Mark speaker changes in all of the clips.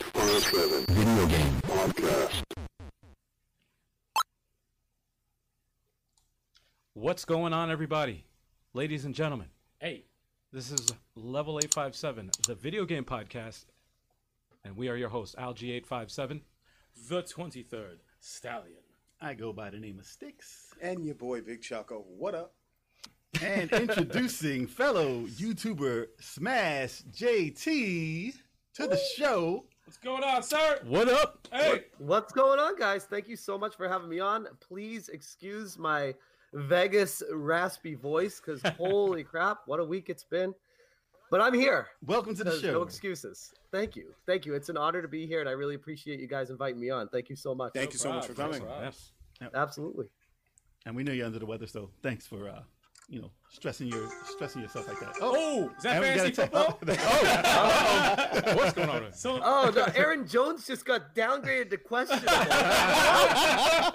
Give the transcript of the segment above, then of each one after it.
Speaker 1: Driven Video Game Podcast.
Speaker 2: What's going on, everybody? Ladies and gentlemen,
Speaker 3: Hey,
Speaker 2: this is Level 857, the video game podcast, and we are your hosts, Alg857.
Speaker 3: the 23rd Stallion.
Speaker 4: I go by the name of Sticks.
Speaker 5: And your boy Big Choco. What up?
Speaker 4: And introducing fellow YouTuber Smash JT to the show.
Speaker 3: What's going on, sir?
Speaker 2: What up?
Speaker 3: Hey,
Speaker 6: What's going on, guys? Thank you so much for having me on. Please excuse my Vegas raspy voice because holy crap, what a week it's been. But I'm here.
Speaker 4: Welcome to the
Speaker 6: There's no
Speaker 4: show.
Speaker 6: excuses. Thank you. Thank you. It's an honor to be here, and I really appreciate you guys inviting me on. Thank you so much.
Speaker 5: Thank you so much for
Speaker 3: problem,
Speaker 5: coming.
Speaker 3: no problem.
Speaker 2: Yes.
Speaker 6: Absolutely.
Speaker 4: And we know you're under the weather, so thanks for uh, you know, stressing your stressing yourself like that. Oh,
Speaker 3: oh, is that
Speaker 4: and we Oh, got
Speaker 3: fantasy
Speaker 4: a te-
Speaker 3: football?
Speaker 2: Uh-oh. What's going on?
Speaker 3: So,
Speaker 6: Oh, no. Aaron Jones just got downgraded to questionable.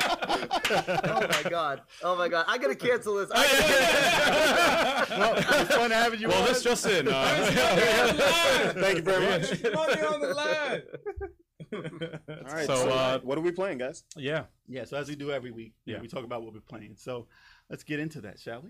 Speaker 6: oh, my God. Oh, my God. I got to cancel this. I gotta
Speaker 4: well, oh, it's fun having you.
Speaker 2: Well,
Speaker 4: on.
Speaker 2: this just in. uh,
Speaker 5: Thank you very much.
Speaker 3: money on the line.
Speaker 5: All right.
Speaker 2: So,
Speaker 5: So,
Speaker 2: uh,
Speaker 5: what are we playing, guys?
Speaker 2: yeah.
Speaker 4: yeah. So as we do every week, yeah,
Speaker 2: Yeah.
Speaker 4: we talk about what we're playing. So let's get into that, shall we?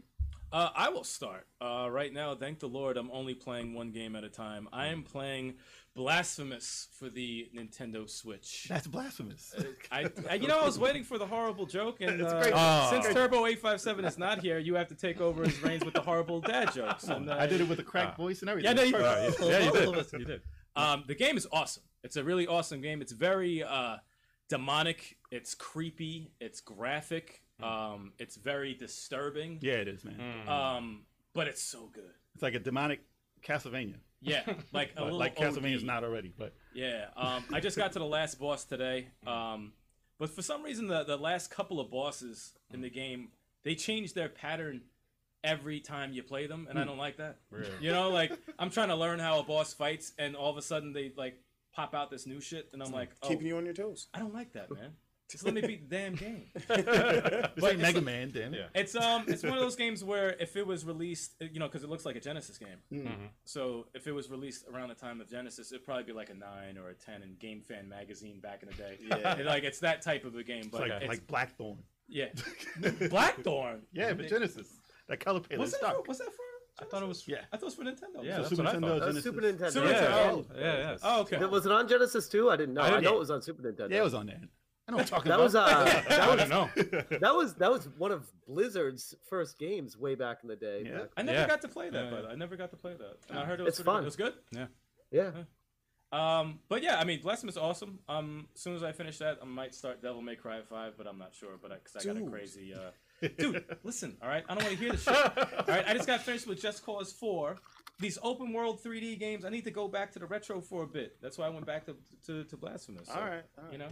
Speaker 3: Uh, I will start. Uh, right now, thank the Lord, I'm only playing one game at a time. I am playing Blasphemous for the Nintendo Switch.
Speaker 4: That's blasphemous.
Speaker 3: I, I, you know, I was waiting for the horrible joke, and uh,
Speaker 4: great.
Speaker 2: Oh.
Speaker 3: since Turbo Eight Five Seven is not here, you have to take over his reins with the horrible dad jokes. And, uh,
Speaker 4: I did it with a cracked voice and everything.
Speaker 3: Yeah, no, you-
Speaker 4: Perfect.
Speaker 2: Yeah, you did. You did.
Speaker 3: Um, the game is awesome. It's a really awesome game. It's very uh, demonic. It's creepy. It's graphic. Um, it's very disturbing.
Speaker 4: yeah, it is, man.
Speaker 3: Um, but it's so good.
Speaker 4: It's like a demonic Castlevania.
Speaker 3: Yeah, like a
Speaker 4: But
Speaker 3: little
Speaker 4: like Castlevania's
Speaker 3: OD.
Speaker 4: not already, but
Speaker 3: Yeah. Um, I just got to the last boss today. Um, but for some reason, the the last couple of bosses in the game they change their pattern every time you play them, and I don't like that.
Speaker 2: Really?
Speaker 3: You know, like I'm trying to learn how a boss fights, and all of a sudden they like pop out this new shit, and I'm like, oh,
Speaker 5: Keeping you on your toes.
Speaker 3: I don't like that, man. Just let me beat the damn game.
Speaker 4: It's like
Speaker 3: it's
Speaker 4: Mega
Speaker 3: like-
Speaker 4: Man, damn it.
Speaker 2: Yeah.
Speaker 3: It's um, it's one of those games where if it was released, you know, because it looks like a Genesis game.
Speaker 2: Mhm.
Speaker 3: So if it was released around the time of Genesis, it'd probably be like a nine or a ten in Game Fan magazine back in the day.
Speaker 5: Yeah.
Speaker 3: It- like it's that type of a game, but
Speaker 4: It's like,
Speaker 3: it's,
Speaker 4: like Blackthorn.
Speaker 3: yeah, Blackthorn.
Speaker 4: Yeah, but Genesis. That color palette
Speaker 3: Was
Speaker 4: is
Speaker 3: that
Speaker 4: dark.
Speaker 3: for, was that for?
Speaker 2: I thought it was.
Speaker 4: Yeah.
Speaker 3: I thought it was for Nintendo.
Speaker 2: Yeah, that's
Speaker 4: Super
Speaker 2: what I
Speaker 4: Nintendo,
Speaker 2: thought.
Speaker 6: That was Super Nintendo.
Speaker 3: Super
Speaker 2: Yeah.
Speaker 3: Nintendo.
Speaker 2: Yeah. yeah.
Speaker 3: Oh, okay.
Speaker 6: That- Was it on Genesis too? I didn't know.
Speaker 2: I
Speaker 6: I,
Speaker 2: didn't-
Speaker 6: know it was on Super Nintendo.
Speaker 4: Yeah, it was on there. I know what I'm talking
Speaker 6: that
Speaker 4: about.
Speaker 6: was uh, that
Speaker 2: I
Speaker 6: was
Speaker 2: don't know.
Speaker 6: that was that was one of Blizzard's first games way back in the day.
Speaker 4: Yeah.
Speaker 6: Back-
Speaker 3: I never
Speaker 2: Yeah.
Speaker 3: got to play that,
Speaker 2: Yeah,
Speaker 3: but
Speaker 2: yeah.
Speaker 3: I never got to play that. And I heard it was
Speaker 6: It's
Speaker 3: pretty
Speaker 6: fun.
Speaker 3: Good. It was good.
Speaker 6: yeah.
Speaker 3: Um, but yeah, I mean, Blasphemous is awesome. Um, as soon as I finish that, I might start Devil May Cry Five, but I'm not sure. But because I, got a
Speaker 5: Dude.
Speaker 3: crazy uh... dude, listen, all right, I don't want to hear this shit. All right, I just got finished with Just Cause Four. These open world 3D games, I need to go back to the retro for a bit. That's why I went back to to, to Blasphemous. So,
Speaker 5: All right. All right.
Speaker 3: you know,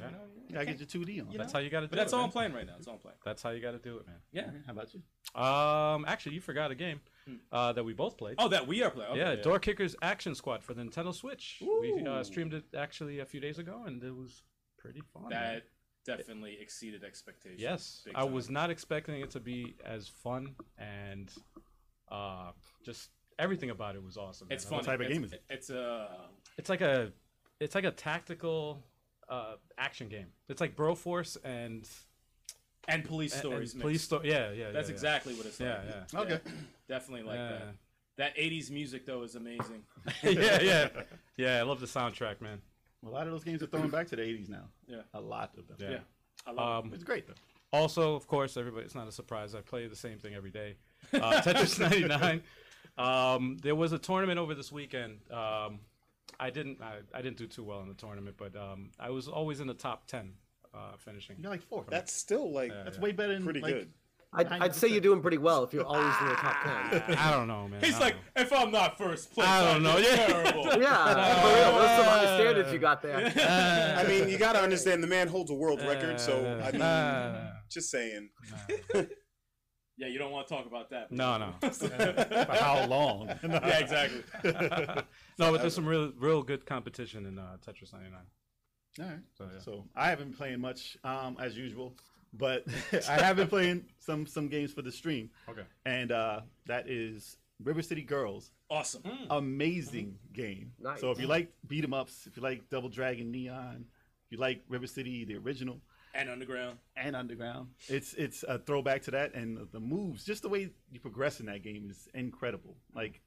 Speaker 3: you know,
Speaker 4: Gotta get your 2D on.
Speaker 3: You
Speaker 2: That's how you got to do
Speaker 3: but that's
Speaker 2: it.
Speaker 3: all
Speaker 2: man.
Speaker 3: I'm playing right now. That's all I'm playing.
Speaker 2: That's how you got to do it, man.
Speaker 3: Yeah.
Speaker 4: How about you?
Speaker 2: Um, actually, you forgot a game
Speaker 3: Hmm.
Speaker 2: uh, that we both played.
Speaker 3: Oh, that we are playing. Okay,
Speaker 2: yeah, Door Kickers Action Squad for the Nintendo Switch. We uh, streamed it actually a few days ago, and it was pretty fun. man.
Speaker 3: That definitely exceeded expectations.
Speaker 2: yes,
Speaker 3: big
Speaker 2: I
Speaker 3: time.
Speaker 2: was not expecting it to be as fun, and uh, just everything about it was awesome.
Speaker 3: It's
Speaker 2: man.
Speaker 3: fun.
Speaker 2: I
Speaker 4: type
Speaker 2: love
Speaker 4: of
Speaker 3: it's,
Speaker 4: game is it?
Speaker 3: It's uh, a
Speaker 2: it. It's like a, it's like a tactical uh, action game. It's like Bro Force and,
Speaker 3: and police
Speaker 2: and-
Speaker 3: stories. mixed.
Speaker 2: and E-, police story. Yeah, yeah,
Speaker 3: That's
Speaker 2: yeah,
Speaker 3: exactly what it's like.
Speaker 2: Yeah, yeah.
Speaker 3: Yeah,
Speaker 4: Okay.
Speaker 3: Definitely like
Speaker 2: Yeah.
Speaker 3: that. That 80s music though is amazing.
Speaker 2: Yeah. yeah, yeah, yeah. I love the soundtrack, man.
Speaker 4: A lot of those games are throwing back to the 80s now.
Speaker 3: Yeah.
Speaker 4: A lot of them.
Speaker 2: Yeah.
Speaker 3: Yeah. I love
Speaker 2: Um,
Speaker 4: It's great, though.
Speaker 2: Also, of course, everybody, it's not a surprise. I play the same thing every day. Uh, Tetris 99. Um, there was a tournament over this weekend. Um, I didn't, I, I didn't do too well in the tournament, but um, I was always in the top 10 uh, finishing.
Speaker 4: You're like four.
Speaker 5: That's still like
Speaker 4: That's way better than
Speaker 5: pretty
Speaker 4: like,
Speaker 5: good.
Speaker 6: I'd, I'd say you're doing pretty well if you're always in the top ten.
Speaker 3: Ah.
Speaker 2: I don't know, man.
Speaker 3: it. He's
Speaker 2: I
Speaker 3: like,
Speaker 2: don't know.
Speaker 3: if I'm not first place,
Speaker 2: I don't
Speaker 3: I'm
Speaker 2: know, yeah. Uh,
Speaker 3: terrible.
Speaker 6: Yeah, for real. Those are some high standards you got there.
Speaker 5: I mean, you got to understand the man holds a world record, so
Speaker 2: Uh,
Speaker 5: I mean,
Speaker 2: uh,
Speaker 5: just saying.
Speaker 3: yeah, you don't want to talk about that.
Speaker 2: no, no.
Speaker 4: for how long?
Speaker 3: yeah, exactly.
Speaker 2: no, but there's some real, real good competition in uh, Tetris 99.
Speaker 4: All right.
Speaker 2: So, yeah.
Speaker 4: So I haven't been playing much um, as usual, but I have been playing some some games for the stream,
Speaker 2: Okay.
Speaker 4: and uh, that is River City Girls.
Speaker 3: Awesome.
Speaker 4: Hmm. Amazing game.
Speaker 6: Nice.
Speaker 4: So if you like beat 'em ups, if you like Double Dragon Neon, if you like River City the original
Speaker 3: And underground.
Speaker 4: and Underground, it's it's a throwback to that and the moves, just the way you progress in that game is incredible. Like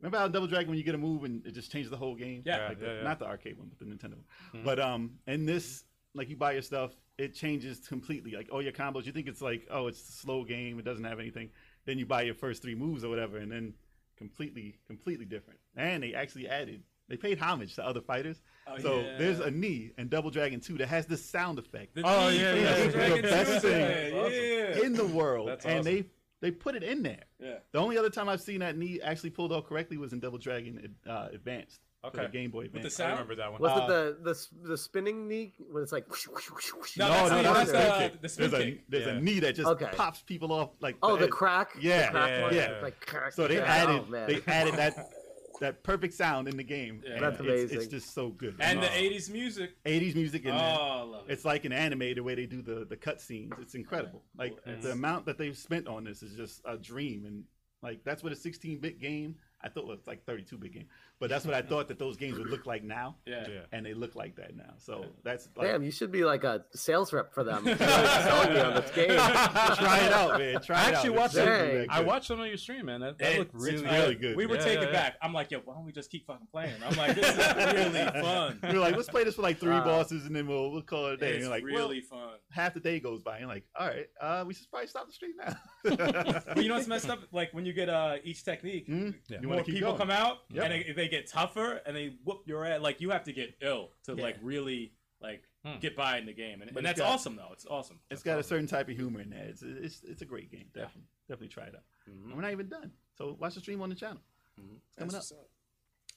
Speaker 4: remember how Double Dragon when you get a move and it just changes the whole game?
Speaker 3: Yeah.
Speaker 4: Like the-
Speaker 2: Yeah, Hmm. yeah.
Speaker 4: not the arcade one, but the Nintendo one. But um and this like you buy your stuff, it changes completely. Like all your combos, you think it's like, oh, it's a slow game, it doesn't have anything. Then you buy your first three moves or whatever, and then completely, completely different. And they actually added, they paid homage to other fighters.
Speaker 3: Oh,
Speaker 4: so
Speaker 3: yeah.
Speaker 4: there's a knee in Double Dragon 2 that has this sound effect
Speaker 3: The
Speaker 2: Oh,
Speaker 3: knee
Speaker 2: yeah,
Speaker 3: from
Speaker 2: yeah,
Speaker 3: Double
Speaker 2: yeah.
Speaker 3: Dragon
Speaker 2: The
Speaker 4: best
Speaker 3: Tuesday.
Speaker 2: thing. That's
Speaker 3: Yeah.
Speaker 4: in the world,
Speaker 2: That's
Speaker 4: and
Speaker 2: awesome.
Speaker 4: they they put it in there.
Speaker 3: Yeah.
Speaker 4: The only other time I've seen that knee actually pulled out correctly was in Double Dragon uh, Advanced for the
Speaker 2: Okay.
Speaker 4: Game Boy
Speaker 3: With the
Speaker 4: Advance.
Speaker 2: I
Speaker 3: sound?
Speaker 2: remember that one.
Speaker 6: Was
Speaker 4: Uh,
Speaker 6: it the, the s- the spinning knee when it's like? whoosh, whoosh, whoosh, whoosh?
Speaker 3: No,
Speaker 4: no,
Speaker 3: that's uh,
Speaker 4: no,
Speaker 3: the-
Speaker 4: that's,
Speaker 3: that's
Speaker 4: the,
Speaker 3: the- the spin
Speaker 4: there's a,
Speaker 3: kick.
Speaker 4: there's
Speaker 2: Yeah.
Speaker 4: a knee that just
Speaker 6: Okay.
Speaker 4: pops people off like
Speaker 6: Oh, the
Speaker 4: head.
Speaker 6: crack.
Speaker 4: Yeah,
Speaker 6: the crack
Speaker 2: yeah,
Speaker 6: one?
Speaker 2: yeah.
Speaker 6: It's Like, crack,
Speaker 4: So they
Speaker 6: crack.
Speaker 4: added
Speaker 6: Oh, man.
Speaker 4: they added that that perfect sound in the game.
Speaker 3: Yeah.
Speaker 4: and
Speaker 6: That's
Speaker 4: it's- It's,
Speaker 6: amazing.
Speaker 4: just so good.
Speaker 3: And the
Speaker 2: Oh.
Speaker 3: 80s music.
Speaker 4: 80s music
Speaker 3: Oh,
Speaker 4: in there.
Speaker 3: I love it.
Speaker 4: It's like an anime the way they do the the cutscenes. It's incredible. Like the amount that they've spent on this is just a dream, and like that's what a 16-bit game. I thought well, it's like 32-bit game, but that's what I thought that those games would look like now,
Speaker 3: Yeah.
Speaker 2: Yeah.
Speaker 4: and they look like that now. So that's like,
Speaker 6: Damn, you should be like a sales rep for them. You're like selling me on this game.
Speaker 4: try it out, man. Try
Speaker 2: I
Speaker 4: it out.
Speaker 2: actually
Speaker 4: It's
Speaker 2: watched
Speaker 6: it.
Speaker 4: really that
Speaker 2: I
Speaker 4: good.
Speaker 2: watched some of your stream, man. That, that
Speaker 3: It-
Speaker 2: looked really,
Speaker 4: It's
Speaker 2: good.
Speaker 4: really good.
Speaker 3: We were
Speaker 2: Yeah,
Speaker 3: taken
Speaker 2: yeah, yeah.
Speaker 3: back. I'm like, yo, why don't we just keep fucking playing? I'm like, this is really fun.
Speaker 4: We were like, let's play this for like three
Speaker 6: Wow.
Speaker 4: bosses, and then we'll we'll call it a day. and
Speaker 3: It's
Speaker 4: you're like, well,
Speaker 3: really fun.
Speaker 4: half the day goes by, and like, all right, uh, we should probably stop the stream now.
Speaker 3: But you know what's messed up? Like when you get uh, each technique,
Speaker 4: Hmm?
Speaker 2: Yeah.
Speaker 4: You want
Speaker 3: more
Speaker 4: to keep
Speaker 3: people
Speaker 4: going.
Speaker 3: come out
Speaker 4: Yep.
Speaker 3: and they, they get tougher and they whoop your ass. Like you have to get ill to
Speaker 4: Yeah.
Speaker 3: like really like
Speaker 2: Hmm.
Speaker 3: get by in the game, and, and
Speaker 4: But it's
Speaker 3: that's
Speaker 4: got-
Speaker 3: awesome though. It's awesome.
Speaker 4: it's got a certain type of humor in there. It's it's, it's a great game.
Speaker 3: Yeah.
Speaker 4: Definitely, definitely try it out.
Speaker 3: Mhm.
Speaker 4: And we're not even done. So watch the stream on the channel. It's coming up.
Speaker 5: That's what's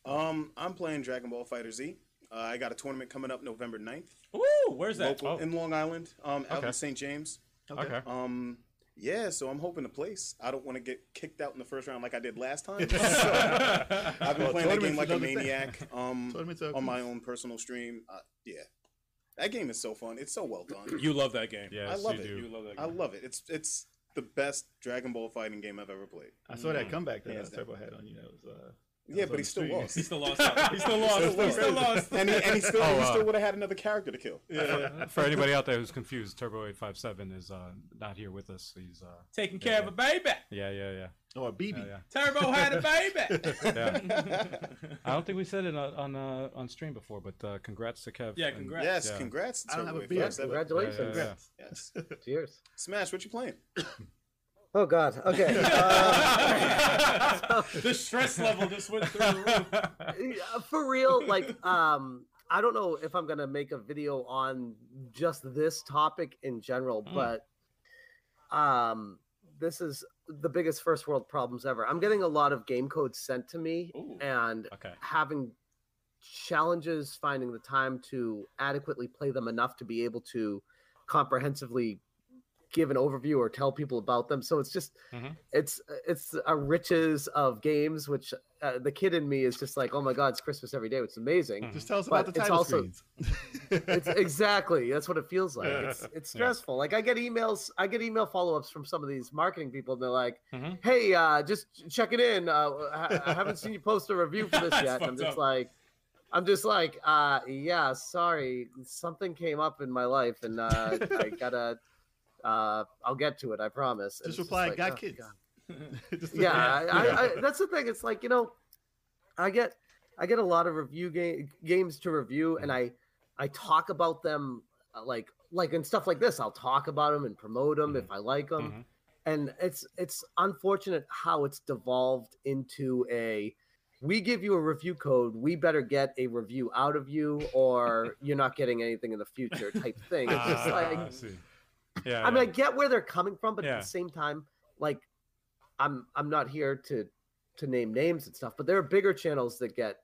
Speaker 5: up. Um, I'm playing Dragon Ball Fighter Z. Uh, I got a tournament coming up November 9th,
Speaker 3: Ooh, where's that?
Speaker 5: local
Speaker 2: Oh.
Speaker 5: in Long Island, um, out
Speaker 2: Okay.
Speaker 5: in St. James.
Speaker 2: Okay.
Speaker 5: Um, yeah, so I'm hoping to place. I don't want to get kicked out in the first round like I did last time. So I've been
Speaker 4: Well,
Speaker 5: playing that game
Speaker 4: tournament's
Speaker 5: like a
Speaker 4: another thing.
Speaker 5: maniac. Um,
Speaker 4: Tournaments are
Speaker 5: on my
Speaker 4: cool.
Speaker 5: own personal stream. Uh, yeah, that game is so fun. It's so well done.
Speaker 3: Oh, You love that game.
Speaker 2: Yes,
Speaker 5: I love
Speaker 2: you
Speaker 5: it.
Speaker 2: do.
Speaker 3: You love that
Speaker 5: I
Speaker 3: game.
Speaker 5: love it. It's it's the best Dragon Ball fighting game I've ever played.
Speaker 4: I saw that comeback that
Speaker 5: Yeah,
Speaker 4: uh,
Speaker 5: it's
Speaker 4: Turbo had on you. That was uh,
Speaker 5: Yeah,
Speaker 4: was on
Speaker 5: but he
Speaker 4: the
Speaker 5: still
Speaker 4: stream.
Speaker 5: lost.
Speaker 3: He still lost. He still lost. He still lost.
Speaker 5: and he, and he still,
Speaker 2: Oh,
Speaker 5: he
Speaker 2: wow.
Speaker 5: still would have had another character to kill.
Speaker 2: For anybody out there who's confused, Turbo Eight Five Seven is uh, not here with us. He's uh,
Speaker 3: Taking care of a baby.
Speaker 2: yeah, yeah, yeah,
Speaker 4: or BB.
Speaker 2: yeah,
Speaker 3: Turbo had a baby.
Speaker 2: Oh, yeah. yeah. I don't think we said it on on, uh, on stream before, but uh, congrats to Kev.
Speaker 3: Yeah,
Speaker 2: and-
Speaker 3: congrats.
Speaker 5: Yes,
Speaker 2: Yeah.
Speaker 5: congrats. to
Speaker 4: I don't have a
Speaker 5: Turbo
Speaker 4: beard.
Speaker 5: Five Seven.
Speaker 6: Congratulations.
Speaker 2: Yeah, yeah, yeah.
Speaker 5: Yes.
Speaker 6: Cheers.
Speaker 5: Smash, what you playing?
Speaker 6: Oh God. Okay. Uh, so-
Speaker 3: the stress level just went through the roof.
Speaker 6: Yeah, for real like um i don't know if i'm gonna make a video on just this topic in general but um this is the biggest first world problems ever i'm getting a lot of game codes sent to me
Speaker 3: Ooh.
Speaker 6: and
Speaker 2: Okay.
Speaker 6: having challenges finding the time to adequately play them enough to be able to comprehensively give an overview or tell people about them so it's just
Speaker 2: Mhm.
Speaker 6: it's it's a riches of games which uh, the kid in me is just like oh my god it's christmas every day which is amazing
Speaker 2: Mhm.
Speaker 4: Just tell us
Speaker 6: But
Speaker 4: about
Speaker 6: it's
Speaker 4: the title
Speaker 6: also-
Speaker 4: screens.
Speaker 6: it's exactly that's what it feels like it's, it's
Speaker 2: Yeah.
Speaker 6: stressful like i get emails i get email follow-ups from some of these marketing people and they're like
Speaker 2: Mhm.
Speaker 6: hey uh just checking in uh I, I haven't seen you post a review for this
Speaker 3: That's
Speaker 6: yet and i'm
Speaker 3: fucked
Speaker 6: just
Speaker 3: up.
Speaker 6: like i'm just like uh yeah sorry something came up in my life and uh i gotta uh i'll get to it i promise And
Speaker 4: Just
Speaker 6: it's
Speaker 4: reply,
Speaker 6: like,
Speaker 4: got
Speaker 6: oh,
Speaker 4: kids.
Speaker 6: God
Speaker 4: Just-
Speaker 6: yeah, I,
Speaker 4: Yeah.
Speaker 6: I, I, that's the thing. It's like you know, I get I get a lot of review game games to review, and I I talk about them uh, like like and stuff like this. I'll talk about them and promote them if I like them,
Speaker 2: Mhm.
Speaker 6: and it's it's unfortunate how it's devolved into a we give you a review code, we better get a review out of you, or you're not getting anything in the future type thing. It's just like
Speaker 2: Ah, I see. Yeah.
Speaker 6: I mean,
Speaker 2: yeah.
Speaker 6: I get where they're coming from, but
Speaker 2: Uh, Yeah.
Speaker 6: at the same time, like, I'm I'm not here to to name names and stuff, but there are bigger channels that get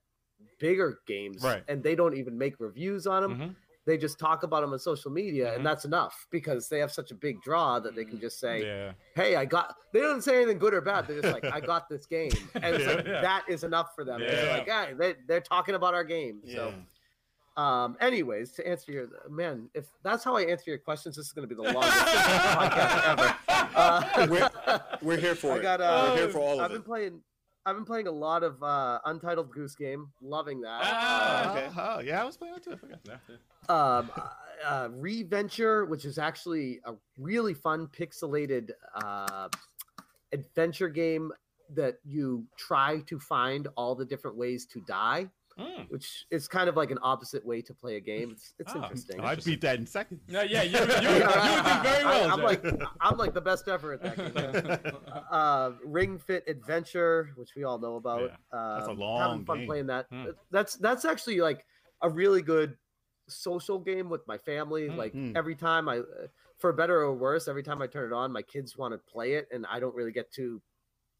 Speaker 6: bigger games,
Speaker 2: Right.
Speaker 6: and they don't even make reviews on them.
Speaker 2: Mhm.
Speaker 6: They just talk about them on social media,
Speaker 2: Mhm.
Speaker 6: and that's enough because they have such a big draw that they can just say,
Speaker 2: Mm, Yeah.
Speaker 6: "Hey, I got." They don't say anything good or bad. They're just like, "I got this game," and it's
Speaker 2: Yeah,
Speaker 6: like,
Speaker 2: yeah.
Speaker 6: that is enough for them. 'cause They're
Speaker 2: Yeah.
Speaker 6: like, "Hey, they, they're talking about our game." So. Um, anyways, to answer your man, if that's how I answer your questions, this is going to be the longest podcast ever. Uh,
Speaker 5: We're, we're here for
Speaker 6: I
Speaker 5: it.
Speaker 6: got. Uh,
Speaker 5: we're here for all
Speaker 4: uh,
Speaker 6: I've
Speaker 5: of
Speaker 6: been
Speaker 5: it.
Speaker 6: playing. I've been playing a lot of uh, Untitled Goose Game, loving that.
Speaker 3: Ah,
Speaker 4: Okay. Oh, yeah, I was playing that too. I forgot.
Speaker 6: Um, uh, uh, Reventure, which is actually a really fun pixelated uh, adventure game that you try to find all the different ways to die,
Speaker 2: Mm.
Speaker 6: which is kind of like an opposite way to play a game. It's, it's
Speaker 2: Ah,
Speaker 6: interesting.
Speaker 4: Oh, I beat that in seconds.
Speaker 3: No, yeah, you, you, you, did
Speaker 6: Yeah, I-
Speaker 3: very
Speaker 6: I-
Speaker 3: well.
Speaker 6: I'm like,
Speaker 3: Jack.
Speaker 6: I'm like the best ever at that game. uh, Ring Fit Adventure, which we all know about. Uh,
Speaker 4: That's a long
Speaker 6: having fun
Speaker 4: game.
Speaker 6: playing that.
Speaker 2: Hmm.
Speaker 6: That's that's actually like a really good social game with my family.
Speaker 2: Hmm.
Speaker 6: Like
Speaker 4: Hmm.
Speaker 6: every time I, uh, for better or worse, every time I turn it on, my kids want to play it, and I don't really get to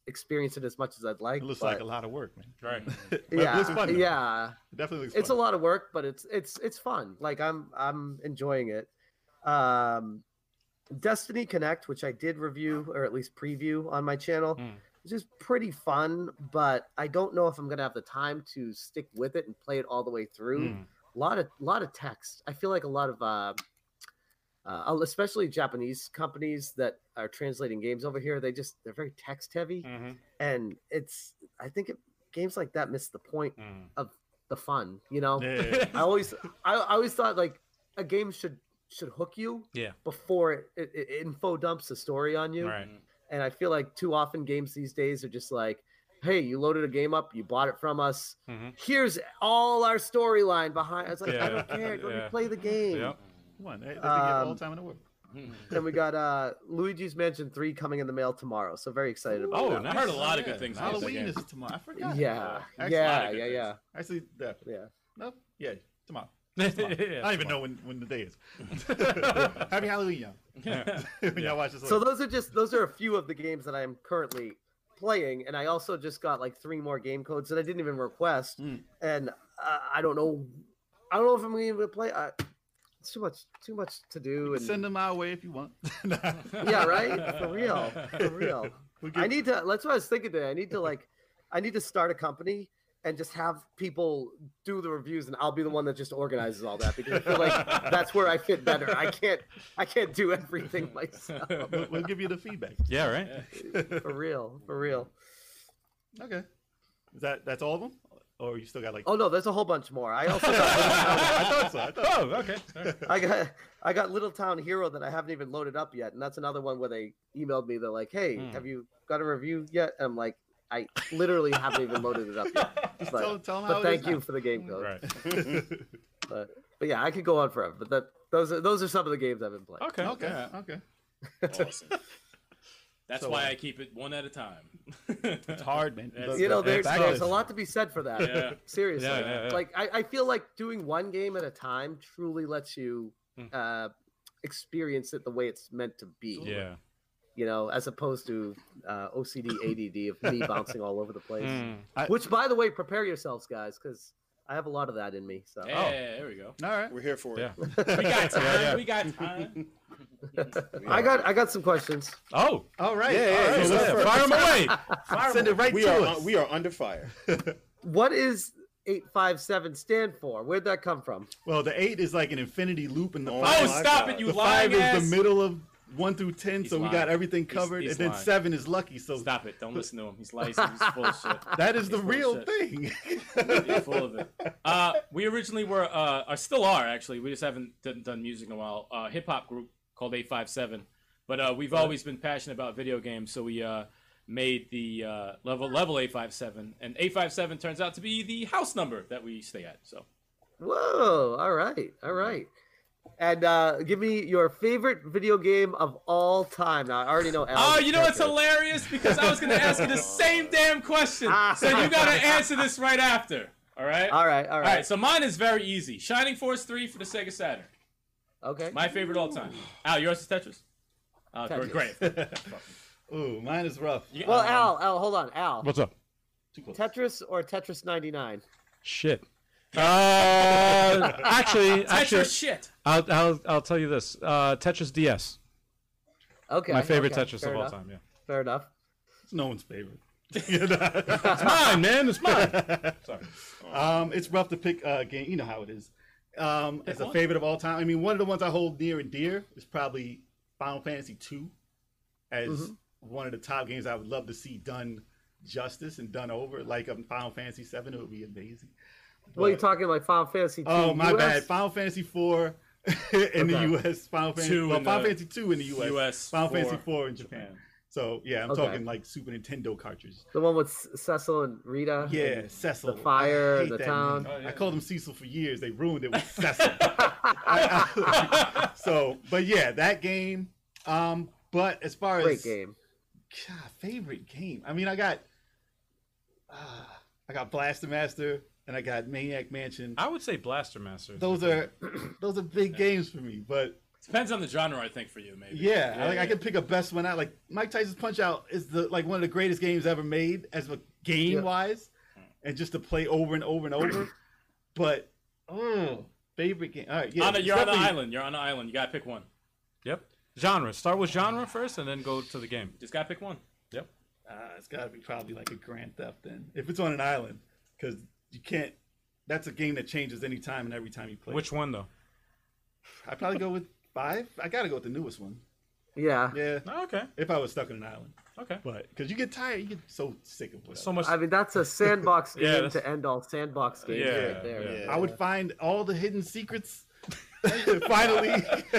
Speaker 6: experience it as much as I'd like.
Speaker 4: It looks
Speaker 6: but-
Speaker 4: like a lot of work, man.
Speaker 2: Right.
Speaker 4: But
Speaker 6: yeah,
Speaker 4: it looks fun. though.
Speaker 6: yeah.
Speaker 4: It definitely looks
Speaker 6: It's a
Speaker 4: fun.
Speaker 6: lot of work, but it's it's it's fun. Like I'm I'm enjoying it. Um, Destiny Connect, which I did review or at least preview on my channel,
Speaker 2: Mm.
Speaker 6: which is pretty fun. But I don't know if I'm gonna have the time to stick with it and play it all the way through.
Speaker 2: Mm.
Speaker 6: A lot of lot of text. I feel like a lot of uh, uh, especially Japanese companies that are translating games over here. They just they're very text heavy,
Speaker 2: Mhm.
Speaker 6: and it's I think it, games like that miss the point,
Speaker 2: Mm.
Speaker 6: the fun. You know.
Speaker 4: Yeah, yeah, yeah.
Speaker 6: I always I, I always thought like a game should should hook you
Speaker 2: Yeah.
Speaker 6: before it, it, it info dumps a story on you.
Speaker 2: Right.
Speaker 6: And I feel like too often games these days are just like, hey, you loaded a game up, you bought it from us.
Speaker 2: Mhm.
Speaker 6: Here's all our storyline behind. I was like, I don't
Speaker 2: Yeah.
Speaker 6: care. Go
Speaker 2: Yeah.
Speaker 6: play the game.
Speaker 2: Yep.
Speaker 4: One. They, they give you all
Speaker 6: Um,
Speaker 4: the time in the world.
Speaker 3: Hmm.
Speaker 6: And we got uh, Luigi's Mansion Three coming in the mail tomorrow, so very excited about.
Speaker 2: Oh,
Speaker 6: that.
Speaker 2: nice.
Speaker 3: I heard a lot of good things. about that
Speaker 4: Halloween
Speaker 3: game.
Speaker 4: is tomorrow. I forgot.
Speaker 6: Yeah,
Speaker 4: Actually,
Speaker 6: yeah,
Speaker 4: I-
Speaker 6: yeah, yeah,
Speaker 4: Actually, yeah.
Speaker 6: yeah.
Speaker 4: No, yeah, tomorrow.
Speaker 2: Yeah,
Speaker 4: I don't even
Speaker 2: come
Speaker 4: know when, when the day is. Happy Halloween, y'all.
Speaker 2: Yeah.
Speaker 4: when y'all watch this.
Speaker 6: So
Speaker 4: later.
Speaker 6: those are just those are a few of the games that I am currently playing, and I also just got like three more game codes that I didn't even request,
Speaker 4: Mm.
Speaker 6: and uh, I don't know, I don't know if I'm going to play. I, it's too much, too much to do, and
Speaker 4: Send them our way if you want.
Speaker 6: yeah, right, for real, for real.
Speaker 4: We'll get-
Speaker 6: I need to. That's what I was thinking today. I need to like, I need to start a company and just have people do the reviews, and I'll be the one that just organizes all that because I feel like that's where I fit better. I can't, I can't do everything myself.
Speaker 4: we'll, we'll give you the feedback.
Speaker 2: Yeah, right.
Speaker 6: For real, for real.
Speaker 4: Okay. Is that that's all of them, or you still got like?
Speaker 6: Oh no, there's a whole bunch more. I also got,
Speaker 4: I thought so. I thought
Speaker 2: Oh, okay.
Speaker 6: I got I got Little Town Hero that I haven't even loaded up yet, and that's another one where they emailed me. They're like, "Hey,
Speaker 2: Hmm.
Speaker 6: have you got a review yet?" And I'm like, "I literally haven't even loaded it up yet."
Speaker 4: Just
Speaker 6: But,
Speaker 4: tell, tell them
Speaker 6: but
Speaker 4: how
Speaker 6: thank
Speaker 4: it
Speaker 6: you
Speaker 4: is
Speaker 6: for the game code.
Speaker 2: Right.
Speaker 6: But but yeah, I could go on forever. But that those are those are some of the games I've been playing.
Speaker 2: Okay.
Speaker 4: now. Okay.
Speaker 3: Yeah.
Speaker 4: Okay.
Speaker 5: Awesome.
Speaker 3: That's
Speaker 4: So,
Speaker 3: why
Speaker 4: uh,
Speaker 3: I keep it one at a time.
Speaker 4: It's hard, man.
Speaker 3: That's-
Speaker 6: You know, there's,
Speaker 4: back
Speaker 6: there's
Speaker 4: is-
Speaker 6: a lot to be said for that.
Speaker 3: Yeah.
Speaker 6: Seriously.
Speaker 2: Yeah, yeah, yeah.
Speaker 6: Like I, I feel like doing one game at a time truly lets you
Speaker 2: Mm.
Speaker 6: uh, experience it the way it's meant to be.
Speaker 2: Yeah.
Speaker 6: you know, as opposed to uh, OCD ADD of me bouncing all over the place.
Speaker 2: Mm.
Speaker 6: Which, by the way, prepare yourselves, guys, because I have a lot of that in me. So,
Speaker 3: Yeah, there we go.
Speaker 4: All right.
Speaker 5: We're here for
Speaker 2: Yeah.
Speaker 5: it.
Speaker 3: We got time.
Speaker 2: Oh.
Speaker 3: We
Speaker 2: Yeah, yeah.
Speaker 3: got time.
Speaker 6: I got I got some questions.
Speaker 2: Oh.
Speaker 4: All right.
Speaker 5: Yeah, yeah,
Speaker 4: all right.
Speaker 5: yeah.
Speaker 4: So
Speaker 5: Let's
Speaker 4: let's
Speaker 5: go.
Speaker 2: Fire 'em away.
Speaker 4: send it right
Speaker 5: We
Speaker 4: to
Speaker 5: are
Speaker 4: us.
Speaker 5: we are under fire.
Speaker 6: What is eight five seven stand for? Where'd that come from?
Speaker 4: Well, the eight is like an infinity loop, and the
Speaker 5: Oh,
Speaker 4: five
Speaker 3: Oh,
Speaker 5: my
Speaker 3: stop
Speaker 5: God.
Speaker 3: it, you
Speaker 4: the
Speaker 3: lying
Speaker 4: five
Speaker 3: ass.
Speaker 4: is the middle of one through ten,
Speaker 3: He's
Speaker 4: so we
Speaker 3: lying.
Speaker 4: got everything
Speaker 3: He's-
Speaker 4: covered,
Speaker 3: he's
Speaker 4: and then
Speaker 3: lying.
Speaker 4: seven is lucky. So
Speaker 3: Stop it. Don't listen to him. He's lying. He's full of shit.
Speaker 4: that is the
Speaker 3: He's
Speaker 4: real
Speaker 3: bullshit.
Speaker 4: thing.
Speaker 3: You're full of it. Uh, we originally were, uh, or still are actually. We just haven't done, done music in a while. Uh, Hip hop group called Eight Five Seven, but uh, we've always been passionate about video games, so we uh, made the uh, level level Eight Five Seven, and Eight Five Seven turns out to be the house number that we stay at. So
Speaker 6: Whoa! All right, all right. And uh, give me your favorite video game of all time. Now I already know.
Speaker 3: Oh,
Speaker 6: Al's
Speaker 3: you know what's
Speaker 6: answer.
Speaker 3: hilarious? Because I was going to ask you the same damn question. So you got to answer this right after. All right? All
Speaker 6: All right, all
Speaker 3: right.
Speaker 6: right.
Speaker 3: So mine is very easy Shining Force 3 for the Sega Saturn.
Speaker 6: Okay.
Speaker 3: My favorite all time. Al, yours is Tetris? Uh,
Speaker 6: Tetris.
Speaker 3: Great.
Speaker 4: Ooh, mine is rough.
Speaker 3: You-
Speaker 6: Well,
Speaker 3: um,
Speaker 6: Al, Al, hold on, Al.
Speaker 2: What's up?
Speaker 4: Too close.
Speaker 6: Tetris or Tetris ninety nine?
Speaker 2: Shit. Uh, actually, actually,
Speaker 3: Tetris shit.
Speaker 2: I'll, I'll I'll tell you this. Uh, Tetris DS,
Speaker 6: Okay.
Speaker 2: my favorite
Speaker 6: okay,
Speaker 2: Tetris
Speaker 6: fair
Speaker 2: of all
Speaker 6: enough,
Speaker 2: time. Yeah.
Speaker 6: Fair enough.
Speaker 4: It's no one's favorite. You know?
Speaker 2: It's mine, man. It's mine.
Speaker 4: um, it's rough to pick a game. You know how it is. Um, as a
Speaker 3: one.
Speaker 4: favorite of all time. I mean, one of the ones I hold near and dear is probably Final Fantasy II, as one of the top games I would love to see done justice and done over like a Final Fantasy Seven, it would be amazing.
Speaker 6: Well, you're
Speaker 4: But-
Speaker 6: talking like Final Fantasy.
Speaker 4: Oh
Speaker 6: two
Speaker 4: my
Speaker 6: US?
Speaker 4: bad. Final Fantasy Four in the U.S. Final Fantasy
Speaker 3: Two
Speaker 4: well,
Speaker 3: in
Speaker 4: Final
Speaker 3: the
Speaker 4: Fantasy Two in the U.S.
Speaker 3: US
Speaker 4: Final
Speaker 3: four.
Speaker 4: Fantasy Four in Japan. So yeah, I'm
Speaker 6: Okay.
Speaker 4: talking like Super Nintendo cartridges.
Speaker 6: The one with C- Cecil and Rita.
Speaker 4: Yeah, Cecil.
Speaker 6: fire,
Speaker 4: I hate
Speaker 6: the
Speaker 4: that
Speaker 6: town.
Speaker 4: name.
Speaker 2: Oh, yeah.
Speaker 4: I called him Cecil for years. They ruined it with Cecil. so, but yeah, that game. Um, but as far
Speaker 6: Great
Speaker 4: as
Speaker 6: game.
Speaker 4: God, favorite game. I mean, I got, uh, I got Blaster Master and I got Maniac Mansion.
Speaker 2: I would say Blaster Master.
Speaker 4: Those are those are big games for me. But
Speaker 3: Depends on the genre, I think, for you, maybe.
Speaker 4: yeah, like I
Speaker 3: yeah.
Speaker 4: can pick a best one out. Like Mike Tyson's Punch Out is the like one of the greatest games ever made as a game
Speaker 6: Yeah.
Speaker 4: wise, and just to play over and over and over. but oh, favorite game. All right, yeah,
Speaker 3: On a- you're on an
Speaker 4: definitely-
Speaker 3: island. You're on an island. You gotta pick one.
Speaker 2: Yep. Genre. Start with genre first, and then go to the game.
Speaker 3: Just gotta pick one.
Speaker 4: Uh, it's got to be probably like a Grand Theft then, if it's on an island, because you can't. That's a game that changes any time and every time you play.
Speaker 2: Which one though?
Speaker 4: I probably go with five. I gotta go with the newest one.
Speaker 6: Yeah.
Speaker 4: Yeah,
Speaker 2: Oh, okay.
Speaker 4: if I was stuck on an island,
Speaker 2: Okay.
Speaker 4: but because you get tired, you get so sick of whatever.
Speaker 2: So much.
Speaker 6: I mean, that's a sandbox
Speaker 2: Yeah,
Speaker 6: game
Speaker 2: that's-
Speaker 6: to end all sandbox games
Speaker 2: Yeah,
Speaker 6: right there.
Speaker 2: yeah.
Speaker 4: I would find all the hidden secrets finally.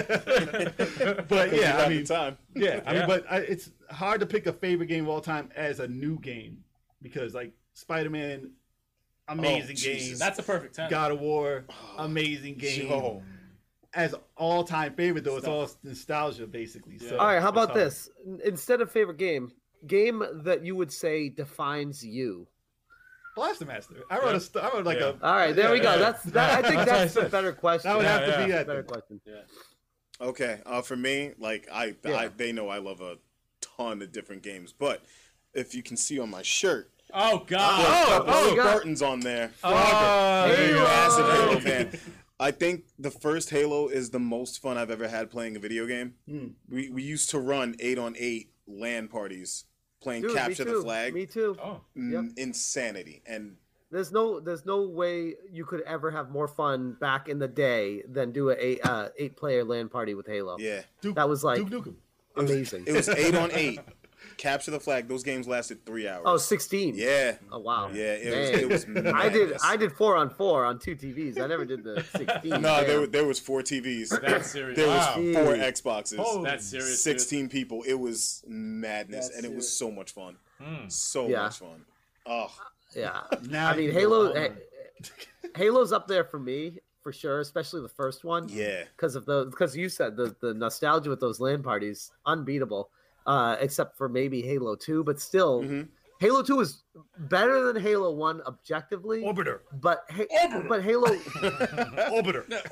Speaker 4: but yeah, I mean,
Speaker 5: time.
Speaker 4: yeah, I
Speaker 2: Yeah.
Speaker 4: mean, but I, it's hard to pick a favorite game of all time as a new game because like Spider Man, amazing game,
Speaker 5: Jesus.
Speaker 3: That's a perfect ten.
Speaker 4: God of War, amazing game.
Speaker 5: Yo.
Speaker 4: As all time favorite though, it's all nostalgia basically. So
Speaker 6: All right, how
Speaker 4: it's
Speaker 6: about
Speaker 4: hard.
Speaker 6: this? N- Instead of favorite game, game that you would say defines you.
Speaker 4: Blaster Master. I wrote a st- I wrote like a.
Speaker 6: All right, there we go.
Speaker 4: Yeah.
Speaker 6: That's that, I think
Speaker 2: That's what I
Speaker 6: that's the
Speaker 2: said.
Speaker 6: better question.
Speaker 4: That would have
Speaker 2: Yeah,
Speaker 4: to be
Speaker 2: yeah.
Speaker 4: that.
Speaker 6: better
Speaker 4: thing.
Speaker 6: question.
Speaker 5: Okay, uh, for me, like I, I,
Speaker 6: Yeah.
Speaker 5: they know I love a ton of different games, but if you can see on my shirt,
Speaker 3: Oh God.
Speaker 5: there's a couple
Speaker 6: oh,
Speaker 5: of
Speaker 6: God.
Speaker 5: Burton's on there.
Speaker 2: Oh, there you
Speaker 5: I'm
Speaker 2: go.
Speaker 5: a massive
Speaker 6: Halo.
Speaker 5: Halo fan. I think the first Halo is the most fun I've ever had playing a video game.
Speaker 4: Hmm.
Speaker 5: We we used to run eight on eight LAN parties playing
Speaker 6: Dude,
Speaker 5: capture
Speaker 6: me
Speaker 5: the
Speaker 6: too.
Speaker 5: flag.
Speaker 6: Me too.
Speaker 2: Oh.
Speaker 5: Mm, Insanity and
Speaker 6: There's no there's no way you could ever have more fun back in the day than do a eight, uh, eight player land party with Halo.
Speaker 5: yeah,
Speaker 4: Duke,
Speaker 6: That was like
Speaker 4: Duke Nukem.
Speaker 6: amazing.
Speaker 5: it was eight on eight. Capture the flag. Those games lasted three hours.
Speaker 6: oh, 16.
Speaker 5: yeah,
Speaker 6: Oh wow.
Speaker 5: yeah. It was,
Speaker 6: Man.
Speaker 5: it was madness.
Speaker 6: I did I did 4 on 4 on two TVs. I never did the 16.
Speaker 5: No, there
Speaker 6: Damn.
Speaker 5: was, there was four TVs.
Speaker 3: That's serious.
Speaker 5: There was
Speaker 3: Wow.
Speaker 5: four Xboxes.
Speaker 3: That's serious. dude.
Speaker 5: 16 people. It was madness,
Speaker 7: That's
Speaker 5: and it was
Speaker 7: it.
Speaker 5: so much fun.
Speaker 2: Mm.
Speaker 5: So
Speaker 6: Yeah.
Speaker 5: much fun. Oh,
Speaker 6: Yeah.
Speaker 4: Now
Speaker 6: I
Speaker 4: you
Speaker 6: mean,
Speaker 4: can go
Speaker 6: Halo. eh,
Speaker 4: all night.
Speaker 5: uh,
Speaker 6: Ha- Halo's up there for me for sure, especially the first one.
Speaker 5: yeah.
Speaker 6: Because of the because you said the the nostalgia with those land parties unbeatable. Uh, except for maybe Halo Two, but still,
Speaker 5: Mhm.
Speaker 6: Halo Two is better than Halo One objectively.
Speaker 4: Orbiter.
Speaker 6: but ha- but Halo
Speaker 4: Orbiter.
Speaker 6: but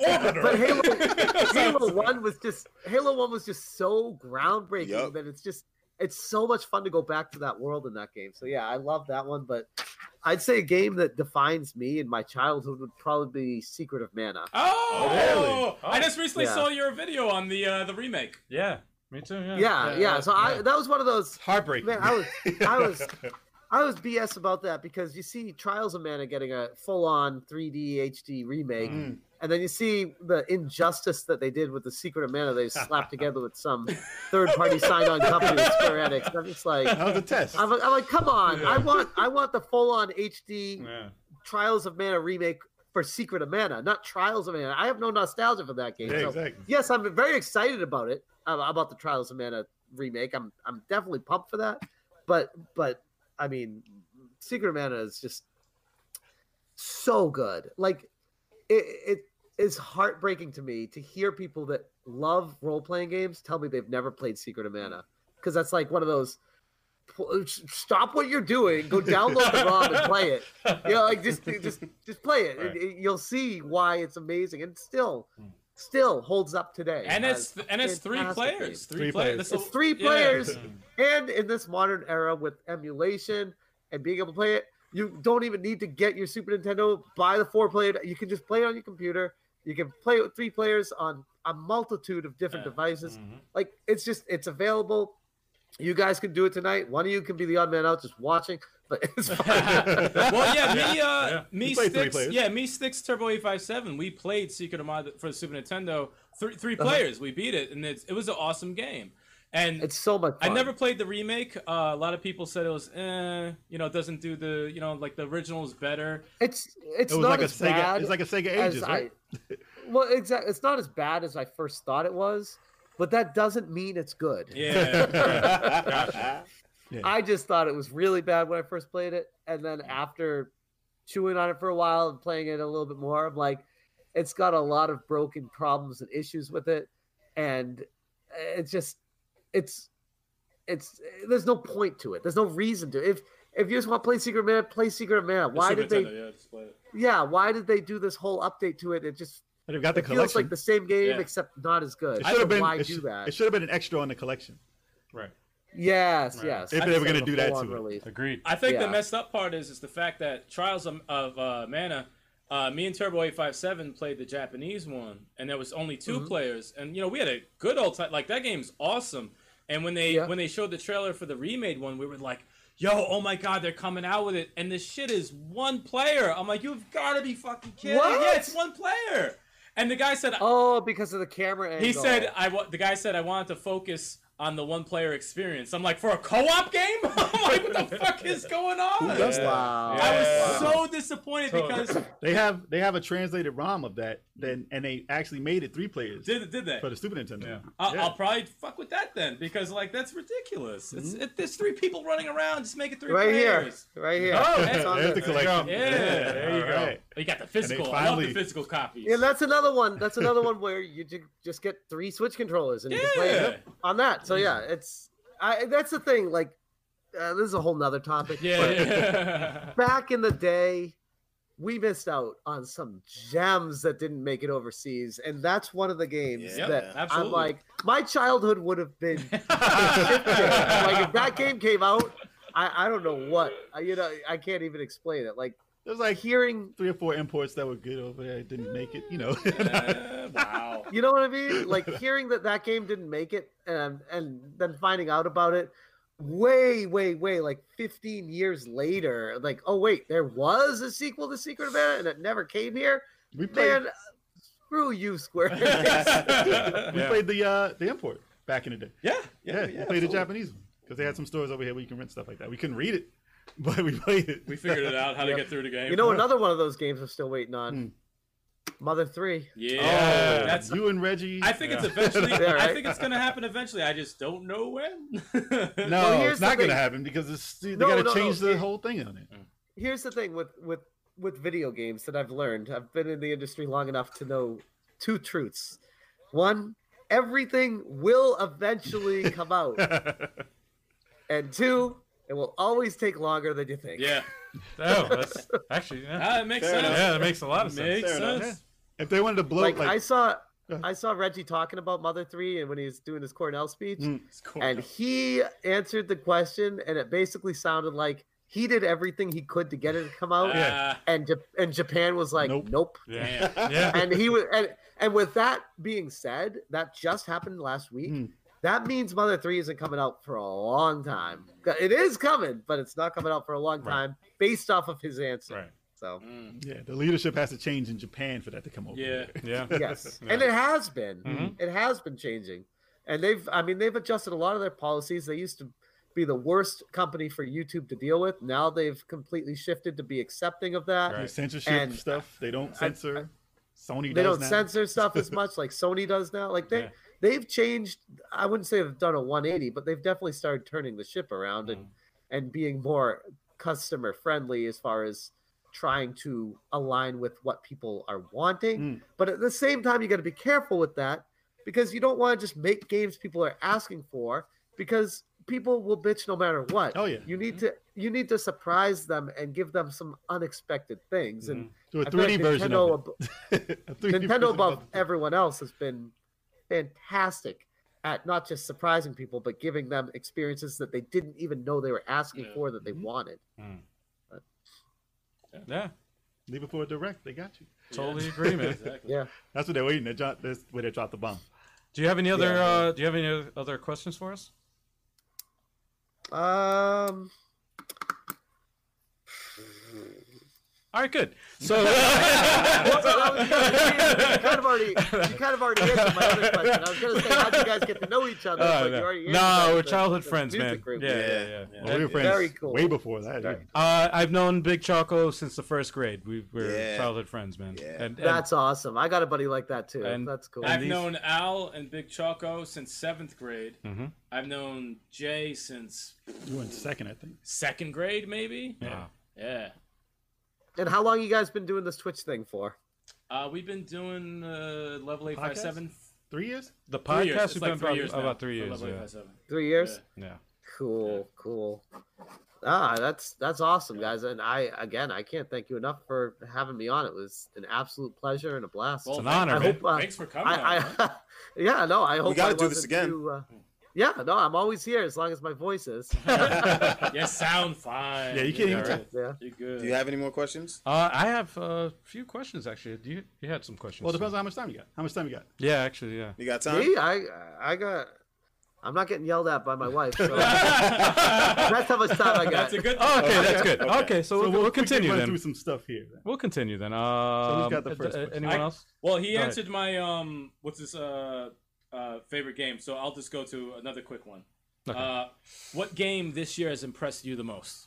Speaker 6: Halo
Speaker 4: Orbiter.
Speaker 6: Halo One was just Halo One was just so groundbreaking
Speaker 5: Yup.
Speaker 6: that it's just it's so much fun to go back to that world in that game. So yeah, I love that one. But I'd say a game that defines me and my childhood would probably be Secret of Mana.
Speaker 3: Oh,
Speaker 4: Oh,
Speaker 3: I just recently
Speaker 6: Yeah.
Speaker 3: saw your video on the uh, the remake.
Speaker 2: Yeah. Me too. Yeah.
Speaker 6: Yeah, yeah. So I that was one of those
Speaker 4: Heartbreak.
Speaker 6: man. I was I was I was BS about that because you see Trials of Mana getting a full on 3D HD remake,
Speaker 4: Mm.
Speaker 6: and then you see the injustice that they did with the Secret of Mana they slapped together with some third party sign on company with Square Enix. And I'm just like,
Speaker 4: That was a test.
Speaker 6: I'm like, I'm like come on!
Speaker 2: Yeah.
Speaker 6: I want I want the full on HD
Speaker 2: Yeah.
Speaker 6: Trials of Mana remake for Secret of Mana, not Trials of Mana. I have no nostalgia for that game.
Speaker 4: yeah,
Speaker 6: so-
Speaker 4: exactly.
Speaker 6: yes, I'm very excited about it uh, about the Trials of Mana remake. I'm I'm definitely pumped for that. But but I mean, Secret of Mana is just so good. Like it it is heartbreaking to me to hear people that love role playing games tell me they've never played Secret of Mana because that's like one of those. "Pl- Stop what you're doing. Go download the ROM and play it. You know, like just just just play it.
Speaker 2: Right.
Speaker 6: And you'll see why it's amazing. And still, still holds up today.
Speaker 3: And it's
Speaker 6: as
Speaker 3: and it's three
Speaker 6: fantastic
Speaker 3: players. Three,
Speaker 4: Three
Speaker 3: players.
Speaker 4: players.
Speaker 3: That's
Speaker 6: game. It's
Speaker 3: a-
Speaker 6: three
Speaker 3: yeah.
Speaker 6: players, and in this modern era with emulation and being able to play it, you don't even need to get your Super Nintendo. Buy the four player. You can just play it on your computer. You can play it with three players on a multitude of different
Speaker 3: Yeah.
Speaker 6: devices.
Speaker 4: Mm-hmm.
Speaker 2: Mhm.
Speaker 6: Like it's just it's available. You guys can do it tonight. One of you can be the odd man out just watching, but it's fine.
Speaker 3: well, yeah, me, uh,
Speaker 2: Yeah.
Speaker 3: me
Speaker 4: You played three
Speaker 3: sticks,
Speaker 4: players.
Speaker 3: yeah, me sticks Turbo Eight Five Seven. We
Speaker 6: Uh-huh.
Speaker 3: played Secret of Mod for the Super Nintendo. Three, three players, we beat it, and it's, it was an awesome game. And
Speaker 6: It's so much.
Speaker 3: I
Speaker 6: fun.
Speaker 3: never played the remake. Uh, a lot of people said it was, eh, you know, it doesn't do the, you know, like the original is better.
Speaker 6: It's it's
Speaker 4: It was
Speaker 6: not
Speaker 4: like a
Speaker 6: as bad
Speaker 4: Sega. It's like a Sega
Speaker 6: as
Speaker 4: Ages, right?
Speaker 6: I- well, exactly. It's not as bad as I first thought it was, but that doesn't mean it's good.
Speaker 3: Yeah.
Speaker 6: I just thought it was really bad when I first played it, and then after chewing on it for a while and playing it a little bit more, I'm like, it's got a lot of broken problems and issues with it, and it's just, it's, it's. There's no point to it. There's no reason to. If if you just want to play Secret of Mana, play Secret of Mana. Why
Speaker 3: Super
Speaker 6: did they?
Speaker 3: Nintendo, yeah, just play it.
Speaker 6: Yeah, why did they do this whole update to it? It just
Speaker 4: But they've got the
Speaker 6: it feels
Speaker 4: collection.
Speaker 6: like the same game
Speaker 3: Yeah.
Speaker 6: except not as good.
Speaker 4: it
Speaker 6: I
Speaker 4: should have
Speaker 6: don't know
Speaker 4: been.
Speaker 6: why
Speaker 4: It,
Speaker 6: do
Speaker 4: should-
Speaker 6: that.
Speaker 4: it should have been an extra on the collection.
Speaker 2: Right.
Speaker 6: yes,
Speaker 2: Right.
Speaker 6: yes.
Speaker 4: If
Speaker 6: I
Speaker 4: they
Speaker 6: just
Speaker 4: were gonna
Speaker 6: wanted a
Speaker 4: do that
Speaker 6: full-on
Speaker 4: to it.
Speaker 6: release.
Speaker 2: Agreed.
Speaker 3: I think
Speaker 6: Yeah.
Speaker 3: the messed up part is is the fact that Trials of, of uh, Mana, uh, me and Turbo Eight Five Seven played the Japanese one, and there was only 2
Speaker 6: Mhm.
Speaker 3: players, and you know we had a good old time. Like that game's awesome. And when they
Speaker 6: Yeah.
Speaker 3: when they showed the trailer for the remade one, we were like, "Yo, oh my god, they're coming out with it!" And this shit is one player. I'm like, "You've got to be fucking kidding!"
Speaker 6: What?
Speaker 3: Yeah, it's one player. And the guy said,
Speaker 6: Oh, because of the camera angle.
Speaker 3: he said, "I wa- the guy said I wanted to focus on the one player experience." I'm like, "For a co-op game? I'm like, what the fuck is going on?"
Speaker 5: Who does that?
Speaker 6: "Wow."
Speaker 3: I was
Speaker 5: Yeah.
Speaker 3: so disappointed
Speaker 2: Totally.
Speaker 3: because
Speaker 4: They have they have a translated ROM of that, then and they actually made it three players
Speaker 3: did Uh, did they?
Speaker 4: for the Super Nintendo.
Speaker 2: Yeah.
Speaker 3: I'll,
Speaker 4: Yeah.
Speaker 3: I'll probably fuck with that then because like that's ridiculous. It's it, there's three people running around, just make it three
Speaker 6: right here,
Speaker 3: players.
Speaker 6: right here.
Speaker 3: Oh,
Speaker 6: It's on
Speaker 4: there's the
Speaker 6: there.
Speaker 4: collection.
Speaker 3: Yeah, there
Speaker 2: you go.
Speaker 4: Alright.
Speaker 3: You got the physical. I love the
Speaker 4: finally-
Speaker 3: physical copies.
Speaker 6: Yeah, that's another one. That's another one where you ju- just get three Switch controllers and you can play
Speaker 3: yeah.
Speaker 6: it on that. So yeah, it's I, that's the thing. Like, uh, this is a whole nother topic.
Speaker 3: yeah, yeah.
Speaker 6: Back in the day, we missed out on some gems that didn't make it overseas, and that's one of the games
Speaker 5: Yeah,
Speaker 6: that
Speaker 3: absolutely.
Speaker 6: I'm like, my childhood would have been shifted. like if that game came out. I, I don't know what I- you know. I can't even explain it. Like
Speaker 4: There's like
Speaker 6: hearing
Speaker 4: three or four imports that were good over there didn't make it. You know.
Speaker 3: Uh, wow.
Speaker 6: You know what I mean? Like hearing that that game didn't make it, and and then finding out about it, way, way, way, like 15 years later. Like, oh wait, there was a sequel to Secret of Mana, and it never came here.
Speaker 4: we played
Speaker 6: Man, screw you, Square. Enix.
Speaker 3: yeah,
Speaker 4: we
Speaker 2: Yeah.
Speaker 4: played the uh, the import back in the day.
Speaker 3: yeah,
Speaker 4: Yeah, we played the Japanese one because they had some stores over here where you can rent stuff like that. We couldn't read it, but we played it.
Speaker 3: We figured it out how
Speaker 6: Yep.
Speaker 3: to get through the game.
Speaker 6: you know, another one of those games I'm still waiting on. Mother Three.
Speaker 3: yeah,
Speaker 4: Oh,
Speaker 3: that's.
Speaker 4: you and Reggie.
Speaker 3: I think it's
Speaker 2: Yeah.
Speaker 3: eventually.
Speaker 6: Yeah,
Speaker 3: I
Speaker 6: right?
Speaker 3: think it's gonna happen eventually. I just don't know when.
Speaker 4: no,
Speaker 6: Well, here's
Speaker 4: it's not
Speaker 6: the
Speaker 4: going to
Speaker 6: thing.
Speaker 4: happen because it's, they
Speaker 6: No,
Speaker 4: got to
Speaker 6: no, no,
Speaker 4: change the
Speaker 6: it-
Speaker 4: whole thing on it.
Speaker 6: here's the thing with with with video games that I've learned. I've been in the industry long enough to know two truths. One, everything will eventually come out, and two, it will always take longer than you think.
Speaker 3: Yeah,
Speaker 2: Oh, that's actually yeah.
Speaker 3: Ah, it makes
Speaker 5: Fair
Speaker 3: sense.
Speaker 5: enough.
Speaker 2: yeah, that makes a lot of sense.
Speaker 3: Makes
Speaker 5: Fair enough.
Speaker 3: sense.
Speaker 4: If they wanted to blow,
Speaker 6: Like,
Speaker 4: like,
Speaker 6: I saw,
Speaker 4: Go ahead.
Speaker 6: I saw Reggie talking about Mother Three, and when he was doing his Cornell speech,
Speaker 4: Mm.
Speaker 3: It's cool.
Speaker 6: and he answered the question, and it basically sounded like he did everything he could to get it to come
Speaker 2: Oh,
Speaker 6: out,
Speaker 3: yeah.
Speaker 6: and Ja- and Japan was like,
Speaker 4: Nope.
Speaker 6: nope.
Speaker 2: Yeah. Yeah.
Speaker 6: and he was and, and with that being said that just happened last week
Speaker 4: Hmm.
Speaker 6: that means mother 3 isn't coming out for a long time it is coming but it's not coming out for a long
Speaker 2: Right.
Speaker 6: time based off of his answer
Speaker 2: Right.
Speaker 6: so
Speaker 3: Mm.
Speaker 4: yeah, the leadership has to change in Japan for that to come over.
Speaker 3: Yeah.
Speaker 4: here.
Speaker 2: Yeah.
Speaker 6: yes
Speaker 2: Yeah.
Speaker 6: and it has been
Speaker 2: Mhm.
Speaker 6: it has been changing and they've i mean they've adjusted a lot of their policies they used to be the worst company for youtube to deal with now they've completely shifted to be accepting of that
Speaker 4: The
Speaker 2: Right.
Speaker 4: censorship
Speaker 6: And-
Speaker 4: stuff. They don't censor. Sony
Speaker 6: they
Speaker 4: does
Speaker 6: don't
Speaker 4: now.
Speaker 6: censor stuff as much like Sony does now. Like they
Speaker 2: Yeah.
Speaker 6: they've changed. I wouldn't say they've done a 180, but they've definitely started turning the ship around
Speaker 4: Mm.
Speaker 6: and and being more customer friendly as far as trying to align with what people are wanting.
Speaker 4: Mm.
Speaker 6: But at the same time, you got to be careful with that because you don't want to just make games people are asking for because people will bitch no matter what.
Speaker 4: Oh, yeah.
Speaker 6: You need to you need to surprise them and give them some unexpected things and
Speaker 4: Do a
Speaker 6: I feel like
Speaker 4: 3D version
Speaker 6: Nintendo
Speaker 4: of
Speaker 6: ab-
Speaker 4: it. A 3D version
Speaker 6: Nintendo
Speaker 4: of
Speaker 6: above
Speaker 4: it.
Speaker 6: everyone else has been fantastic at not just surprising people, but giving them experiences that they didn't even know they were asking
Speaker 3: Yeah.
Speaker 6: for that they
Speaker 2: Mm-hmm.
Speaker 4: Mhm.
Speaker 6: wanted.
Speaker 2: Yeah.
Speaker 4: Leave it for a direct. They got you.
Speaker 2: Totally agree, man.
Speaker 3: Exactly.
Speaker 6: Yeah.
Speaker 4: That's what they're waiting. They drop, that's where they dropped the bomb.
Speaker 2: Do you have any other
Speaker 6: Yeah.
Speaker 2: uh, do you have any other questions for us?
Speaker 6: Um.
Speaker 2: All right, good. So
Speaker 6: well, that was kind of- kind of already you kind of already answered my other question. I was gonna say how'd you guys get to know each other?
Speaker 2: Oh,
Speaker 6: but
Speaker 2: no.
Speaker 6: you already
Speaker 2: No,
Speaker 6: answered that,
Speaker 2: we're
Speaker 6: the-
Speaker 2: childhood
Speaker 6: the
Speaker 2: friends,
Speaker 6: music
Speaker 2: man.
Speaker 6: group.
Speaker 2: Yeah, yeah, yeah.
Speaker 4: Well, we were friends
Speaker 6: Very cool.
Speaker 4: way before that.
Speaker 6: Right.
Speaker 2: Uh, I've known Big Choco since the first grade. We were
Speaker 5: Yeah.
Speaker 2: childhood friends, man.
Speaker 5: Yeah.
Speaker 2: And, and
Speaker 6: That's awesome. I got a buddy like that too.
Speaker 2: And-
Speaker 6: That's cool.
Speaker 2: and
Speaker 3: I've
Speaker 2: these-
Speaker 3: known Al and Big Choco since seventh grade.
Speaker 2: Mhm.
Speaker 3: I've known Jay since
Speaker 4: You were in second, I think.
Speaker 3: second grade, maybe.
Speaker 2: Wow.
Speaker 3: Yeah.
Speaker 6: And how long you guys been doing this Twitch thing for?
Speaker 3: Uh, we've been doing uh, Level Eight Five Seven
Speaker 4: Three years?
Speaker 2: the
Speaker 3: three years.
Speaker 2: podcast
Speaker 3: It's
Speaker 2: we've
Speaker 3: like
Speaker 2: been
Speaker 3: three
Speaker 2: about,
Speaker 3: years now
Speaker 2: about three
Speaker 3: for
Speaker 2: years.
Speaker 3: Level
Speaker 2: Yeah.
Speaker 3: 857.
Speaker 6: Three years?
Speaker 2: yeah.
Speaker 6: Cool, cool. Ah, that's that's awesome, guys. And I again, I can't thank you enough for having me on. It was an absolute pleasure and a blast.
Speaker 3: Well,
Speaker 2: It's an
Speaker 3: thank-
Speaker 2: honor,
Speaker 6: I
Speaker 2: man.
Speaker 6: hope, uh,
Speaker 3: Thanks for coming.
Speaker 6: I,
Speaker 3: out, man.
Speaker 6: I yeah, no, I hope
Speaker 5: gotta
Speaker 6: I
Speaker 5: do this
Speaker 6: wasn't
Speaker 5: again.
Speaker 6: too, uh, yeah, no, I'm always here as long as my voice is.
Speaker 3: you sound fine.
Speaker 4: Yeah, you can't even
Speaker 3: You're
Speaker 4: tell.
Speaker 3: good.
Speaker 6: yeah.
Speaker 3: You're good.
Speaker 5: Do you have any more questions?
Speaker 2: Uh, I have a few questions actually. Do You you had some questions.
Speaker 4: Well, it depends on how much time you got. How much time you got?
Speaker 2: Yeah, actually, yeah.
Speaker 5: You got time?
Speaker 6: Me, I I got. I'm not getting yelled at by my wife. So that's how much time I got.
Speaker 3: That's a good.
Speaker 2: Oh, okay, that's good. Okay, so, we'll, we'll
Speaker 4: quickly
Speaker 2: continue
Speaker 4: run
Speaker 2: then.
Speaker 4: through some stuff here. then.
Speaker 2: We'll continue then. Um,
Speaker 4: got the
Speaker 2: uh,
Speaker 4: first
Speaker 2: uh,
Speaker 4: question?
Speaker 2: anyone
Speaker 3: I-
Speaker 2: else?
Speaker 3: Well, he
Speaker 2: Go ahead.
Speaker 3: answered my um, what's his uh, uh, favorite game? So I'll just go to another quick one.
Speaker 2: Okay.
Speaker 3: Uh, what game this year has impressed you the most?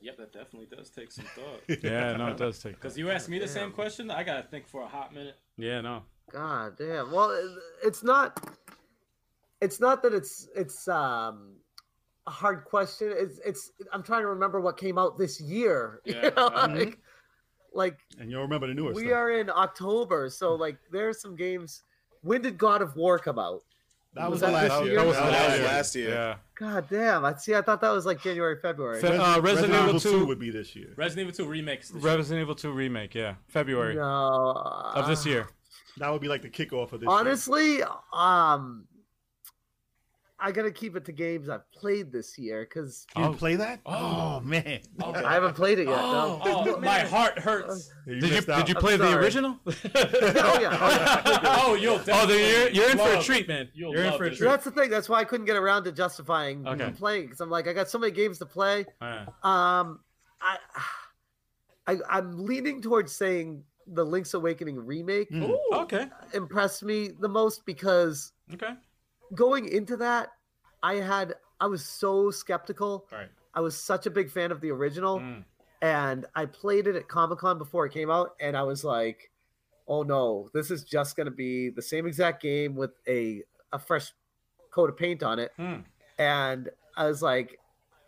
Speaker 3: Yep, that definitely does take some thought.
Speaker 2: yeah, no, it does take.
Speaker 3: Because you asked me the same question, I gotta think for a hot minute.
Speaker 2: Yeah, no.
Speaker 6: God damn. Well, it- it's not. It's not that it's it's um a hard question. It's it's. I'm trying to remember what came out this year. you
Speaker 3: Yeah,
Speaker 6: know,
Speaker 3: mhm.
Speaker 6: like, like
Speaker 4: And you'll remember the newer
Speaker 6: we
Speaker 4: stuff.
Speaker 6: are in October, so like there are some games. When did God of War come out?
Speaker 4: That
Speaker 6: was
Speaker 4: was,
Speaker 6: that
Speaker 4: the last
Speaker 6: this
Speaker 4: year.
Speaker 6: year? That was
Speaker 5: That
Speaker 2: last
Speaker 5: was
Speaker 2: year.
Speaker 5: last year.
Speaker 2: Yeah.
Speaker 6: God damn! I see. I thought that was like January, February.
Speaker 2: Fe- uh, Resident Evil 2
Speaker 4: would be this year.
Speaker 3: Resident Evil 2 remakes. This year.
Speaker 2: Resident Evil 2 remake, yeah. February
Speaker 6: no,
Speaker 2: of this
Speaker 6: uh,
Speaker 2: year.
Speaker 4: That would be like the kickoff of this.
Speaker 6: Honestly, um, I gotta keep it to games I've played this year because
Speaker 4: year. you
Speaker 2: Oh.
Speaker 4: didn't play that? Oh man,
Speaker 6: I haven't played it yet.
Speaker 3: Oh,
Speaker 6: no.
Speaker 3: oh, my heart hurts.
Speaker 4: Yeah,
Speaker 2: Did you
Speaker 4: missed out.
Speaker 2: did you
Speaker 6: I'm
Speaker 2: play the
Speaker 6: sorry.
Speaker 2: original?
Speaker 6: Oh, yeah, oh, yeah.
Speaker 3: oh, you'll
Speaker 2: Oh,
Speaker 3: definitely
Speaker 2: then you're you're in for a
Speaker 3: love-
Speaker 2: treat, man.
Speaker 3: You'll
Speaker 2: You're in
Speaker 3: love
Speaker 2: for a
Speaker 3: this.
Speaker 2: treat.
Speaker 6: That's the thing. That's why I couldn't get around to justifying
Speaker 2: Okay.
Speaker 6: playing because I'm like, I got so many games to play.
Speaker 2: Alright.
Speaker 6: Um, I, I, I'm leaning towards saying the Link's Awakening remake
Speaker 4: Mm.
Speaker 2: Okay.
Speaker 6: impressed me the most because
Speaker 2: Okay.
Speaker 6: going into that, I had I was so skeptical.
Speaker 2: All right.
Speaker 6: I was such a big fan of the original,
Speaker 2: Mm.
Speaker 6: and I played it at Comic Con before it came out, and I was like, "Oh no, this is just going to be the same exact game with a a fresh coat of paint on it."
Speaker 2: Hmm.
Speaker 6: And I was like,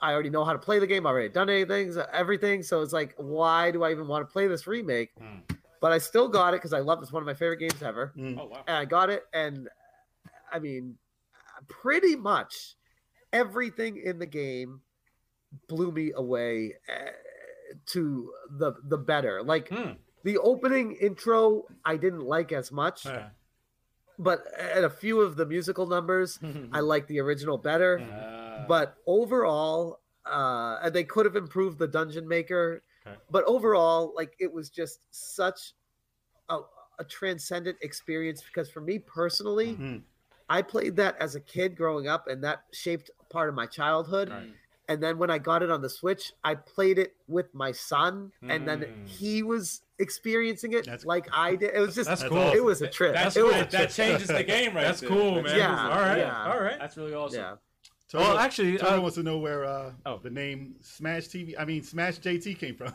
Speaker 6: "I already know how to play the game. I already done anything, everything." So it's like, why do I even want to play this remake?
Speaker 2: Hmm.
Speaker 6: But I still got it because I love it. It's one of my favorite games ever
Speaker 4: Mm.
Speaker 3: Oh, wow.
Speaker 6: and I got it. And I mean, pretty much everything in the game blew me away uh, to the the better. Like
Speaker 2: Hmm.
Speaker 6: the opening intro, I didn't like as much,
Speaker 2: Okay.
Speaker 6: but at a few of the musical numbers, I like the original better.
Speaker 3: Uh,
Speaker 6: But overall, uh, and they could have improved the dungeon maker,
Speaker 2: Okay.
Speaker 6: but overall, like it was just such a, a transcendent experience because for me personally,
Speaker 2: Mm-hmm.
Speaker 4: Mhm.
Speaker 6: I played that as a kid growing up, and that shaped part of my childhood.
Speaker 2: Right.
Speaker 6: And then when I got it on the Switch, I played it with my son, and then
Speaker 2: Mm.
Speaker 6: he was experiencing it
Speaker 4: That's-
Speaker 6: like I did. It was just,
Speaker 2: That's
Speaker 4: That's
Speaker 2: cool.
Speaker 4: awesome.
Speaker 6: it was a trip.
Speaker 3: that's
Speaker 6: it was
Speaker 3: great.
Speaker 6: a
Speaker 3: that changes the game right
Speaker 2: That's
Speaker 3: there.
Speaker 2: cool, man.
Speaker 6: Yeah,
Speaker 2: All right.
Speaker 6: yeah.
Speaker 2: All right.
Speaker 3: That's really awesome.
Speaker 6: Yeah.
Speaker 4: Turbo-
Speaker 2: Well, actually,
Speaker 4: Turbo
Speaker 2: uh,
Speaker 4: wants to know where uh,
Speaker 2: oh.
Speaker 4: the name Smash TV. I mean Smash JT came from.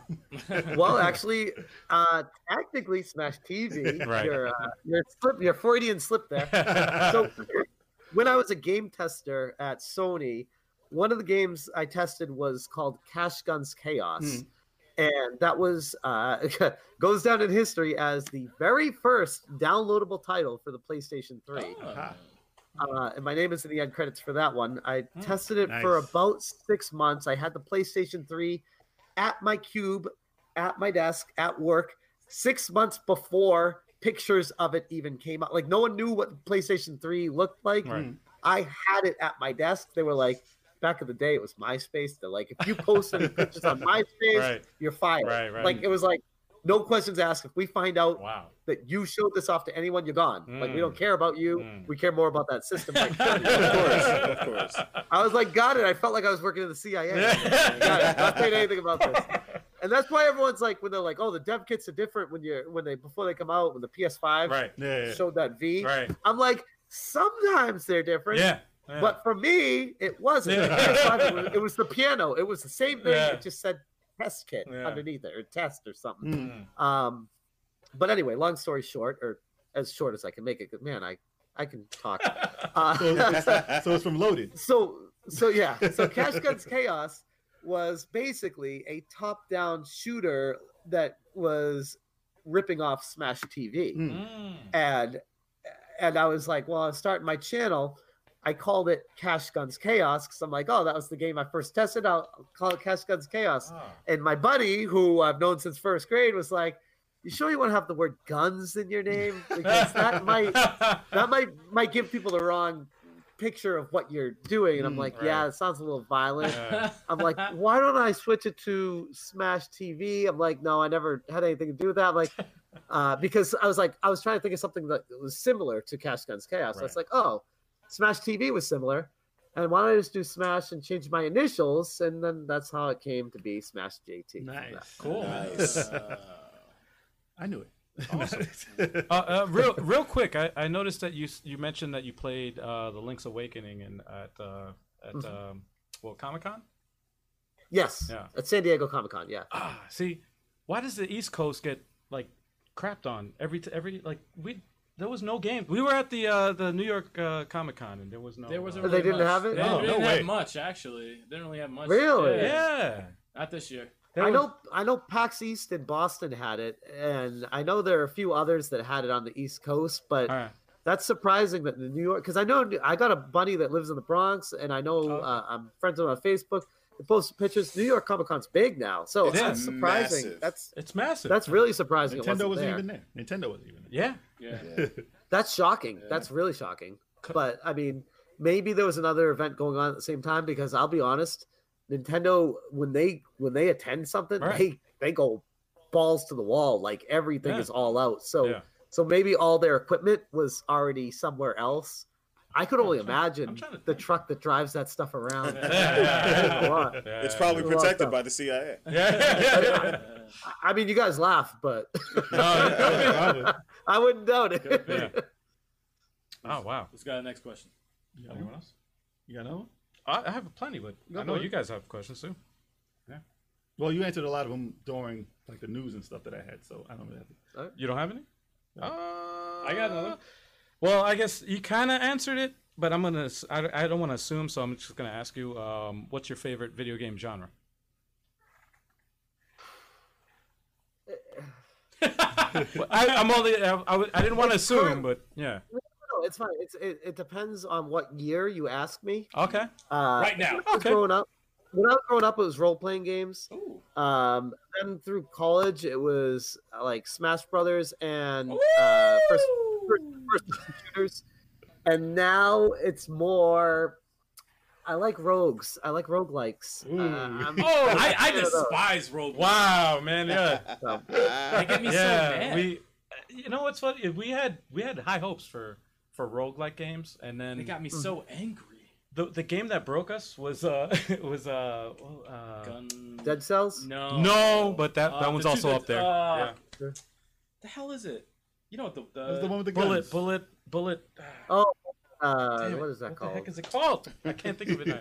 Speaker 6: well, actually, uh, technically, Smash TV,
Speaker 2: Right.
Speaker 6: your, uh, your slip, your Freudian slip there. So, when I was a game tester at Sony, one of the games I tested was called Cash Guns Chaos,
Speaker 4: Hmm.
Speaker 6: and that was uh, goes down in history as the very first downloadable title for the PlayStation
Speaker 3: Oh.
Speaker 6: Three.
Speaker 4: Ah,
Speaker 6: Uh, and my name is in the end credits for that one. I
Speaker 2: Hmm,
Speaker 6: tested it for
Speaker 4: nice.
Speaker 6: about six months. I had the PlayStation 3 at my cube, at my desk, at work, six months before pictures of it even came out. Like, no one knew what the PlayStation 3 looked like.
Speaker 2: Right.
Speaker 6: I had it at my desk. They were like, back in the day, it was MySpace. They're like, if you post any pictures on MySpace,
Speaker 2: Right.
Speaker 6: you're fired.
Speaker 2: Right, right.
Speaker 6: Like, it was like, no questions asked. If we find out
Speaker 2: Wow.
Speaker 6: that you showed this off to anyone, you're gone. Like we don't
Speaker 2: Mm.
Speaker 6: care about you.
Speaker 2: Mm.
Speaker 6: We care more about that system. Like,
Speaker 5: Of course, of course.
Speaker 6: I was like, got it. I felt like I was working in the CIA.
Speaker 2: Yeah.
Speaker 6: got it. Not saying anything about this. and that's why everyone's like when they're like, oh, the dev kits are different when you're when they before they come out when the PS5
Speaker 2: Right.
Speaker 4: Yeah.
Speaker 6: showed that V.
Speaker 2: Right.
Speaker 6: am like, sometimes they're different.
Speaker 2: Yeah. yeah.
Speaker 6: But for me, it wasn't.
Speaker 2: Yeah.
Speaker 6: PS5, it was- it was the piano. It was the same thing.
Speaker 2: Yeah.
Speaker 6: It just said test kit
Speaker 2: Yeah.
Speaker 6: underneath it, or test or something.
Speaker 4: Mm.
Speaker 6: Um, but anyway, long story short, or as short as I can make it, 'cause, man, I I can talk.
Speaker 4: So,
Speaker 6: Uh,
Speaker 4: it's- so it's from Loaded.
Speaker 6: so so yeah, so Cash Guns Chaos was basically a top-down shooter that was ripping off Smash TV,
Speaker 4: Mm.
Speaker 2: Mm.
Speaker 6: and and I was like, well, I'm starting my channel. I called it Cash Guns Chaos because I'm like, oh, that was the game I first tested out. I'll call it Cash Guns Chaos.
Speaker 2: Ah.
Speaker 6: And my buddy, who I've known since first grade, was like, "You sure you want to have the word guns in your name? Because that might that might might give people the wrong picture of what you're doing." And I'm
Speaker 4: Mm,
Speaker 6: like,
Speaker 2: Hmm, right.
Speaker 6: "Yeah, it sounds a little violent."
Speaker 2: Yeah.
Speaker 6: I'm like, "Why don't I switch it to Smash TV?" I'm like, "No, I never had anything to do with that." I'm like, uh, because I was like, I was trying to think of something that was similar to Cash Guns Chaos. I was
Speaker 2: Right.
Speaker 6: like, "Oh, Smash TV was similar." And why don't I just do Smash and change my initials? And then that's how it came to be Smash JT.
Speaker 2: Cool.
Speaker 5: Nice.
Speaker 4: Uh, I knew it.
Speaker 2: Awesome. Uh, uh, real, real quick. I, I noticed that you s- you mentioned that you played uh, the Link's Awakening and at uh, at
Speaker 6: Mhm.
Speaker 2: um, well Comic Con.
Speaker 6: Yes.
Speaker 2: Yeah.
Speaker 6: At San Diego Comic Con, yeah.
Speaker 2: Ah, see, why does the East Coast get like crapped on every t- every like we there was no game. We were at the uh, the New York uh, Comic Con and there was no.
Speaker 3: There wasn't
Speaker 2: uh,
Speaker 6: They
Speaker 3: really
Speaker 6: didn't
Speaker 3: much.
Speaker 6: have it?
Speaker 3: They
Speaker 4: Oh,
Speaker 3: didn't
Speaker 4: no
Speaker 3: have
Speaker 4: way.
Speaker 3: much actually. They didn't really have much.
Speaker 6: Really?
Speaker 3: Yeah.
Speaker 2: yeah.
Speaker 3: Not this year.
Speaker 2: There
Speaker 6: I
Speaker 2: was-
Speaker 6: know I know PAX East in Boston had it, and I know there are a few others that had it on the East Coast, but
Speaker 2: All right.
Speaker 6: that's surprising that the New York because I know I got a buddy that lives in the Bronx, and I know
Speaker 2: Oh.
Speaker 6: uh, I'm friends with him on Facebook. They post pictures. New York Comic Con's big now, so
Speaker 2: It
Speaker 6: it's
Speaker 2: is.
Speaker 6: Oh, surprising.
Speaker 5: Massive.
Speaker 6: That's
Speaker 2: It's massive.
Speaker 6: that's really surprising. it
Speaker 4: Nintendo
Speaker 6: wasn't
Speaker 4: wasn't
Speaker 6: there.
Speaker 4: even there. Nintendo wasn't even there.
Speaker 2: yeah.
Speaker 3: Yeah.
Speaker 5: Yeah.
Speaker 6: That's shocking. That's really shocking.
Speaker 2: Co-
Speaker 6: But I mean, maybe there was another event going on at the same time because I'll be honest, Nintendo when they when they attend something,
Speaker 2: Right.
Speaker 6: they they go balls to the wall. Like everything
Speaker 2: Yeah.
Speaker 6: is all out. So
Speaker 2: yeah.
Speaker 6: so maybe all their equipment was already somewhere else. I could only
Speaker 2: trying- I'm
Speaker 6: imagine
Speaker 2: trying to
Speaker 6: the
Speaker 2: think.
Speaker 6: truck that drives that stuff around.
Speaker 2: Yeah.
Speaker 6: A lot.
Speaker 5: It's probably
Speaker 6: There's a lot of
Speaker 5: protected
Speaker 6: stuff.
Speaker 5: by the CIA.
Speaker 2: yeah.
Speaker 6: I- I mean, you guys laugh, but
Speaker 2: No,
Speaker 4: Probably.
Speaker 6: I wouldn't doubt it.
Speaker 2: yeah. Oh wow.
Speaker 3: Let's go to the next question.
Speaker 4: You got anyone else? You got another one?
Speaker 2: I, I have plenty, but
Speaker 4: Go
Speaker 2: I know
Speaker 4: for it.
Speaker 2: you guys have questions too.
Speaker 4: Well, you answered a lot of them during like the news and stuff that I had, so I don't really have to.
Speaker 2: You don't have any?
Speaker 4: No.
Speaker 2: Uh,
Speaker 3: I got another.
Speaker 2: Well, I guess you kind of answered it, but I'm gonna. ass- I, I don't want to assume, so I'm just gonna ask you. Um, what's your favorite video game genre? Well, I, I'm only. I, I, would- I didn't want to
Speaker 6: It's current.
Speaker 2: assume, but yeah.
Speaker 6: No, it's fine. It's, it, it depends on what year you ask me.
Speaker 2: Okay.
Speaker 6: Uh,
Speaker 3: Right now.
Speaker 6: when I was
Speaker 2: Okay.
Speaker 6: growing up, when I was growing up, it was role playing games.
Speaker 3: Ooh.
Speaker 6: Um, then through college, it was uh, like Smash Brothers and uh, first first first person shooters, and now it's more. I like rogues. I like roguelikes.
Speaker 4: Ooh.
Speaker 6: Uh, I'm-
Speaker 3: Oh, I, I
Speaker 6: Yeah, though.
Speaker 3: despise road.
Speaker 2: Wow, man. Yeah.
Speaker 3: They get me so
Speaker 2: yeah.
Speaker 3: mad.
Speaker 2: we. You know what's funny? We had we had high hopes for for roguelike games, and then
Speaker 3: They got me so angry.
Speaker 2: the the game that broke us was uh was uh, well, uh
Speaker 3: Gun.
Speaker 6: Dead Cells.
Speaker 3: No.
Speaker 2: no, but that
Speaker 3: Uh,
Speaker 2: that one's
Speaker 3: the two
Speaker 2: also
Speaker 3: that-
Speaker 2: up there.
Speaker 3: uh,
Speaker 2: yeah.
Speaker 3: The hell is it? You know what the
Speaker 4: That was
Speaker 3: the,
Speaker 4: the one with the
Speaker 2: Bullet,
Speaker 4: guns.
Speaker 2: bullet, bullet. ah,
Speaker 6: Oh, uh,
Speaker 2: Damn it.
Speaker 6: what is that
Speaker 2: what
Speaker 6: called?
Speaker 2: the heck is it called? I can't think of it. Now.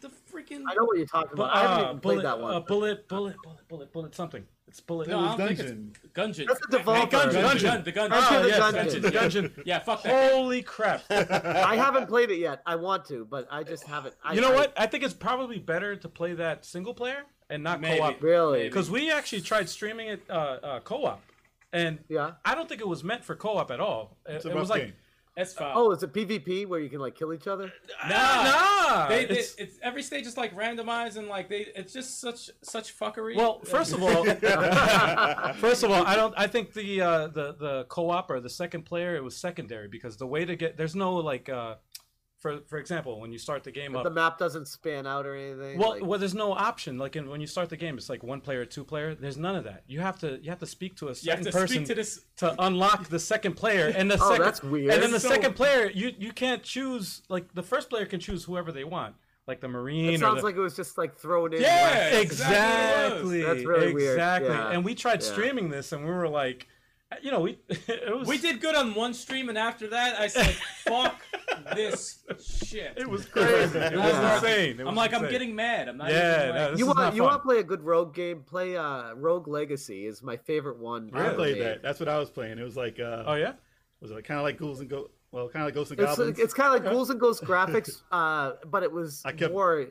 Speaker 3: the freaking.
Speaker 6: I know what you're talking
Speaker 2: Bu-
Speaker 6: about. I haven't
Speaker 2: uh,
Speaker 6: even
Speaker 2: bullet,
Speaker 6: played that one.
Speaker 2: Uh, bullet, bullet, bullet, bullet, bullet. Something. It's bullet.
Speaker 3: No,
Speaker 4: It
Speaker 3: I
Speaker 4: was
Speaker 3: don't think
Speaker 4: Dungeon.
Speaker 3: Gungeon.
Speaker 6: That's a
Speaker 3: Hey,
Speaker 6: devolver.
Speaker 3: Gungeon.
Speaker 2: Gungeon.
Speaker 3: The gun. The gun.
Speaker 6: Gungeon, Oh.
Speaker 2: oh,
Speaker 6: the
Speaker 2: yes,
Speaker 6: dungeon.
Speaker 2: dungeon.
Speaker 3: Yeah, fuck that.
Speaker 2: Holy crap!
Speaker 6: I haven't played it yet. I want to, but I just haven't. I,
Speaker 2: you know
Speaker 6: I-
Speaker 2: what? I think it's probably better to play that single player and not
Speaker 3: Maybe.
Speaker 2: co-op
Speaker 6: Really?
Speaker 2: because we actually tried streaming it uh, uh, co-op, and
Speaker 6: Yeah.
Speaker 2: I don't think it was meant for co-op at all.
Speaker 4: It's
Speaker 2: It,
Speaker 4: a
Speaker 2: it
Speaker 4: rough
Speaker 2: was like
Speaker 4: game.
Speaker 3: That's foul.
Speaker 6: Oh, is it PvP where you can like kill each other?
Speaker 3: Nah.
Speaker 2: nah.
Speaker 3: They, they,
Speaker 2: Uh, it's-
Speaker 3: it's, every stage is like randomized and like they it's just such such fuckery.
Speaker 2: Well, first of all, first of all, I don't. I think the uh, the the co-op or the second player it was secondary because the way to get there's no like uh, for for example when you start the game
Speaker 6: The
Speaker 2: up.
Speaker 6: map doesn't span out or anything.
Speaker 2: Uh, Well,
Speaker 6: like-
Speaker 2: well, there's no option. Like in, when you start the game, it's like one player, two player. There's none of that. You have to you have to speak to a
Speaker 3: you have
Speaker 2: second
Speaker 3: to
Speaker 2: person
Speaker 3: speak to this.
Speaker 2: to unlock the second player and the
Speaker 6: Oh,
Speaker 2: second
Speaker 6: that's weird.
Speaker 2: and then the
Speaker 3: So-
Speaker 2: second player you you can't choose like the first player can choose whoever they want like the
Speaker 6: It
Speaker 2: marine. or
Speaker 6: sounds
Speaker 2: the,
Speaker 6: like it was just like thrown in.
Speaker 3: Yeah,
Speaker 6: last-
Speaker 2: exactly.
Speaker 3: exactly.
Speaker 6: That's really weird.
Speaker 2: exactly.
Speaker 6: Yeah.
Speaker 2: And we tried
Speaker 6: Yeah.
Speaker 2: streaming this, and we were like, you know, we it was
Speaker 3: We did good on one stream, and after that, I said, "Fuck this shit."
Speaker 2: it was crazy. It was
Speaker 6: Yeah.
Speaker 2: insane. It
Speaker 3: I'm
Speaker 2: was
Speaker 3: like, I'm
Speaker 2: insane.
Speaker 3: getting mad. I'm not.
Speaker 2: Yeah,
Speaker 3: even,
Speaker 2: no,
Speaker 3: like,
Speaker 2: this
Speaker 6: You
Speaker 2: is
Speaker 6: want
Speaker 2: not
Speaker 6: you
Speaker 2: fun.
Speaker 6: want to play a good rogue game? Play uh Rogue Legacy is my favorite one.
Speaker 4: I
Speaker 6: ever
Speaker 4: played
Speaker 6: made.
Speaker 4: that. That's what I was playing. It was like uh,
Speaker 2: Oh yeah.
Speaker 4: was it kind of like ghouls and go well, kind of like ghosts and
Speaker 6: It's uh,
Speaker 4: goblins.
Speaker 6: it's kind of like Ghouls and Ghosts graphics, uh, but it was
Speaker 4: I kept-
Speaker 6: more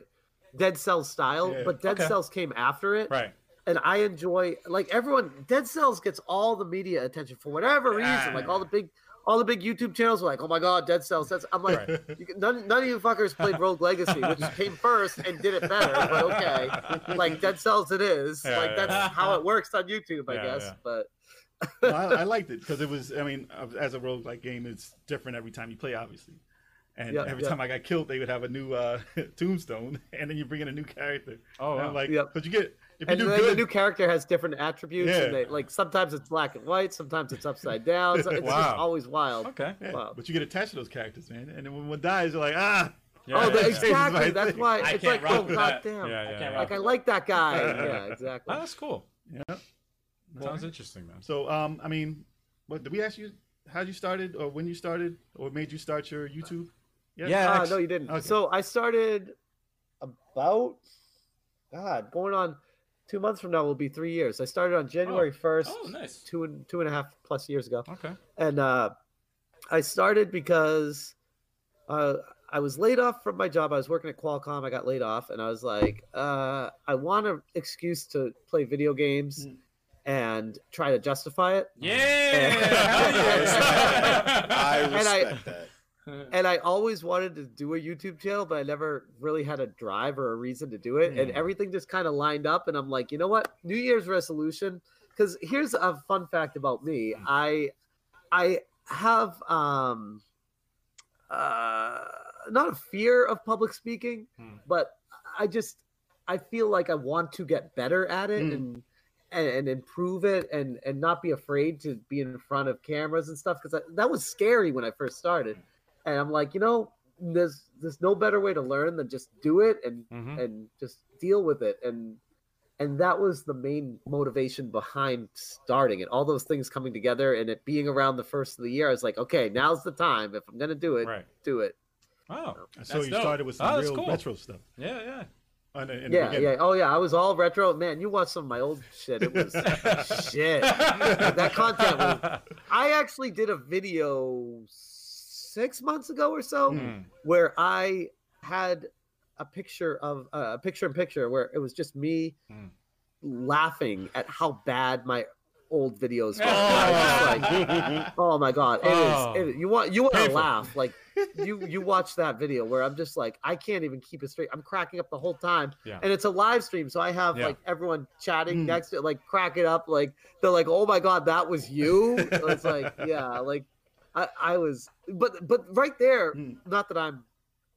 Speaker 6: Dead Cells style.
Speaker 4: Yeah.
Speaker 6: But Dead
Speaker 2: Okay.
Speaker 6: Cells came after it,
Speaker 2: Right.
Speaker 6: and I enjoy like everyone. Dead Cells gets all the media attention for whatever reason. Like all the big all the big YouTube channels are like, "Oh my god, Dead Cells." That's I'm like, you, can- none, none of you fuckers played Rogue Legacy, which came first and did it better. But okay, like Dead Cells, it is.
Speaker 2: Yeah,
Speaker 6: like
Speaker 2: yeah.
Speaker 6: that's how it works on YouTube, I
Speaker 2: Yeah,
Speaker 6: guess.
Speaker 2: yeah.
Speaker 6: But
Speaker 4: No, I, I liked it because it was. I mean, as a roguelike game, it's different every time you play, obviously. And
Speaker 6: Yep,
Speaker 4: every
Speaker 6: yep.
Speaker 4: time I got killed, they would have a new uh, tombstone, and then you bring in a new character.
Speaker 2: Oh,
Speaker 4: And
Speaker 2: wow.
Speaker 4: I'm like,
Speaker 6: Yep.
Speaker 4: but you get if you
Speaker 6: and
Speaker 4: do
Speaker 6: then the
Speaker 4: good,
Speaker 6: new character has different attributes,
Speaker 4: Yeah.
Speaker 6: and they like sometimes it's black and white, sometimes it's upside down. So it's
Speaker 2: Wow.
Speaker 6: just always wild.
Speaker 2: Okay.
Speaker 4: yeah,
Speaker 6: wow.
Speaker 4: but you get attached to those characters, man. And then when one dies, you're like, ah,
Speaker 2: Yeah,
Speaker 6: oh,
Speaker 2: yeah,
Speaker 6: the-
Speaker 2: yeah.
Speaker 4: exact-
Speaker 6: exactly.
Speaker 4: Right.
Speaker 6: That's why
Speaker 3: I
Speaker 6: it's
Speaker 3: can't
Speaker 6: like,
Speaker 3: rock
Speaker 6: oh
Speaker 3: with that.
Speaker 6: goddamn.
Speaker 2: Yeah,
Speaker 3: I
Speaker 2: yeah,
Speaker 3: can't
Speaker 2: yeah.
Speaker 3: rock
Speaker 6: Like I like that guy. yeah, exactly.
Speaker 2: Oh, that's cool.
Speaker 4: yeah.
Speaker 2: Sounds interesting, man.
Speaker 4: So, um, I mean, what did we ask you? How you started, or when you started, or made you start your YouTube? Yeah.
Speaker 2: Yeah.
Speaker 6: Ah,
Speaker 2: ex-
Speaker 6: no, you didn't.
Speaker 4: okay.
Speaker 6: So I started about God, going on two months from now will be three years. I started on January first,
Speaker 3: Oh, nice.
Speaker 6: two and two and a half plus years ago.
Speaker 2: Okay.
Speaker 6: and uh, I started because uh, I was laid off from my job. I was working at Qualcomm. I got laid off, and I was like, uh, I want an excuse to play video games and try to justify it.
Speaker 3: Yeah.
Speaker 2: Oh.
Speaker 5: I
Speaker 6: And I-
Speaker 5: respect that.
Speaker 6: And I always wanted to do a YouTube channel, but I never really had a drive or a reason to do it. And everything just kind of lined up. And I'm like, you know what? New Year's resolution. Because here's a fun fact about me. I I have um uh not a fear of public speaking,
Speaker 2: Hmm.
Speaker 6: but I just I feel like I want to get better at it
Speaker 4: Hmm.
Speaker 6: and and, and improve it and and not be afraid to be in front of cameras and stuff because that was scary when I first started, and I'm like, you know, there's there's no better way to learn than just do it and
Speaker 2: hmm
Speaker 4: Mm-hmm.
Speaker 6: and just deal with it and and that was the main motivation behind starting it all those things coming together and it being around the first of the year i was like okay now's the time if i'm gonna do it
Speaker 2: Right.
Speaker 6: do it
Speaker 2: Oh.
Speaker 4: So
Speaker 3: That's
Speaker 4: you
Speaker 3: dope.
Speaker 4: started with
Speaker 2: Oh,
Speaker 4: some
Speaker 2: that's
Speaker 4: real
Speaker 2: cool.
Speaker 4: retro stuff.
Speaker 2: Yeah. Yeah.
Speaker 4: on the- in the
Speaker 6: yeah
Speaker 4: beginning.
Speaker 6: yeah oh yeah i was all retro man you watched some of my old shit it was shit that content was i actually did a video six months ago or so
Speaker 2: Mm.
Speaker 6: where i had a picture of uh, a picture in picture where it was just me
Speaker 2: Mm.
Speaker 6: laughing at how bad my old videos were. I was just like,
Speaker 4: Oh.
Speaker 6: oh my god, it is.
Speaker 2: Oh.
Speaker 6: It is you want you want to
Speaker 2: Painful.
Speaker 6: laugh like you you watch that video where I'm just like I can't even keep it straight. I'm cracking up the whole time,
Speaker 2: Yeah.
Speaker 6: and it's a live stream, so I have
Speaker 2: Yeah. Hmm.
Speaker 6: like everyone chatting
Speaker 4: Mm.
Speaker 6: next to like cracking up. Like they're like, oh my god, that was you. it's like yeah, like I I was, but but right there,
Speaker 2: Hmm.
Speaker 4: Mm.
Speaker 6: not that I'm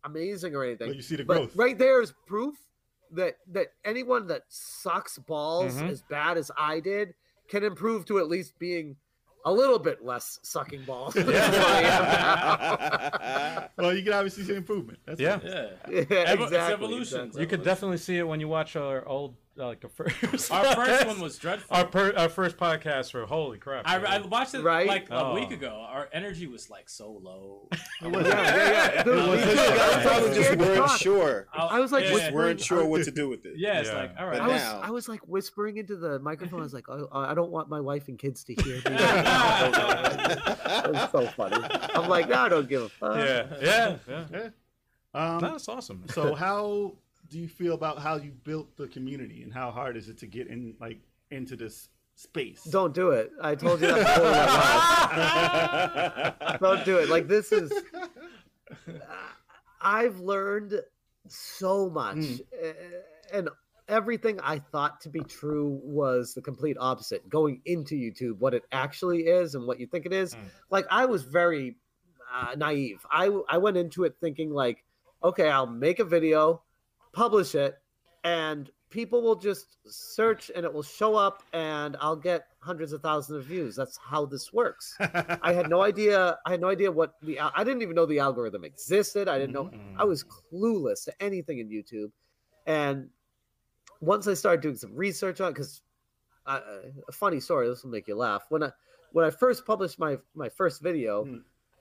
Speaker 6: amazing or anything,
Speaker 4: But you see the
Speaker 6: but
Speaker 4: growth.
Speaker 6: right there is proof that that anyone that sucks balls
Speaker 2: Mhm.
Speaker 6: as bad as I did can improve to at least being a little bit less sucking balls. than what I
Speaker 4: Well, you can obviously see improvement. That's
Speaker 2: Yeah.
Speaker 4: it.
Speaker 3: Yeah.
Speaker 6: am now. yeah,
Speaker 3: Evo- it's
Speaker 6: exactly,
Speaker 3: evolution.
Speaker 6: exactly.
Speaker 2: You could definitely see it when you watch our old, uh, like the first.
Speaker 3: Our first
Speaker 2: podcast.
Speaker 3: one was dreadful.
Speaker 2: Our per- our first podcast for holy crap.
Speaker 3: I, I
Speaker 2: man.
Speaker 3: watched it
Speaker 6: Right?
Speaker 3: like a
Speaker 2: Oh.
Speaker 3: week ago. Our energy was like so low.
Speaker 6: Yeah, yeah, yeah. Dude,
Speaker 4: It was
Speaker 6: we
Speaker 4: just-
Speaker 6: took- I
Speaker 5: I
Speaker 6: was
Speaker 5: probably just
Speaker 6: scared to
Speaker 5: weren't
Speaker 6: talk.
Speaker 5: sure.
Speaker 6: I was like,
Speaker 3: yeah,
Speaker 6: whispering-
Speaker 5: Just weren't sure what to do with it.
Speaker 3: yeah, it's
Speaker 2: Yeah.
Speaker 3: like, all
Speaker 5: But
Speaker 6: I was,
Speaker 3: right.
Speaker 5: now-
Speaker 6: I was like whispering into the microphone. I was like, oh, I don't want my wife and kids to hear me. That's so funny. I'm like, no, I don't give a fuck.
Speaker 2: Yeah. Yeah. Yeah.
Speaker 4: Yeah. Um,
Speaker 2: That's awesome. man.
Speaker 4: so how do you feel about how you built the community and how hard is it to get in like into this space?
Speaker 6: Don't do it. I told you that before. when I left. don't do it. Like this is, I've learned so much, eh, and everything I thought to be true was the complete opposite. Going into YouTube, what it actually is and what you think it is. Like I was very uh, naive. I I went into it thinking like, okay, I'll make a video, publish it, and people will just search and it will show up and I'll get hundreds of thousands of views. That's how this works. I had no idea. I had no idea what the, al- I didn't even know the algorithm existed. I didn't know, I was clueless to anything in YouTube. And once I started doing some research on, cause I, a funny story, this will make you laugh. When I, when I first published my, my first video,
Speaker 4: Hmm.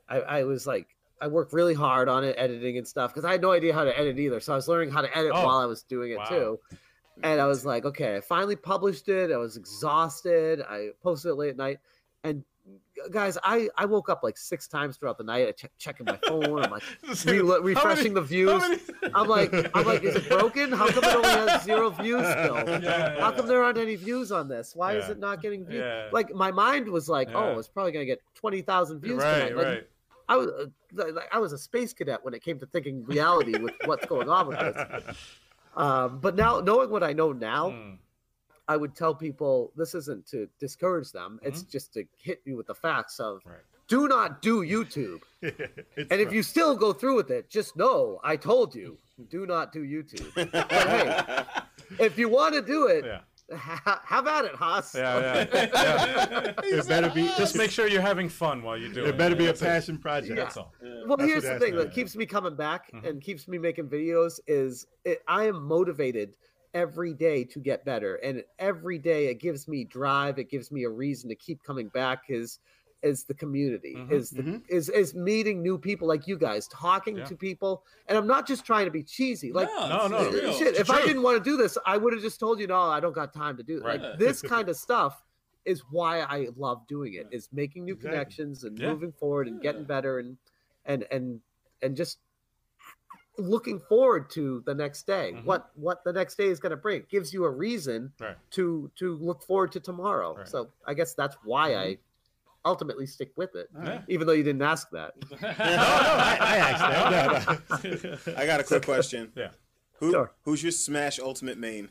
Speaker 6: I, I was like, I worked really hard on it, editing and stuff, because I had no idea how to edit either. So I was learning how to edit
Speaker 2: Oh.
Speaker 6: while I was doing it
Speaker 2: Wow.
Speaker 6: too. And I was like, okay, I finally published it. I was exhausted. I posted it late at night. And guys, I, I woke up like six times throughout the night. I check checking my phone. I'm like re- refreshing the views. I'm like, I'm like, is it broken? How come it only has zero views still?
Speaker 3: Yeah,
Speaker 6: How come there aren't any views on this? Why is
Speaker 2: Yeah.
Speaker 6: it not getting views?
Speaker 2: Yeah.
Speaker 6: Like my mind was like,
Speaker 2: Yeah.
Speaker 6: oh, it's probably gonna get twenty thousand views
Speaker 2: right,
Speaker 6: tonight. Like,
Speaker 2: right.
Speaker 6: I was uh, th- like, I was a space cadet when it came to thinking reality with what's going on with this. Um, but now, knowing what I know now,
Speaker 2: Mm.
Speaker 6: I would tell people this isn't to discourage them. It's just to hit you with the facts of
Speaker 2: Mm-hmm. Right.
Speaker 6: do not do YouTube.
Speaker 4: It's
Speaker 6: And if
Speaker 4: rough.
Speaker 6: you still go through with it, just know I told you. Do not do YouTube. But hey, if you want to do it,
Speaker 2: Yeah.
Speaker 6: ha- have at it, Haas.
Speaker 2: Yeah, yeah, yeah.
Speaker 4: it better be
Speaker 2: Just make sure you're having fun while you do it.
Speaker 4: it better be a
Speaker 2: That's it.
Speaker 4: passion project.
Speaker 2: That's all.
Speaker 6: well
Speaker 4: That's
Speaker 6: here's
Speaker 4: what
Speaker 6: the
Speaker 4: it
Speaker 6: thing
Speaker 4: has to
Speaker 6: that
Speaker 4: be.
Speaker 6: keeps me coming back
Speaker 2: Mhm.
Speaker 6: and keeps me making videos is it, i am motivated every day to get better and every day it gives me drive it gives me a reason to keep coming back is is the community
Speaker 2: Mhm,
Speaker 6: is the
Speaker 4: mhm.
Speaker 6: is is meeting new people like you guys talking
Speaker 2: Yeah.
Speaker 6: to people and i'm not just trying to be cheesy like
Speaker 2: No, no,
Speaker 3: it's real.
Speaker 6: shit, if I
Speaker 2: truth.
Speaker 6: didn't want to do this, I would have just told you, no, I don't got time to do
Speaker 2: Right.
Speaker 6: like, this kind of stuff. Is why I love doing it. Is making new
Speaker 4: Exactly.
Speaker 6: connections and
Speaker 2: Yeah.
Speaker 6: moving forward and getting
Speaker 3: Yeah.
Speaker 6: better and and and and just looking forward to the next day.
Speaker 2: Mhm.
Speaker 6: What what the next day is going to bring It gives you a reason
Speaker 2: Right.
Speaker 6: to to look forward to tomorrow.
Speaker 2: Right. Mm-hmm.
Speaker 6: So I guess that's why I ultimately stick with it,
Speaker 4: All right.
Speaker 6: even though you didn't ask that.
Speaker 4: No, no, I, I asked that. No, no.
Speaker 5: I got a quick question.
Speaker 2: Yeah.
Speaker 5: Who
Speaker 6: Sure.
Speaker 5: who's your Smash Ultimate main?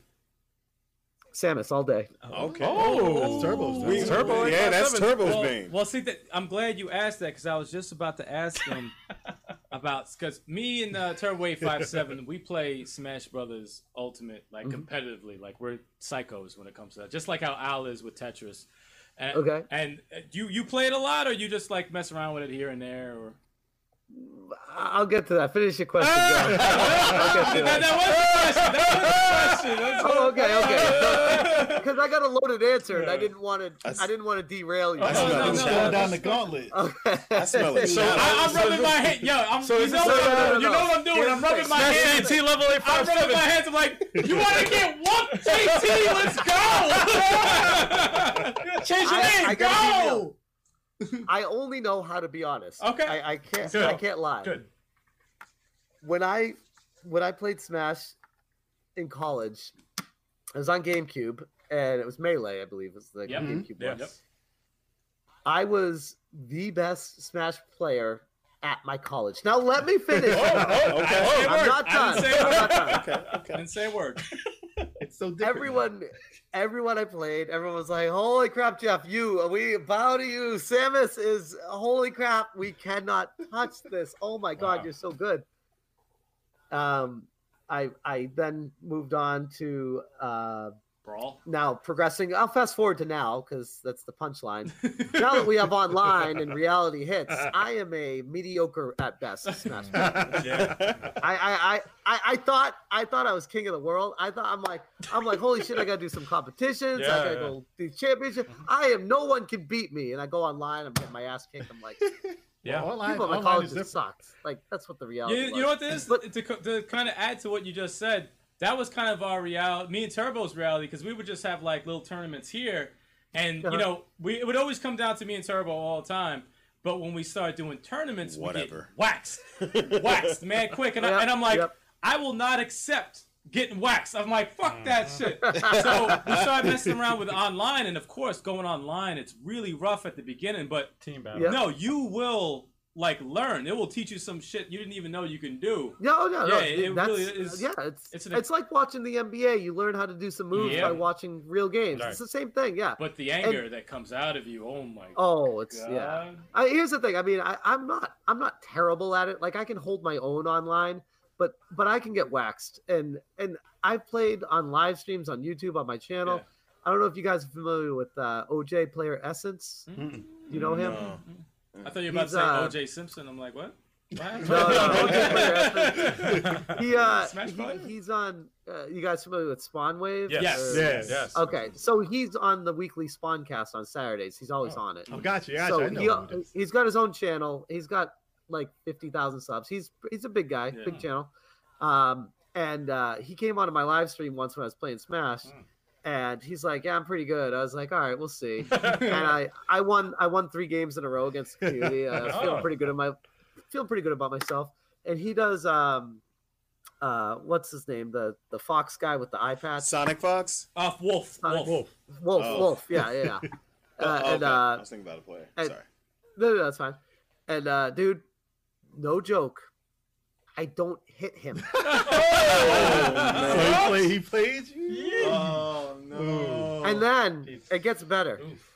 Speaker 6: Samus all day.
Speaker 5: Okay.
Speaker 2: Oh,
Speaker 4: That's Turbo's.
Speaker 5: We-
Speaker 4: That's
Speaker 2: Turbo ain't
Speaker 5: yeah,
Speaker 2: got
Speaker 5: that's
Speaker 2: seven.
Speaker 5: Turbo's
Speaker 3: well,
Speaker 5: main.
Speaker 3: well, see that I'm glad you asked that because I was just about to ask him about because me and uh, Turbo Wave Five Seven we play Smash Brothers Ultimate like
Speaker 6: Mhm.
Speaker 3: competitively, like we're psychos when it comes to that. Just like how Al is with Tetris. And,
Speaker 6: Okay.
Speaker 3: And uh, you you play it a lot, or you just like mess around with it here and there, or
Speaker 6: I- I'll get to that. Finish your question.
Speaker 2: Ah!
Speaker 6: John. I'll get to
Speaker 3: that,
Speaker 6: that.
Speaker 3: that was the question. That was the question. That's
Speaker 6: Oh, okay, okay. Because I got a loaded answer, and I
Speaker 3: Yeah.
Speaker 6: didn't want to.
Speaker 5: I
Speaker 6: I
Speaker 5: s-
Speaker 6: didn't want to derail you.
Speaker 3: I smell
Speaker 4: He's
Speaker 3: no, no,
Speaker 4: throwing
Speaker 3: no,
Speaker 4: down
Speaker 3: that's-
Speaker 4: the gauntlet.
Speaker 5: I smell it.
Speaker 2: So-
Speaker 3: I, I'm rubbing my hand. Yo, I'm,
Speaker 2: So
Speaker 3: you,
Speaker 2: is
Speaker 3: know what
Speaker 2: this- no, no,
Speaker 3: I'm
Speaker 2: no,
Speaker 3: doing. you
Speaker 6: no.
Speaker 3: know what I'm doing.
Speaker 6: Here's
Speaker 3: I'm
Speaker 6: the
Speaker 3: rubbing
Speaker 6: thing.
Speaker 3: my hands.
Speaker 2: JT level eight
Speaker 3: I'm
Speaker 2: five
Speaker 3: rubbing my
Speaker 2: seven.
Speaker 3: hands. I'm like, you want to get one JT? Let's go. Change your
Speaker 6: I-
Speaker 3: name.
Speaker 6: I gotta be
Speaker 3: go.
Speaker 6: I only know how to be honest.
Speaker 3: Okay.
Speaker 6: I, I can't.
Speaker 2: Good.
Speaker 6: I can't lie.
Speaker 2: Good.
Speaker 6: When I when I played Smash in college, it was on GameCube, and it was Melee, I believe, was the
Speaker 3: Yep.
Speaker 6: GameCube
Speaker 2: Yeah.
Speaker 6: one. I was the best Smash player at my college. Now let me finish.
Speaker 2: okay.
Speaker 6: oh, I'm
Speaker 3: Oh,
Speaker 6: not
Speaker 3: I
Speaker 6: done.
Speaker 3: didn't say a
Speaker 6: I'm not
Speaker 3: word.
Speaker 6: done.
Speaker 3: I didn't say a word.
Speaker 4: It's so different.
Speaker 6: everyone everyone I played, everyone was like, Holy crap, Jeff, you we bow to you. Samus is holy crap, we cannot touch this. Oh my
Speaker 2: Wow.
Speaker 6: god, you're so good. Um I I then moved on to uh
Speaker 3: Brawl.
Speaker 6: now progressing. I'll fast forward to now because that's the punchline. now that we have online and reality hits, I am a mediocre at best Smash player. I, I, I, I, I thought I thought I was king of the world. I thought I'm like I'm like holy shit. I gotta do some competitions.
Speaker 2: Yeah,
Speaker 6: I gotta
Speaker 2: yeah.
Speaker 6: go do championship. I am no one can beat me. And I go online. I'm getting my ass kicked. I'm Oh, like
Speaker 2: Yeah.
Speaker 4: Online,
Speaker 6: people at my
Speaker 4: online
Speaker 6: college
Speaker 4: is
Speaker 6: just
Speaker 4: different.
Speaker 6: sucked. Like that's what the
Speaker 3: You,
Speaker 6: reality.
Speaker 3: you
Speaker 6: was.
Speaker 3: know what this
Speaker 6: But-
Speaker 3: to, co- to kind of add to what you just said, that was kind of our reality, me and Turbo's reality, because we would just have like little tournaments here, and
Speaker 6: Uh-huh.
Speaker 3: you know, we it would always come down to me and Turbo all the time. But when we start doing tournaments,
Speaker 5: Whatever.
Speaker 3: we get waxed, waxed, man, quick, and, I,
Speaker 6: Yep,
Speaker 3: and I'm like,
Speaker 6: yep.
Speaker 3: I will not accept getting waxed. I'm like, fuck that shit. so we started messing around with online, and of course, going online, it's really rough at the beginning, but
Speaker 2: Team battle.
Speaker 6: Yeah.
Speaker 3: no, you will like learn. It will teach you some shit you didn't even know you can do.
Speaker 6: No, no, no.
Speaker 3: Yeah, it- it
Speaker 6: that's,
Speaker 3: really is-
Speaker 6: yeah, it's
Speaker 3: it's
Speaker 6: it's,
Speaker 3: an-
Speaker 6: like watching the NBA. You learn how to do some moves
Speaker 3: Yeah.
Speaker 6: by watching real games.
Speaker 2: Right.
Speaker 6: It's the same thing. Yeah.
Speaker 3: But the anger that comes out of you, oh my
Speaker 6: Oh, it's
Speaker 3: god.
Speaker 6: yeah. I, here's the thing. I mean, I, I'm not I'm not terrible at it. Like I can hold my own online, but but I can get waxed, and and I've played on live streams on YouTube on my channel.
Speaker 3: Yeah.
Speaker 6: I don't know if you guys are familiar with uh, OJ Player Essence.
Speaker 4: Mm-mm.
Speaker 6: You know him?
Speaker 5: No.
Speaker 3: I thought you were about to
Speaker 6: He's,
Speaker 3: say
Speaker 6: uh,
Speaker 3: O.J. Simpson. I'm like, what? No,
Speaker 6: No, no, O.J. Player Essence. He, uh,
Speaker 3: Mm-hmm. Smash
Speaker 6: he-
Speaker 3: Brothers?
Speaker 6: he's on. Uh, you guys familiar with Spawn Wave?
Speaker 3: Yes.
Speaker 6: Or-
Speaker 4: Yes.
Speaker 2: Yes.
Speaker 6: Okay, so he's on the weekly Spawncast on Saturdays. He's always
Speaker 4: Oh.
Speaker 6: on it.
Speaker 4: Oh, gotcha. Gotcha.
Speaker 6: so
Speaker 4: I know.
Speaker 6: he,
Speaker 4: who it is.
Speaker 6: he's got his own channel. He's got like fifty thousand subs. He's he's a big guy,
Speaker 3: Yeah.
Speaker 6: big channel. Um, and uh, he came onto my live stream once when I was playing Smash,
Speaker 2: Mm.
Speaker 6: and he's like, "Yeah, I'm pretty good." I was like, "All right, we'll see." and I I won I won three games in a row against the community. Uh, I was feeling
Speaker 3: Oh.
Speaker 6: pretty good in my feeling pretty good about myself. And he does um, uh, what's his name? The the Fox guy with the eye patch.
Speaker 5: Sonic Fox.
Speaker 3: Off Wolf.
Speaker 6: Sonic
Speaker 3: Wolf.
Speaker 6: Wolf,
Speaker 5: Oh.
Speaker 6: Wolf, yeah, yeah. yeah.
Speaker 5: Oh,
Speaker 6: Uh,
Speaker 5: oh,
Speaker 6: and
Speaker 5: okay.
Speaker 6: uh,
Speaker 5: I was thinking about a player.
Speaker 6: and-
Speaker 5: Sorry.
Speaker 6: no, no, that's fine. And uh, dude, no joke, I don't hit him.
Speaker 4: So he,
Speaker 5: Oh,
Speaker 4: play, he played you?
Speaker 5: Oh no.
Speaker 6: and then
Speaker 3: Jesus.
Speaker 6: it gets better.
Speaker 3: Oof.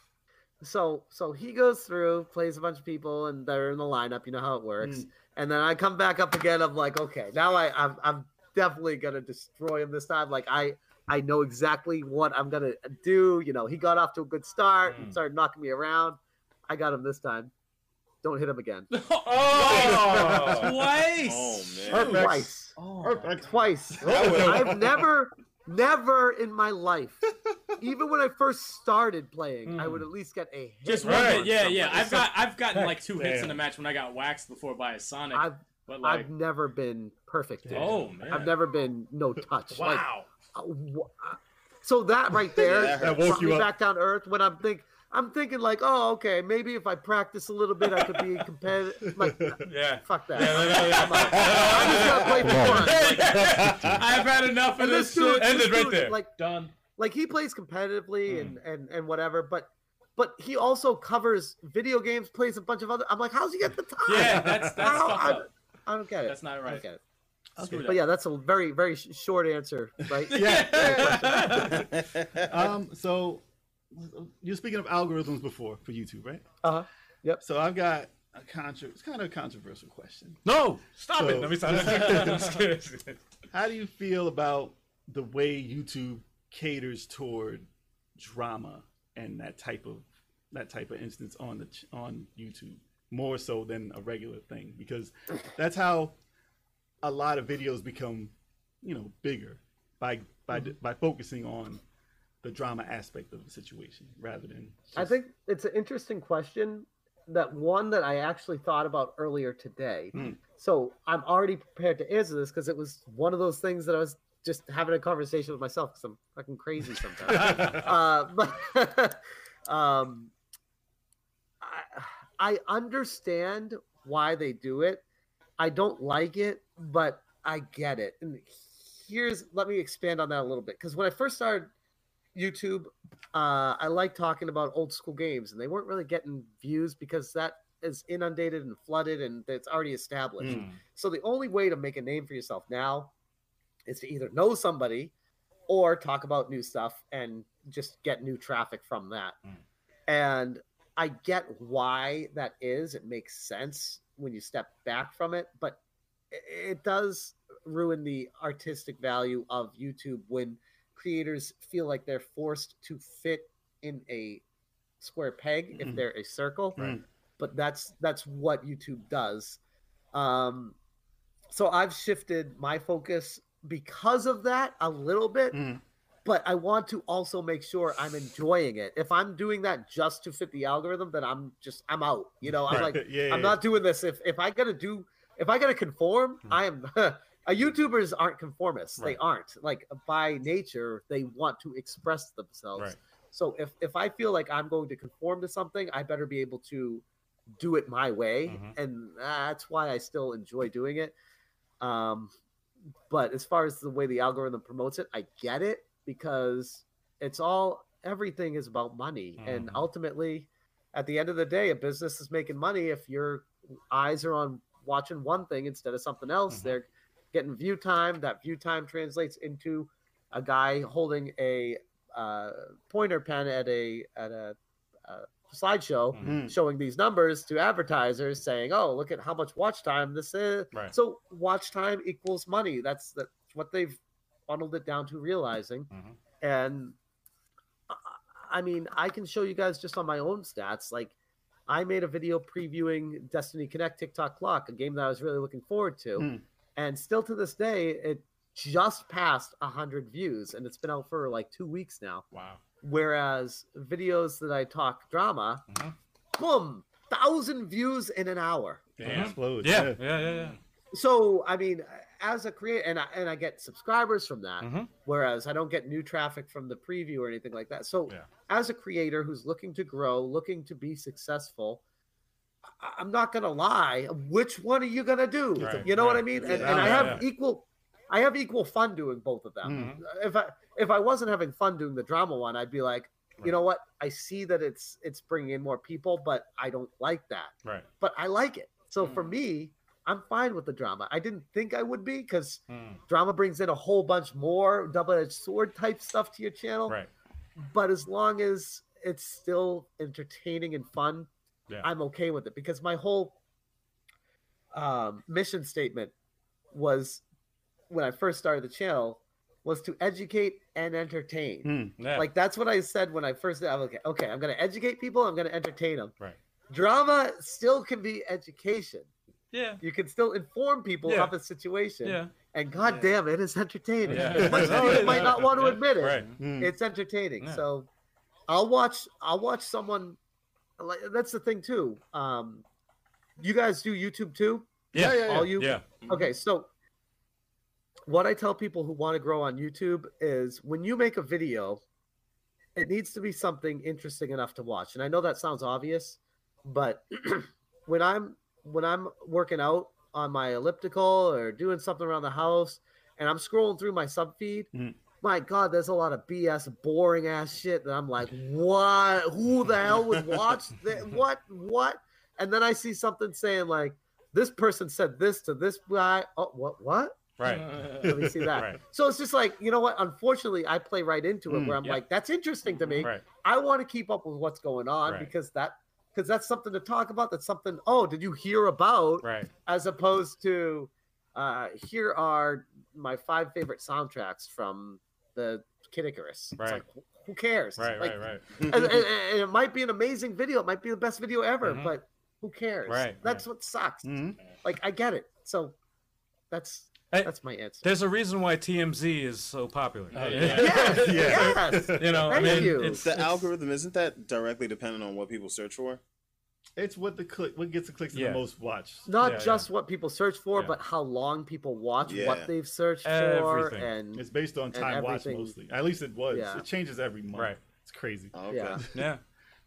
Speaker 6: So, so he goes through, plays a bunch of people, and they're in the lineup. You know how it works. And then I come back up again. I'm like, okay, now I, I'm, I'm definitely gonna destroy him this time. Like I, I know exactly what I'm gonna do. You know, he got off to a good start,
Speaker 2: Mm.
Speaker 6: started knocking me around. I got him this time. Don't hit him again.
Speaker 3: Oh, twice.
Speaker 5: Oh, man.
Speaker 4: Perfect.
Speaker 6: Twice.
Speaker 3: Oh,
Speaker 4: Perfect.
Speaker 6: Twice.
Speaker 5: That was-
Speaker 6: I've never, never in my life, even when I first started playing, I would at least get a hit.
Speaker 3: Just one
Speaker 4: Right.
Speaker 3: hit. Yeah, yeah. I've got I've gotten like two hits
Speaker 4: Damn.
Speaker 3: in a match when I got waxed before by a Sonic.
Speaker 6: I've,
Speaker 3: but like,
Speaker 6: I've never been perfect. at it.
Speaker 3: oh man.
Speaker 6: I've never been no touch. Like,
Speaker 4: Wow.
Speaker 6: uh, wh- so that right there
Speaker 5: that
Speaker 4: That
Speaker 5: hurts.
Speaker 4: woke
Speaker 6: brought me
Speaker 4: you up.
Speaker 6: back down to earth when I'm think I'm thinking like, oh, okay, maybe if I practice a little bit, I could be competitive. Like,
Speaker 2: Yeah.
Speaker 6: fuck that.
Speaker 2: no, no, yeah.
Speaker 6: I'm, out. I'm just gonna play for fun. Like,
Speaker 3: I've had enough of
Speaker 6: and
Speaker 3: this
Speaker 6: this dude,
Speaker 3: shit.
Speaker 6: this
Speaker 2: Ended right
Speaker 6: dude,
Speaker 2: there.
Speaker 6: Like,
Speaker 3: Done.
Speaker 6: like he plays competitively
Speaker 3: Hmm.
Speaker 6: and, and and whatever but but he also covers video games plays a bunch of other i'm like how's he get the time
Speaker 3: Yeah, that's that's
Speaker 6: I, don't,
Speaker 3: fucked
Speaker 6: I,
Speaker 3: up.
Speaker 6: I don't get it
Speaker 3: That's not
Speaker 6: I
Speaker 3: right.
Speaker 6: don't get it.
Speaker 3: Screwed
Speaker 6: but
Speaker 3: up.
Speaker 6: yeah that's a very very sh- short answer right
Speaker 3: Yeah.
Speaker 4: Um, so you're speaking of algorithms before for YouTube, right?
Speaker 6: uh-huh
Speaker 4: So I've got a contra- it's kind of a controversial question.
Speaker 2: No. Stop
Speaker 4: So-
Speaker 2: it. Let me stop. I'm just kidding.
Speaker 4: How do you feel about the way YouTube caters toward drama and that type of that type of instance on the ch- on YouTube more so than a regular thing because that's how a lot of videos become, you know, bigger by by
Speaker 6: Mm-hmm.
Speaker 4: by focusing on the drama aspect of the situation rather than
Speaker 6: i
Speaker 4: just-
Speaker 6: think it's an interesting question that one that i actually thought about earlier today
Speaker 3: Hmm.
Speaker 4: Mm.
Speaker 6: so i'm already prepared to answer this because it was one of those things that i was just having a conversation with myself because i'm fucking crazy sometimes uh, but um, I, I understand why they do it. I don't like it, but I get it. And here's let me expand on that a little bit because when I first started YouTube, uh, I liked talking about old school games, and they weren't really getting views because that is inundated and flooded, and it's already established.
Speaker 2: Hmm.
Speaker 6: So the only way to make a name for yourself now is to either know somebody or talk about new stuff and just get new traffic from that.
Speaker 2: Mm.
Speaker 6: And I get why that is. It makes sense when you step back from it, but i- it does ruin the artistic value of YouTube when creators feel like they're forced to fit in a square peg if
Speaker 4: Mhm.
Speaker 6: they're a circle.
Speaker 4: Right.
Speaker 6: But that's that's what YouTube does. Um, so I've shifted my focus because of that a little bit,
Speaker 4: Mm.
Speaker 6: but I want to also make sure I'm enjoying it. If I'm doing that just to fit the algorithm, then I'm just I'm out. You know, I'm like
Speaker 4: Right. yeah, yeah, Hmm.
Speaker 6: I'm not doing this. If if I gotta do, if I gotta conform, I am. uh, YouTubers aren't conformists. They
Speaker 2: Right.
Speaker 6: aren't. Like by nature, they want to express themselves.
Speaker 2: Right.
Speaker 6: So if if I feel like I'm going to conform to something, I better be able to do it my way,
Speaker 4: Mm-hmm.
Speaker 2: Mhm.
Speaker 6: and that's why I still enjoy doing it. Um, but as far as the way the algorithm promotes it, I get it because it's all everything is about money, and
Speaker 2: Mhm.
Speaker 6: ultimately, at the end of the day, a business is making money. If your eyes are on watching one thing instead of something else,
Speaker 2: Mhm.
Speaker 6: they're getting view time. That view time translates into a guy holding a uh, pointer pen at a at a uh, slideshow
Speaker 4: Mhm.
Speaker 6: showing these numbers to advertisers saying, "Oh, look at how much watch time this is."
Speaker 2: Right.
Speaker 6: So watch time equals money. That's that's what they've funneled it down to realizing.
Speaker 2: Mhm.
Speaker 6: And I- I mean, I can show you guys just on my own stats. Like, I made a video previewing Destiny Connect TikTok Clock, a game that I was really looking forward to,
Speaker 4: Hmm.
Speaker 6: and still to this day, it just passed 100 views and it's been out for like two weeks now
Speaker 2: Wow.
Speaker 6: whereas videos that I talk drama,
Speaker 2: Mhm.
Speaker 6: boom, thousand views in an hour.
Speaker 2: Damn.
Speaker 4: Explodes.
Speaker 2: Yeah. Yeah. Yeah. Yeah.
Speaker 6: So I mean, as a creator, and I, and I get subscribers from that,
Speaker 2: Mhm.
Speaker 6: whereas I don't get new traffic from the preview or anything like that. So
Speaker 2: Yeah.
Speaker 6: as a creator who's looking to grow, looking to be successful. I- I'm not gonna lie. Which one are you gonna do?
Speaker 2: Right.
Speaker 6: You know what
Speaker 4: Yeah.
Speaker 6: I mean?
Speaker 4: It's
Speaker 6: And,
Speaker 4: a
Speaker 6: and I
Speaker 4: balance,
Speaker 6: have equal, I have equal fun doing both of them
Speaker 4: Mm.
Speaker 6: if I if I wasn't having fun doing the drama one, I'd be like, you know what? I see that it's it's bringing in more people, but I don't like that.
Speaker 2: Right.
Speaker 6: But I like it. So for
Speaker 3: Hmm.
Speaker 6: me, I'm fine with the drama. I didn't think I would be because
Speaker 2: Mm.
Speaker 6: drama brings in a whole bunch more double-edged sword type stuff to your channel.
Speaker 2: Right.
Speaker 6: But as long as it's still entertaining and fun,
Speaker 2: Yeah.
Speaker 6: I'm okay with it because my whole um, mission statement was when I first started the channel was to educate and entertain.
Speaker 4: Hmm.
Speaker 2: Yeah.
Speaker 6: Like that's what I said when I first. I was like, okay, I'm gonna educate people. I'm gonna entertain them.
Speaker 2: Right.
Speaker 6: Drama still can be education.
Speaker 2: yeah.
Speaker 6: You can still inform people
Speaker 2: Yeah.
Speaker 6: of a situation.
Speaker 2: Yeah.
Speaker 6: And goddamn, it is entertaining.
Speaker 2: Yeah.
Speaker 6: Much
Speaker 2: Yeah.
Speaker 6: as you might not want to
Speaker 2: Yeah.
Speaker 6: admit it. Mm-hmm.
Speaker 2: Right.
Speaker 4: Mm.
Speaker 6: It's entertaining.
Speaker 2: Yeah.
Speaker 6: So I'll watch. I'll watch someone. Like that's the thing too. Um, you guys do YouTube too.
Speaker 2: Yeah.
Speaker 4: yeah,
Speaker 6: All you
Speaker 2: Yeah.
Speaker 6: Okay, so what I tell people who want to grow on YouTube is when you make a video, it needs to be something interesting enough to watch. And I know that sounds obvious, but when I'm when I'm working out on my elliptical or doing something around the house and I'm scrolling through my sub feed,
Speaker 4: Mhm.
Speaker 6: my god, there's a lot of BS boring ass shit that I'm like, "What? Who the hell would watch that? What? What?" And then I see something saying like this person said this to this guy. Oh, what? What?
Speaker 2: Right.
Speaker 6: Let me see that.
Speaker 2: Right.
Speaker 6: So it's just like you know what? Unfortunately, I play right into it
Speaker 4: Mm,
Speaker 6: where I'm
Speaker 3: yeah.
Speaker 6: like, that's interesting to me.
Speaker 2: Right.
Speaker 6: I want to keep up with what's going on
Speaker 2: Right.
Speaker 6: because that because that's something to talk about. That's something. Oh, did you hear about?
Speaker 2: Right.
Speaker 6: As opposed to, uh, here are my five favorite soundtracks from the Kid Icarus. It's
Speaker 2: Right.
Speaker 6: like, wh- who cares?
Speaker 2: Right.
Speaker 6: Like,
Speaker 2: Right. Right.
Speaker 6: and, and- and it might be an amazing video. It might be the best video ever,
Speaker 2: Mhm.
Speaker 6: but who cares?
Speaker 2: Right,
Speaker 6: That's what sucks.
Speaker 4: Mhm.
Speaker 6: Like I get it. So that's
Speaker 2: Hey.
Speaker 6: that's my answer.
Speaker 2: There's a reason why TMZ is so popular.
Speaker 3: Oh, yeah.
Speaker 6: Yes,
Speaker 4: Yeah.
Speaker 6: yes.
Speaker 2: You know,
Speaker 6: Thank
Speaker 2: I mean,
Speaker 6: you.
Speaker 2: it's
Speaker 5: The
Speaker 2: it's-
Speaker 5: algorithm isn't that directly dependent on what people search for?
Speaker 4: It's what the click, what gets the clicks
Speaker 2: Yeah.
Speaker 4: and the most watched.
Speaker 6: Not
Speaker 2: Yeah,
Speaker 6: just what people search for,
Speaker 2: Yeah.
Speaker 6: but how long people watch
Speaker 5: Yeah.
Speaker 6: what they've searched for,
Speaker 2: Everything.
Speaker 6: and
Speaker 4: It's based on time watched
Speaker 6: everything-
Speaker 4: mostly. At least it was.
Speaker 6: Yeah.
Speaker 4: It changes every month.
Speaker 2: Right.
Speaker 4: It's crazy.
Speaker 5: Oh, okay.
Speaker 6: Yeah.
Speaker 2: Yeah.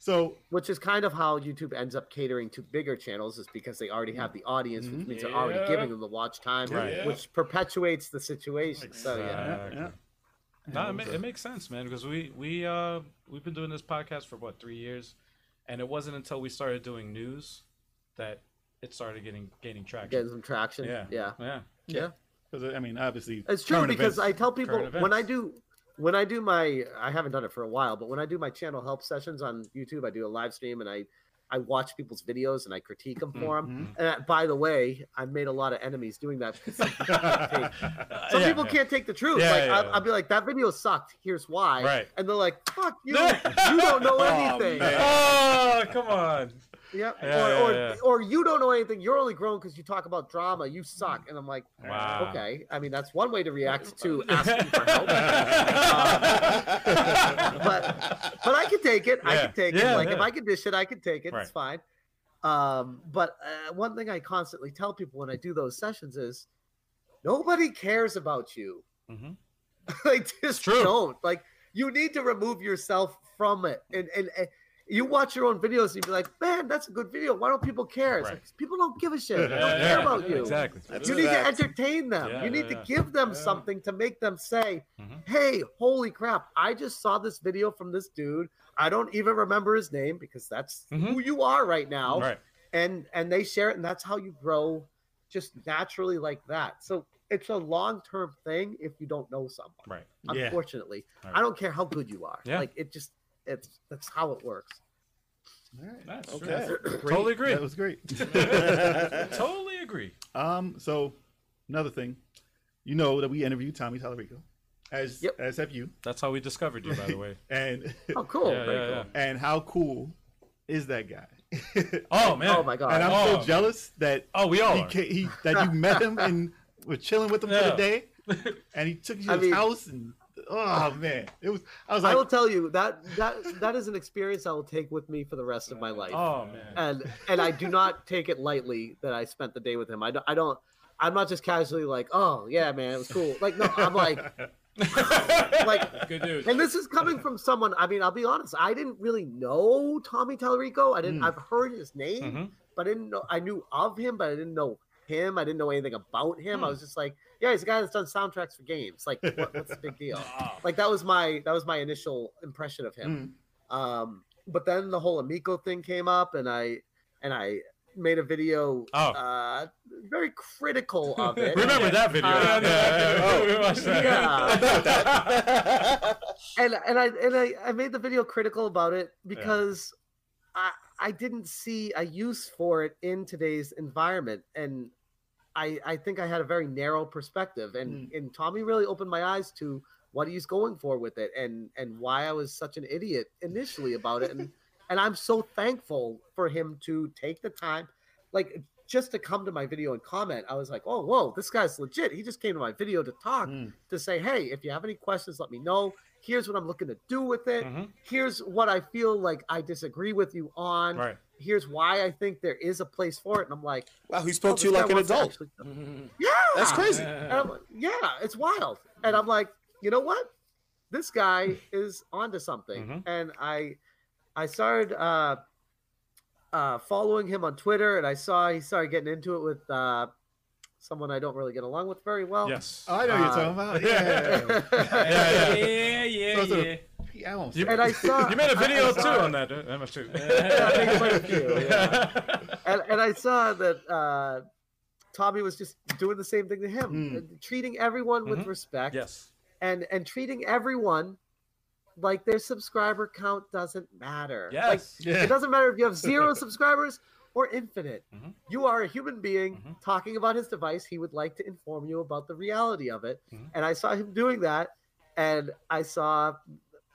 Speaker 4: So
Speaker 6: which is kind of how YouTube ends up catering to bigger channels, is because they already have the audience, which means they're already
Speaker 3: Yeah.
Speaker 6: giving them the watch time,
Speaker 2: Mm-hmm. Right.
Speaker 6: which perpetuates the situation.
Speaker 2: Oh,
Speaker 6: So yeah,
Speaker 2: Exactly.
Speaker 4: yeah.
Speaker 2: No, it, ma- it makes sense, man. Because we we uh we've been doing this podcast for what three years, and it wasn't until we started doing news that it started getting gaining traction.
Speaker 6: getting some traction.
Speaker 2: Yeah.
Speaker 6: yeah.
Speaker 2: Yeah.
Speaker 4: because I mean, obviously,
Speaker 6: It's true
Speaker 4: current
Speaker 6: because
Speaker 4: events-
Speaker 6: I tell people
Speaker 2: current
Speaker 6: when I
Speaker 2: events.
Speaker 6: do when I do my I haven't done it for a while, but when I do my channel help sessions on YouTube, I do a live stream and I I watch people's videos and I critique them for them.
Speaker 2: Mm-hmm.
Speaker 6: And uh, by the way, I've made a lot of enemies doing that. because Some people can't take- some
Speaker 2: Yeah,
Speaker 6: people
Speaker 2: yeah.
Speaker 6: can't take the truth.
Speaker 2: Yeah,
Speaker 6: like
Speaker 2: yeah,
Speaker 6: I'll,
Speaker 2: yeah.
Speaker 6: I'll be like, "That video sucked. Here's why."
Speaker 2: Right.
Speaker 6: And they're like, "Fuck you! you don't know anything."
Speaker 5: man.
Speaker 2: Oh, come on.
Speaker 6: yep.
Speaker 2: Yeah,
Speaker 6: or,
Speaker 2: yeah,
Speaker 6: or,
Speaker 2: yeah.
Speaker 6: or you don't know anything. You're only grown because you talk about drama. You suck. And I'm like,
Speaker 2: Wow.
Speaker 6: okay. I mean, that's one way to react to asking for help. but but I can take it. I
Speaker 2: Yeah.
Speaker 6: can take
Speaker 2: Yeah,
Speaker 6: it. Like if
Speaker 2: yeah.
Speaker 6: I can dish it, I can take it.
Speaker 2: Right.
Speaker 6: It's fine. Um, but uh, one thing I constantly tell people when I do those sessions is, nobody cares about you.
Speaker 2: Mhm.
Speaker 6: they just
Speaker 2: true.
Speaker 6: don't. Like you need to remove yourself from it. And and, and you watch your own videos and you be like, man, that's a good video. Why don't people care? It's
Speaker 2: Right.
Speaker 6: like, people don't give a shit. They don't
Speaker 2: Yeah,
Speaker 6: care
Speaker 2: yeah,
Speaker 6: about you.
Speaker 2: Exactly.
Speaker 5: That's
Speaker 6: You
Speaker 5: a
Speaker 6: need to
Speaker 5: fact.
Speaker 6: entertain them.
Speaker 2: Yeah,
Speaker 6: you
Speaker 2: yeah,
Speaker 6: need
Speaker 2: yeah.
Speaker 6: to give them
Speaker 3: Yeah.
Speaker 6: something to make them say,
Speaker 2: Mhm.
Speaker 6: "Hey, holy crap! I just saw this video from this dude. I don't even remember his name because that's
Speaker 2: Mhm.
Speaker 6: who you are right now."
Speaker 2: Right.
Speaker 6: And and they share it, and that's how you grow, just naturally like that. So it's a long term thing if you don't know someone.
Speaker 2: Right.
Speaker 4: Yeah.
Speaker 6: Unfortunately,
Speaker 2: Right.
Speaker 6: I don't care how good you are.
Speaker 2: Yeah.
Speaker 6: Like it just it's that's how it works.
Speaker 3: That's true.
Speaker 5: Okay.
Speaker 2: Totally agree.
Speaker 4: That was great.
Speaker 2: Totally agree.
Speaker 4: um, so another thing, you know that we interviewed Tommy Tallarico, as
Speaker 6: Yep.
Speaker 4: as have you,
Speaker 2: That's how we discovered you, by the way.
Speaker 4: and
Speaker 6: Oh, cool.
Speaker 2: Yeah,
Speaker 6: Very
Speaker 2: yeah,
Speaker 6: cool.
Speaker 2: yeah.
Speaker 4: and how cool is that guy? and
Speaker 2: Oh man.
Speaker 6: Oh my god.
Speaker 4: I'm
Speaker 2: Oh.
Speaker 4: so jealous that
Speaker 2: Oh, we all
Speaker 4: he,
Speaker 2: are.
Speaker 4: ca- he that you met him and were chilling with him for
Speaker 2: Yeah.
Speaker 4: the day, and he took you to
Speaker 6: I
Speaker 4: his
Speaker 6: mean-
Speaker 4: house and oh man, it was I was
Speaker 6: I
Speaker 4: like
Speaker 6: will tell you that that that is an experience I will take with me for the rest of my life.
Speaker 2: Oh man.
Speaker 6: and and I do not take it lightly that I spent the day with him. I don't. I don't I'm not just casually like, oh yeah, man, it was cool. Like no, I'm like, like,
Speaker 3: Good dude.
Speaker 6: and this is coming from someone. I mean, I'll be honest. I didn't really know Tommy Tallarico. I
Speaker 2: Hmm.
Speaker 6: didn't.
Speaker 4: Mm.
Speaker 6: I've heard his name,
Speaker 2: Mhm.
Speaker 6: but I didn't know. I knew of him, but I didn't know him. I didn't know anything about him. I
Speaker 2: Hmm.
Speaker 6: was just like, yeah, he's a guy that's done soundtracks for games. Like, what, what's the big deal?
Speaker 3: Wow.
Speaker 6: like that was my that was my initial impression of him.
Speaker 4: mm.
Speaker 2: Hmm.
Speaker 6: Um, but then the whole Amico thing came up, and I and I made a video
Speaker 2: Oh.
Speaker 6: uh, very critical of it.
Speaker 2: Remember that video?
Speaker 6: Uh,
Speaker 2: yeah, we watched that.
Speaker 6: Yeah. and and I and I, I made the video critical about it because I I didn't see a use for it in today's environment, and I I think I had a very narrow perspective, and and Tommy really opened my eyes to what he's going for with it, and and why I was such an idiot initially about it, and and I'm so thankful for him to take the time, like. Just to come to my video and comment, I was like, "Oh, whoa, this guy's legit." He just came to my video to talk,
Speaker 4: Mm.
Speaker 6: to say, "Hey, if you have any questions, let me know. Here's what I'm looking to do with it.
Speaker 2: Mhm.
Speaker 6: Here's what I feel like I disagree with you on.
Speaker 2: Right.
Speaker 6: Here's why I think there is a place for it." And I'm like,
Speaker 5: Wow, he
Speaker 6: "Oh,
Speaker 5: spoke to you
Speaker 6: this guy
Speaker 5: like an
Speaker 6: wants to
Speaker 5: adult.
Speaker 6: actually-
Speaker 5: That's crazy.
Speaker 6: And I'm like, yeah, it's wild. And I'm like, you know what? This guy is onto something.
Speaker 2: Mhm.
Speaker 6: And I, I started uh, uh, following him on Twitter, and I saw he started getting into it with uh, someone I don't really get along with very well.
Speaker 2: Yes.
Speaker 4: Oh, I know what you're talking about. Yeah.
Speaker 2: Yeah, yeah.
Speaker 3: Yeah, yeah,
Speaker 4: So sort of-
Speaker 3: yeah.
Speaker 4: Yeah, I won't
Speaker 2: You-
Speaker 4: say
Speaker 6: and I saw
Speaker 2: You made a
Speaker 6: I- I
Speaker 2: video too
Speaker 6: saw-
Speaker 2: on that. uh, Emma, too.
Speaker 6: Yeah, I think quite a few, yeah. and, and I saw that uh, Tommy was just doing the same thing to him,
Speaker 4: Mm.
Speaker 6: uh, treating everyone with
Speaker 2: Mhm.
Speaker 6: respect,
Speaker 2: Hmm. Yes.
Speaker 6: and and treating everyone like their subscriber count doesn't matter. Like,
Speaker 2: Yes.
Speaker 4: Yeah.
Speaker 6: it doesn't matter if you have zero subscribers or infinite.
Speaker 2: Mhm.
Speaker 6: You are a human being
Speaker 2: Mhm.
Speaker 6: talking about his device. He would like to inform you about the reality of it.
Speaker 2: Mhm.
Speaker 6: And I saw him doing that, and I saw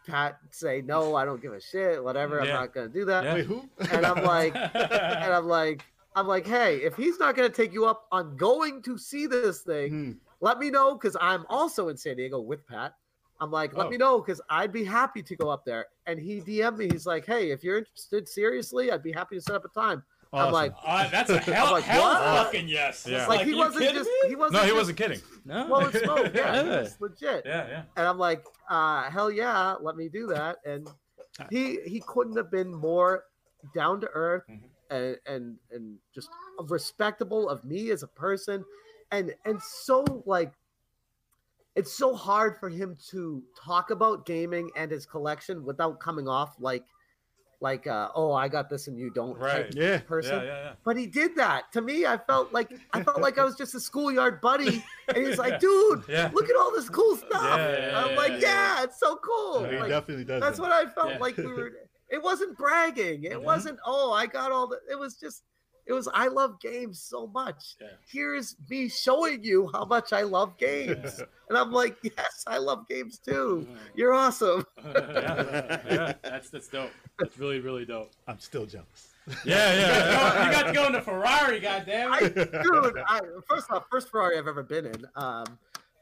Speaker 6: Pat say, "No, I don't give a shit. Whatever. I'm
Speaker 2: Yeah.
Speaker 6: not going to do that."
Speaker 2: Yeah.
Speaker 4: Wait, who?
Speaker 6: And I'm like,
Speaker 3: yeah.
Speaker 6: and I'm like, I'm like, hey, if he's not going to take you up on going to see this thing,
Speaker 4: Hmm.
Speaker 6: let me know because I'm also in San Diego with Pat. I'm like, let
Speaker 4: Oh.
Speaker 6: me know because I'd be happy to go up there. And he DM'd me. He's like, hey, if you're interested, seriously, I'd be happy to set up a time. I'm
Speaker 4: Awesome.
Speaker 6: like,
Speaker 3: Uh, that's a hell,
Speaker 6: I'm like,
Speaker 3: hell
Speaker 6: what?
Speaker 3: fucking yes.
Speaker 2: Yeah.
Speaker 3: It's
Speaker 6: like, he
Speaker 3: you
Speaker 6: wasn't
Speaker 3: kidding
Speaker 6: just,
Speaker 3: me?
Speaker 6: he wasn't.
Speaker 2: No, he
Speaker 6: just
Speaker 2: wasn't kidding.
Speaker 3: No.
Speaker 6: Blowing smoke. Yeah, he
Speaker 3: Yeah.
Speaker 6: was legit.
Speaker 2: Yeah, yeah.
Speaker 6: And I'm like, uh, hell yeah, let me do that. And he he couldn't have been more down to earth
Speaker 2: Mhm.
Speaker 6: and, and and just respectable of me as a person, and and so like, it's so hard for him to talk about gaming and his collection without coming off like like uh, oh I got this and you don't type
Speaker 2: Right.
Speaker 4: yeah.
Speaker 6: person.
Speaker 2: Yeah, yeah,
Speaker 6: But he did that to me. I felt like I felt like I was just a schoolyard buddy, and he's like, "Dude,
Speaker 2: yeah.
Speaker 6: look at all this cool stuff.
Speaker 2: Yeah,
Speaker 6: I'm
Speaker 3: yeah,
Speaker 6: like,
Speaker 3: yeah,
Speaker 6: yeah,
Speaker 3: yeah.
Speaker 6: it's so cool.
Speaker 4: he
Speaker 6: Like,
Speaker 4: definitely does.
Speaker 6: that's
Speaker 4: that.
Speaker 6: what I felt
Speaker 3: Yeah. Mm-hmm.
Speaker 6: like we were. It wasn't bragging. It wasn't. Oh, I got all the. It was just. It was. I love games so much.
Speaker 3: Yeah.
Speaker 6: Here's me showing you how much I love games, and I'm like, yes, I love games too. You're awesome.
Speaker 3: yeah.
Speaker 2: Yeah.
Speaker 3: That's that's dope. That's really really dope.
Speaker 4: I'm still jealous.
Speaker 2: Yeah, yeah.
Speaker 3: you got to go in the Ferrari, goddamn
Speaker 6: I,
Speaker 3: it.
Speaker 6: dude, I, first off, first Ferrari I've ever been in, um,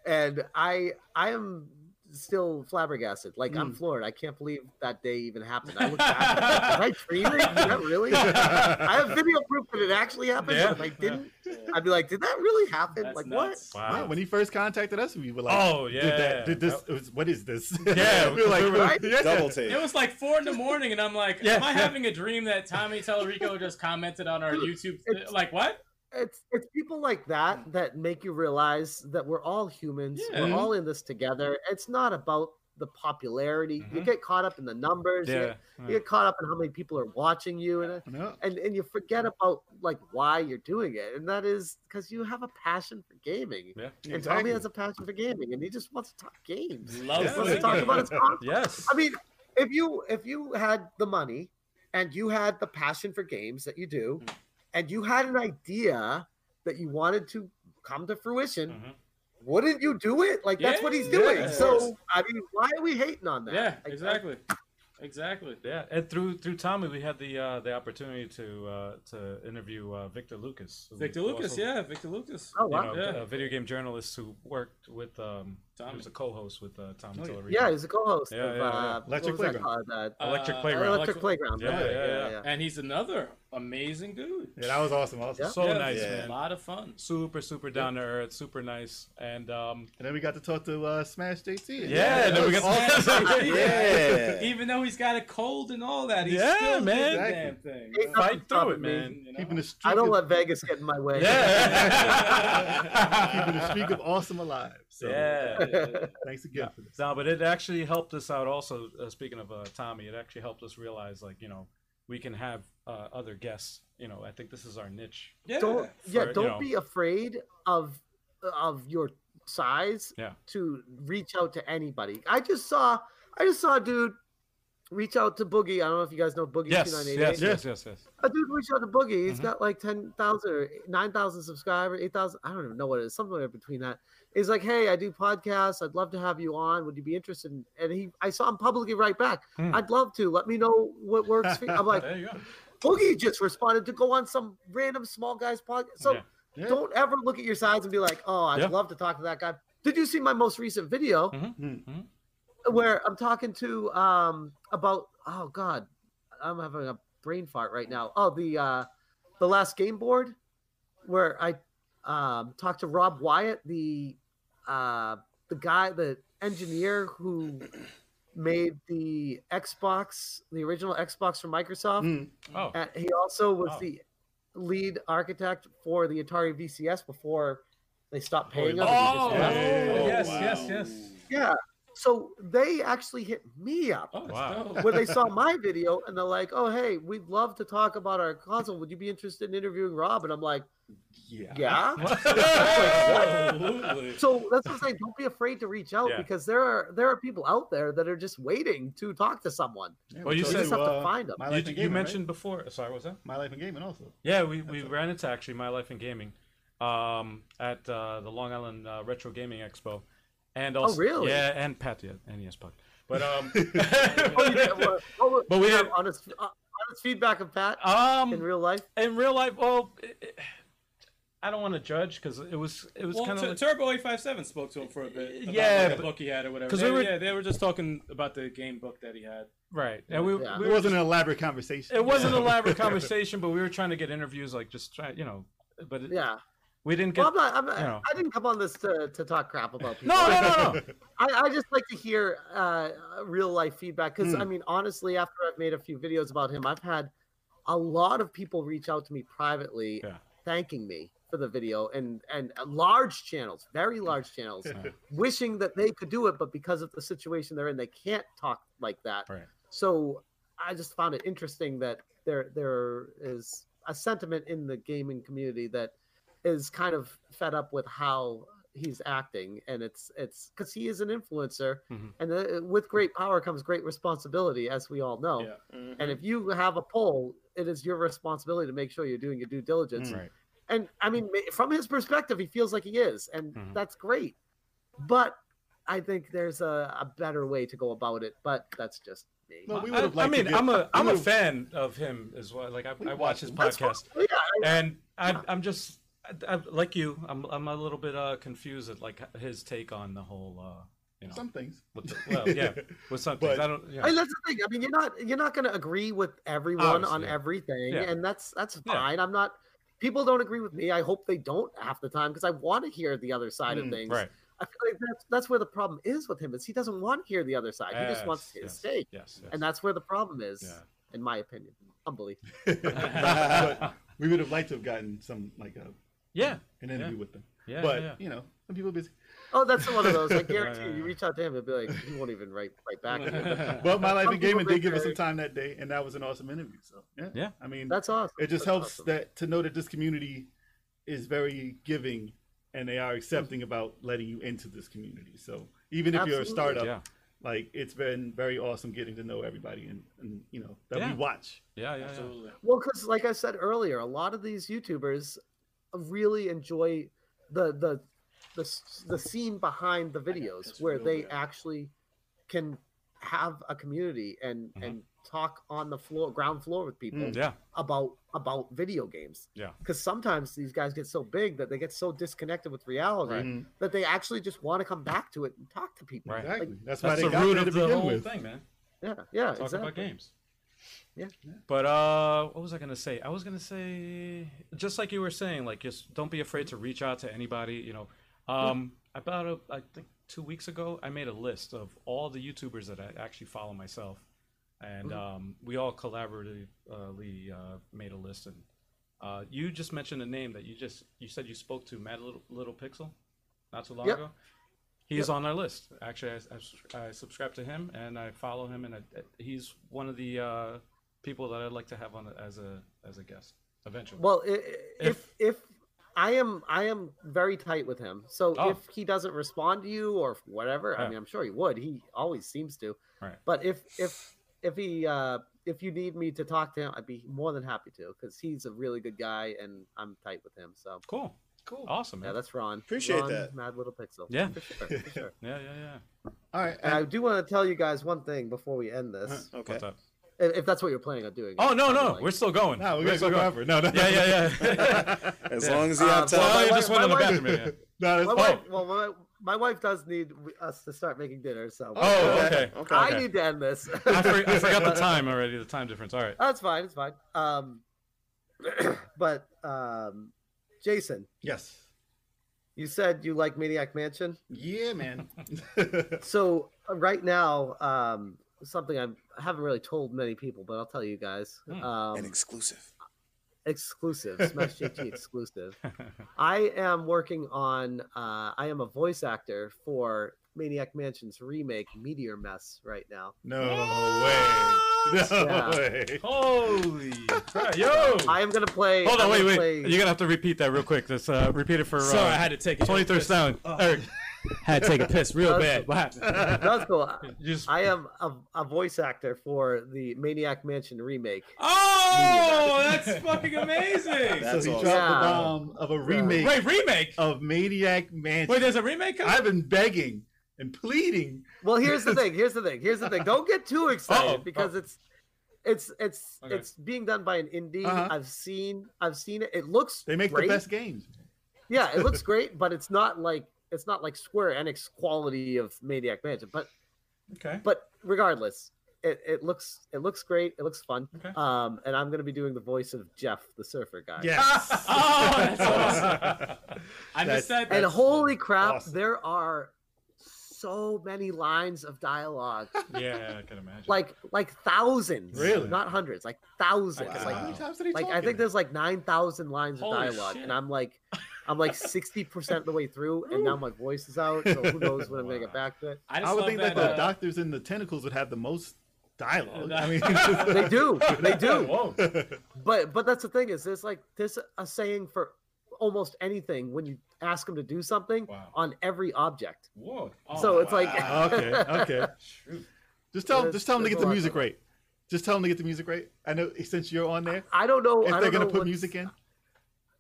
Speaker 6: and I I am still flabbergasted. Like
Speaker 4: Mm.
Speaker 6: I'm floored. I can't believe that day even happened. I look back, was I dreaming? Did that really? I have video proof that it actually happened.
Speaker 2: Yeah.
Speaker 6: But if I didn't, I'd be like, did that really happen?
Speaker 3: That's
Speaker 6: like
Speaker 3: nuts.
Speaker 4: Yeah,
Speaker 2: Wow.
Speaker 4: when he first contacted us, we were like,
Speaker 2: Oh,
Speaker 4: did
Speaker 2: yeah.
Speaker 4: that? Did this? It was, what is this?"
Speaker 2: Yeah,
Speaker 4: we were like,
Speaker 2: we were-
Speaker 6: Right?
Speaker 4: yeah.
Speaker 5: Double
Speaker 3: It
Speaker 5: take.
Speaker 3: was like four in the morning, and I'm like,
Speaker 2: Yeah,
Speaker 3: "Am I
Speaker 2: yeah.
Speaker 3: having a dream that Tommy Tellerico just commented on our YouTube?"
Speaker 6: It's-
Speaker 3: Like what?
Speaker 6: what? It's it's people like that that make you realize that we're all humans.
Speaker 3: Yeah.
Speaker 6: We're all in this together. It's not about the popularity. You
Speaker 2: Mhm.
Speaker 6: get caught up in the numbers. You,
Speaker 2: Yeah.
Speaker 6: get, you get caught up in how many people are watching you and. uh,
Speaker 4: No.
Speaker 6: and and you forget about like why you're doing it and that is because you have a passion for gaming
Speaker 2: Yeah.
Speaker 6: and
Speaker 4: exactly.
Speaker 6: tommy has a passion for gaming and he just wants to talk games
Speaker 3: Love
Speaker 6: he just wants
Speaker 2: yeah.
Speaker 6: to talk about his content.
Speaker 2: Yes.
Speaker 6: i mean if you if you had the money and you had the passion for games that you do,
Speaker 2: Mm-hmm.
Speaker 6: and you had an idea that you wanted to come to fruition,
Speaker 2: Mm-hmm.
Speaker 3: Mhm.
Speaker 6: wouldn't you do it? Like that's what he's
Speaker 3: Yeah,
Speaker 6: doing.
Speaker 3: of
Speaker 6: so
Speaker 3: course.
Speaker 6: I mean, why are we hating on that?
Speaker 3: Yeah,
Speaker 6: Like, that-
Speaker 3: exactly. Exactly.
Speaker 2: Yeah, and through through Tommy, we had the uh, the opportunity to uh, to interview uh, Victor Lucas. who
Speaker 3: Victor Lucas,
Speaker 2: also,
Speaker 3: yeah, Victor Lucas.
Speaker 6: Oh
Speaker 2: you
Speaker 6: wow.
Speaker 2: know,
Speaker 3: Yeah.
Speaker 2: a video game journalist who worked with um, He
Speaker 3: Tommy.
Speaker 2: was a co-host with uh, Tommy
Speaker 4: Oh, yeah.
Speaker 2: Tillery.
Speaker 6: Yeah, he's a co-host
Speaker 2: Yeah,
Speaker 6: of
Speaker 2: yeah, yeah.
Speaker 6: uh, what
Speaker 4: Electric
Speaker 6: was that
Speaker 4: Playground.
Speaker 6: called? Uh,
Speaker 2: Electric
Speaker 3: Uh,
Speaker 2: Playground.
Speaker 6: Electric Playground.
Speaker 2: Yeah,
Speaker 6: right,
Speaker 2: yeah, yeah.
Speaker 3: And he's another amazing dude.
Speaker 4: Yeah, that was awesome. awesome.
Speaker 6: Yeah.
Speaker 2: So
Speaker 3: Yeah,
Speaker 2: nice,
Speaker 3: it's
Speaker 5: Yeah.
Speaker 3: A
Speaker 2: man.
Speaker 3: lot of fun.
Speaker 2: Super, super down to earth, super nice, and um,
Speaker 4: And then we got to talk to uh, Smash JT.
Speaker 2: yeah, and then we
Speaker 3: that
Speaker 2: got
Speaker 3: was awesome.
Speaker 5: Yeah.
Speaker 3: Even though he's got a cold and all that, he
Speaker 2: Yeah,
Speaker 3: still did
Speaker 2: man.
Speaker 3: the damn
Speaker 4: Exactly.
Speaker 3: thing.
Speaker 6: Ain't
Speaker 2: Fight
Speaker 6: nothing
Speaker 2: through
Speaker 6: stopping
Speaker 2: it,
Speaker 6: me.
Speaker 2: man.
Speaker 3: You know?
Speaker 4: Keeping the streak.
Speaker 6: I don't
Speaker 4: of,
Speaker 6: let Vegas get in my way.
Speaker 2: yeah.
Speaker 4: keeping the streak of awesome alive. So
Speaker 2: yeah.
Speaker 4: thanks again for this.
Speaker 2: No, but it actually helped us out. Also, uh, speaking of uh, Tommy, it actually helped us realize, like, you know, we can have uh, other guests. You know, I think this is our niche.
Speaker 3: Yeah.
Speaker 6: don't yeah,
Speaker 2: For, you
Speaker 6: don't
Speaker 2: know.
Speaker 6: be afraid of of your size
Speaker 2: Yeah.
Speaker 6: to reach out to anybody. I just saw I just saw a dude reach out to Boogie. I don't know if you guys know Boogie
Speaker 2: Yes, yes,
Speaker 6: 2988.
Speaker 2: yes, yes, yes.
Speaker 6: A dude reached out to Boogie. He's
Speaker 2: Mhm.
Speaker 6: got like 10,000 or 9,000 subscribers, 8,000. I don't even know what it is, somewhere between that. He's like, hey, I do podcasts. I'd love to have you on. Would you be interested? in-" And he, I saw him publicly right back.
Speaker 2: Hmm.
Speaker 6: I'd love to. Let me know what works for you. I'm like,
Speaker 2: There you go.
Speaker 6: Boogie just responded to go on some random small guy's podcast. So
Speaker 2: Yeah.
Speaker 4: Yeah.
Speaker 6: don't ever look at your sides and be like, oh, I'd
Speaker 2: Yeah.
Speaker 6: love to talk to that guy. Did you see my most recent video
Speaker 2: Mhm.
Speaker 4: Mhm.
Speaker 6: where I'm talking to um about oh god, I'm having a brain fart right now. Oh, the uh the last game board where I um talked to Rob Wyatt, the uh the guy the engineer who made the Xbox, the original Xbox from Microsoft.
Speaker 4: Mm.
Speaker 2: Oh,
Speaker 6: And he also was
Speaker 2: Wow.
Speaker 6: the lead architect for the Atari VCS before they stopped
Speaker 2: Oh,
Speaker 6: paying
Speaker 2: yeah.
Speaker 6: us.
Speaker 2: Oh,
Speaker 6: They just-
Speaker 2: Oh,
Speaker 3: yes,
Speaker 5: wow.
Speaker 3: yes, yes.
Speaker 6: Yeah. So they actually hit me up
Speaker 3: Oh, that's
Speaker 2: Wow.
Speaker 3: dope.
Speaker 6: when they saw my video and they're like, oh, hey, we'd love to talk about our console. Would you be interested in interviewing Rob? And I'm like,
Speaker 5: Yeah.
Speaker 6: yeah.
Speaker 3: Absolutely.
Speaker 6: So that's what I'm saying. Don't be afraid to reach out
Speaker 2: Yeah.
Speaker 6: because there are there are people out there that are just waiting to talk to someone.
Speaker 4: Yeah,
Speaker 2: Well,
Speaker 4: we
Speaker 2: you
Speaker 6: You
Speaker 4: talked
Speaker 2: said,
Speaker 6: just have to
Speaker 4: uh,
Speaker 6: find them.
Speaker 4: My
Speaker 2: you,
Speaker 4: Life in
Speaker 2: you
Speaker 4: Gaming, right?
Speaker 2: mentioned before. uh, Sorry, what was that?
Speaker 4: My Life in Gaming also.
Speaker 2: Yeah, we, we
Speaker 4: That's
Speaker 2: ran into actually My Life in Gaming um, at uh, the Long Island uh, Retro Gaming Expo, and also
Speaker 6: Oh, really?
Speaker 2: yeah, and Pat, yeah, and yes, Puck. But um,
Speaker 6: Oh, you did- well, oh,
Speaker 2: But we
Speaker 6: you
Speaker 2: have-
Speaker 6: honest, uh, honest feedback of Pat in
Speaker 2: um,
Speaker 6: real life.
Speaker 2: in real life, well, it, it- I don't want to judge because it was it was
Speaker 3: Well,
Speaker 2: kind
Speaker 3: Tur-
Speaker 2: of like,
Speaker 3: Turbo Eight Five Seven spoke to him for a bit. About
Speaker 2: Yeah,
Speaker 3: what
Speaker 2: but-
Speaker 3: the book he had or whatever.
Speaker 2: 'cause
Speaker 3: They-
Speaker 2: we were-
Speaker 3: yeah, they were just talking about the game book that he had.
Speaker 2: right, and we,
Speaker 6: Yeah.
Speaker 2: we
Speaker 4: It
Speaker 2: were
Speaker 4: wasn't an elaborate conversation.
Speaker 2: Uh, It wasn't
Speaker 4: Yeah.
Speaker 2: an elaborate conversation, but we were trying to get interviews, like just try, you know. But it,
Speaker 6: Yeah.
Speaker 2: we didn't get.
Speaker 6: Well, I'm not, I'm not,
Speaker 2: you know.
Speaker 6: I didn't come on this to, to talk crap about people.
Speaker 2: no, no, no, no.
Speaker 6: I, I just like to hear uh, real life feedback because,
Speaker 4: Hmm.
Speaker 6: I mean, honestly, after I've made a few videos about him, I've had a lot of people reach out to me privately
Speaker 2: Yeah.
Speaker 6: thanking me for the video and, and uh, large channels, very large channels, wishing that they could do it, but because of the situation they're in, they can't talk like that.
Speaker 2: Right.
Speaker 6: So I just found it interesting that there there is a sentiment in the gaming community that is kind of fed up with how he's acting, and it's it's because he is an influencer,
Speaker 2: Mhm.
Speaker 6: and uh, with great power comes great responsibility, as we all know.
Speaker 3: Yeah.
Speaker 5: Mhm.
Speaker 6: And if you have a poll, it is your responsibility to make sure you're doing your due diligence
Speaker 4: Mm-hmm.
Speaker 2: Right.
Speaker 6: and I mean, ma- from his perspective, he feels like he is, and
Speaker 2: Mhm.
Speaker 6: that's great. But I think there's a, a better way to go about it. But that's just me.
Speaker 4: No, we
Speaker 2: I,
Speaker 4: would've
Speaker 2: I
Speaker 4: liked to
Speaker 2: mean,
Speaker 4: get-
Speaker 2: I'm a
Speaker 4: we
Speaker 2: I'm a
Speaker 4: would've-
Speaker 2: fan of him as well. Like I, I watch his
Speaker 6: That's fine. Oh,
Speaker 2: podcast,
Speaker 6: Yeah, I-
Speaker 2: and I, I'm just I, I, like you. I'm I'm a little bit uh, confused at like his take on the whole. Uh, you know,
Speaker 4: Some things.
Speaker 2: with the, well, yeah, with some things.
Speaker 4: But-
Speaker 2: I don't. Yeah.
Speaker 6: I mean, that's the thing. I mean, you're not you're not going to agree with everyone on
Speaker 2: Obviously, yeah.
Speaker 6: everything,
Speaker 2: Yeah.
Speaker 6: and that's that's
Speaker 2: Yeah.
Speaker 6: fine. I'm not. People don't agree with me. I hope they don't half the time because I want to hear the other side of
Speaker 4: Mm,
Speaker 6: things.
Speaker 2: right.
Speaker 6: I feel like that's that's where the problem is with him is he doesn't want to hear the other side. he just wants his
Speaker 2: Yes,
Speaker 6: take,
Speaker 2: Yes. yes.
Speaker 6: and that's where the problem is,
Speaker 2: Yeah.
Speaker 6: in my opinion. Humbly.
Speaker 4: But we would have liked to have gotten some like a
Speaker 2: yeah.
Speaker 4: an interview with them.
Speaker 2: Yeah.
Speaker 4: but
Speaker 2: yeah.
Speaker 4: you know, some people are busy.
Speaker 6: Oh, that's one of those. I guarantee
Speaker 2: yeah,
Speaker 6: you, you
Speaker 2: yeah.
Speaker 6: reach out to him, he'll be like, he won't even write right back. to you.
Speaker 4: But my life
Speaker 6: Some
Speaker 4: in
Speaker 6: people
Speaker 4: gaming did
Speaker 6: get
Speaker 4: give us
Speaker 6: very-
Speaker 4: some time that day, and that was an awesome interview. So yeah,
Speaker 2: Yeah.
Speaker 4: I mean,
Speaker 6: That's awesome.
Speaker 4: it
Speaker 6: That's
Speaker 4: just helps
Speaker 6: awesome.
Speaker 4: that to know that this community is very giving, and they are accepting about letting you into this community. So even if you're a
Speaker 6: Absolutely.
Speaker 4: startup,
Speaker 2: Yeah.
Speaker 4: Like it's been very awesome getting to know everybody and, and you know that
Speaker 2: Yeah.
Speaker 4: we watch.
Speaker 2: Yeah, yeah, yeah.
Speaker 3: Absolutely.
Speaker 6: Well, because like I said earlier, a lot of these YouTubers really enjoy the the the s- the scene behind the videos
Speaker 5: that's
Speaker 6: where
Speaker 5: real
Speaker 6: they
Speaker 5: good.
Speaker 6: actually can have a community and
Speaker 2: Mhm.
Speaker 6: and talk on the floor ground floor with people
Speaker 4: Mm.
Speaker 2: Yeah.
Speaker 6: about about video games
Speaker 2: Yeah.
Speaker 6: because sometimes these guys get so big that they get so disconnected with reality
Speaker 2: Right.
Speaker 4: Mhm.
Speaker 6: that they actually just want to come back to it and talk to people
Speaker 2: Right.
Speaker 4: Exactly. That's,
Speaker 2: That's
Speaker 4: why
Speaker 2: the
Speaker 4: they got there
Speaker 2: root
Speaker 4: to
Speaker 2: of the
Speaker 4: begin
Speaker 2: whole
Speaker 4: with.
Speaker 2: thing, man.
Speaker 6: yeah yeah
Speaker 2: Talk
Speaker 6: exactly.
Speaker 2: about games.
Speaker 6: Yeah.
Speaker 2: But uh, what was I gonna say? I was gonna say just like you were saying, like just don't be afraid to reach out to anybody. You know, um, about a, I think two weeks ago, I made a list of all the YouTubers that I actually follow myself, and um, we all collaboratively uh, made a list. And uh, you just mentioned a name that you just you said you spoke to, Matt Little, Little Pixel, not too long
Speaker 6: Yep.
Speaker 2: ago. He is on our list. Actually, I, I subs- I subscribe to him and I follow him, and I, uh, he's one of the uh, people that I'd like to have on as a as a guest eventually.
Speaker 6: Well, i- i- if if I am I am very tight with him, so
Speaker 2: Oh.
Speaker 6: if he doesn't respond to you or whatever,
Speaker 2: Yeah.
Speaker 6: I mean, I'm sure he would. He always seems to.
Speaker 2: Right.
Speaker 6: But if if if he uh, if you need me to talk to him, I'd be more than happy to because he's a really good guy and I'm tight with him. So
Speaker 2: cool,
Speaker 5: Cool.
Speaker 2: awesome,
Speaker 6: yeah,
Speaker 2: man.
Speaker 6: that's Ron.
Speaker 5: Appreciate
Speaker 6: Ron,
Speaker 5: that.
Speaker 6: Mad Little Pixel.
Speaker 2: Yeah.
Speaker 6: for sure, for sure.
Speaker 2: Yeah, yeah, yeah.
Speaker 4: All right.
Speaker 6: And I do want to tell you guys one thing before we end this,
Speaker 5: Okay.
Speaker 2: What's up?
Speaker 6: i- if that's what you're planning on doing.
Speaker 2: Oh no,
Speaker 6: I'd be
Speaker 2: no,
Speaker 6: like-
Speaker 2: we're still going.
Speaker 4: No, we're
Speaker 2: we're
Speaker 4: gonna
Speaker 2: still
Speaker 4: go
Speaker 2: going.
Speaker 4: forever. No, no.
Speaker 2: Yeah, yeah, yeah.
Speaker 5: As
Speaker 2: Yeah.
Speaker 5: long as you
Speaker 6: Uh,
Speaker 5: have time.
Speaker 2: well,
Speaker 6: my
Speaker 2: you
Speaker 6: wife-
Speaker 2: just went
Speaker 6: my
Speaker 2: in the
Speaker 6: wife-
Speaker 2: bathroom. yeah.
Speaker 4: No, that's
Speaker 6: My
Speaker 4: fine.
Speaker 6: wife, well, my, my wife does need us to start making dinner, so
Speaker 2: Oh, okay.
Speaker 5: Okay.
Speaker 6: I
Speaker 2: Okay.
Speaker 6: need to end this.
Speaker 2: I, for, I forgot the time already. The time difference. All right.
Speaker 6: That's fine. It's fine. Um, but um, Jason,
Speaker 4: Yes.
Speaker 6: you said you like Maniac Mansion.
Speaker 4: Yeah, man.
Speaker 6: So uh, right now, um, something I'm, I haven't really told many people, but I'll tell you guys.
Speaker 2: Hmm.
Speaker 5: An
Speaker 6: Um,
Speaker 5: exclusive.
Speaker 6: exclusive, Smash JT exclusive. I am working on. Uh, I am a voice actor for Maniac Mansion's remake, Meteor Mess, right now.
Speaker 4: no way. No
Speaker 6: Yeah.
Speaker 4: way.
Speaker 2: Holy crap. Yo.
Speaker 6: I am gonna play.
Speaker 2: Hold
Speaker 6: I'm
Speaker 2: on. Wait,
Speaker 6: gonna
Speaker 2: wait.
Speaker 6: play-
Speaker 2: You're gonna have to repeat that real quick. This uh, repeat it for uh,
Speaker 3: Sorry, I had to take a
Speaker 2: 23rd
Speaker 3: piss.
Speaker 2: sound. Eric,
Speaker 3: Er, Had to take a piss real
Speaker 6: That's-
Speaker 3: bad. What happened?
Speaker 6: That's cool.
Speaker 2: you just
Speaker 6: I am a, a voice actor for the Maniac Mansion remake.
Speaker 3: Oh, that's fucking amazing.
Speaker 5: That's
Speaker 4: so he
Speaker 5: awesome.
Speaker 4: dropped
Speaker 6: Yeah.
Speaker 4: the bomb of a remake
Speaker 3: Wait, remake?
Speaker 4: of Maniac Mansion.
Speaker 3: Wait, there's a remake coming?
Speaker 4: I've been begging and pleading.
Speaker 6: Well, here's the thing. Here's the thing. Here's the thing. Don't get too excited
Speaker 2: Uh-oh.
Speaker 6: because it's it's it's
Speaker 2: Okay.
Speaker 6: it's being done by an indie.
Speaker 4: Uh-huh.
Speaker 6: I've seen I've seen it. It looks
Speaker 4: They make
Speaker 6: great.
Speaker 4: the best games.
Speaker 6: Yeah, it looks great, but it's not like it's not like Square Enix quality of Maniac Mansion. But
Speaker 2: okay.
Speaker 6: but regardless, it, it looks it looks great. It looks fun.
Speaker 2: Okay.
Speaker 6: Um, and I'm gonna be doing the voice of Jeff, the surfer guy.
Speaker 4: Yes.
Speaker 3: Oh, that's awesome. I
Speaker 4: That's-
Speaker 3: missed that.
Speaker 6: and
Speaker 4: That's
Speaker 6: holy crap,
Speaker 4: awesome.
Speaker 6: there are so many lines of dialogue,
Speaker 2: Yeah, I can imagine.
Speaker 6: like like thousands,
Speaker 4: Really? uh,
Speaker 6: not hundreds, like thousands.
Speaker 4: Wow.
Speaker 6: Like,
Speaker 4: How many
Speaker 2: Wow.
Speaker 4: times did he
Speaker 6: like I
Speaker 4: talk
Speaker 6: think
Speaker 4: in it?
Speaker 6: there's like nine thousand lines of
Speaker 3: Holy
Speaker 6: dialogue,
Speaker 3: shit.
Speaker 6: and I'm like, I'm like sixty percent of the way through, and now my voice is out, so who knows when I'm gonna get
Speaker 2: Wow.
Speaker 6: back to it.
Speaker 3: I just
Speaker 4: I would
Speaker 3: love
Speaker 4: think
Speaker 3: that,
Speaker 4: that the
Speaker 3: uh,
Speaker 4: doctors and the tentacles would have the most dialogue. I mean,
Speaker 6: They do, they do.
Speaker 2: Whoa.
Speaker 6: But but that's the thing is there's like there's a saying for almost anything when you ask them to do something
Speaker 2: Wow.
Speaker 6: on every object.
Speaker 2: Whoa.
Speaker 3: Oh,
Speaker 6: so it's
Speaker 4: Ah,
Speaker 6: like
Speaker 4: okay, okay.
Speaker 2: Shoot.
Speaker 4: Just tell them.
Speaker 6: There's-
Speaker 4: Just tell them to
Speaker 6: there's
Speaker 4: get
Speaker 6: a
Speaker 4: the
Speaker 6: lot
Speaker 4: music
Speaker 6: going on.
Speaker 4: right. Just tell them to get the music right. I know since you're on there,
Speaker 6: I don't know. Oh, I
Speaker 4: if
Speaker 6: don't
Speaker 4: they're gonna
Speaker 6: know
Speaker 4: put
Speaker 6: what's-
Speaker 4: music in,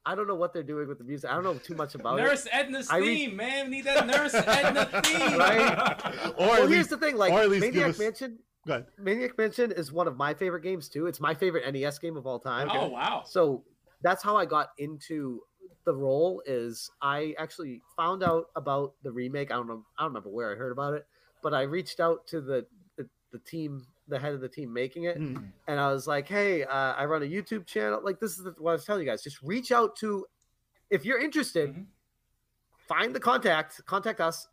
Speaker 6: I don't know what they're doing with the music. I don't know too much about it.
Speaker 3: Nurse Edna's
Speaker 6: I
Speaker 3: theme,
Speaker 6: re-
Speaker 3: man. We need that Nurse Edna theme.
Speaker 6: Right?
Speaker 4: or
Speaker 6: well,
Speaker 4: at
Speaker 6: here's
Speaker 4: least
Speaker 6: the thing: like
Speaker 4: or at least give
Speaker 6: Maniac
Speaker 4: us-
Speaker 6: Mansion,
Speaker 4: go ahead.
Speaker 6: Maniac Mansion is one of my favorite games too. It's my favorite NES game of all time.
Speaker 3: Oh wow.
Speaker 6: So that's how I got into the role. Is I actually found out about the remake. I don't know. I don't remember where I heard about it, but I reached out to the the, the team, the head of the team making it,
Speaker 4: Mm.
Speaker 6: and I was like, "Hey, uh, I run a YouTube channel. Like this is the, what I was telling you guys. Just reach out to, if you're interested,
Speaker 2: Mhm.
Speaker 6: find the contact, contact us,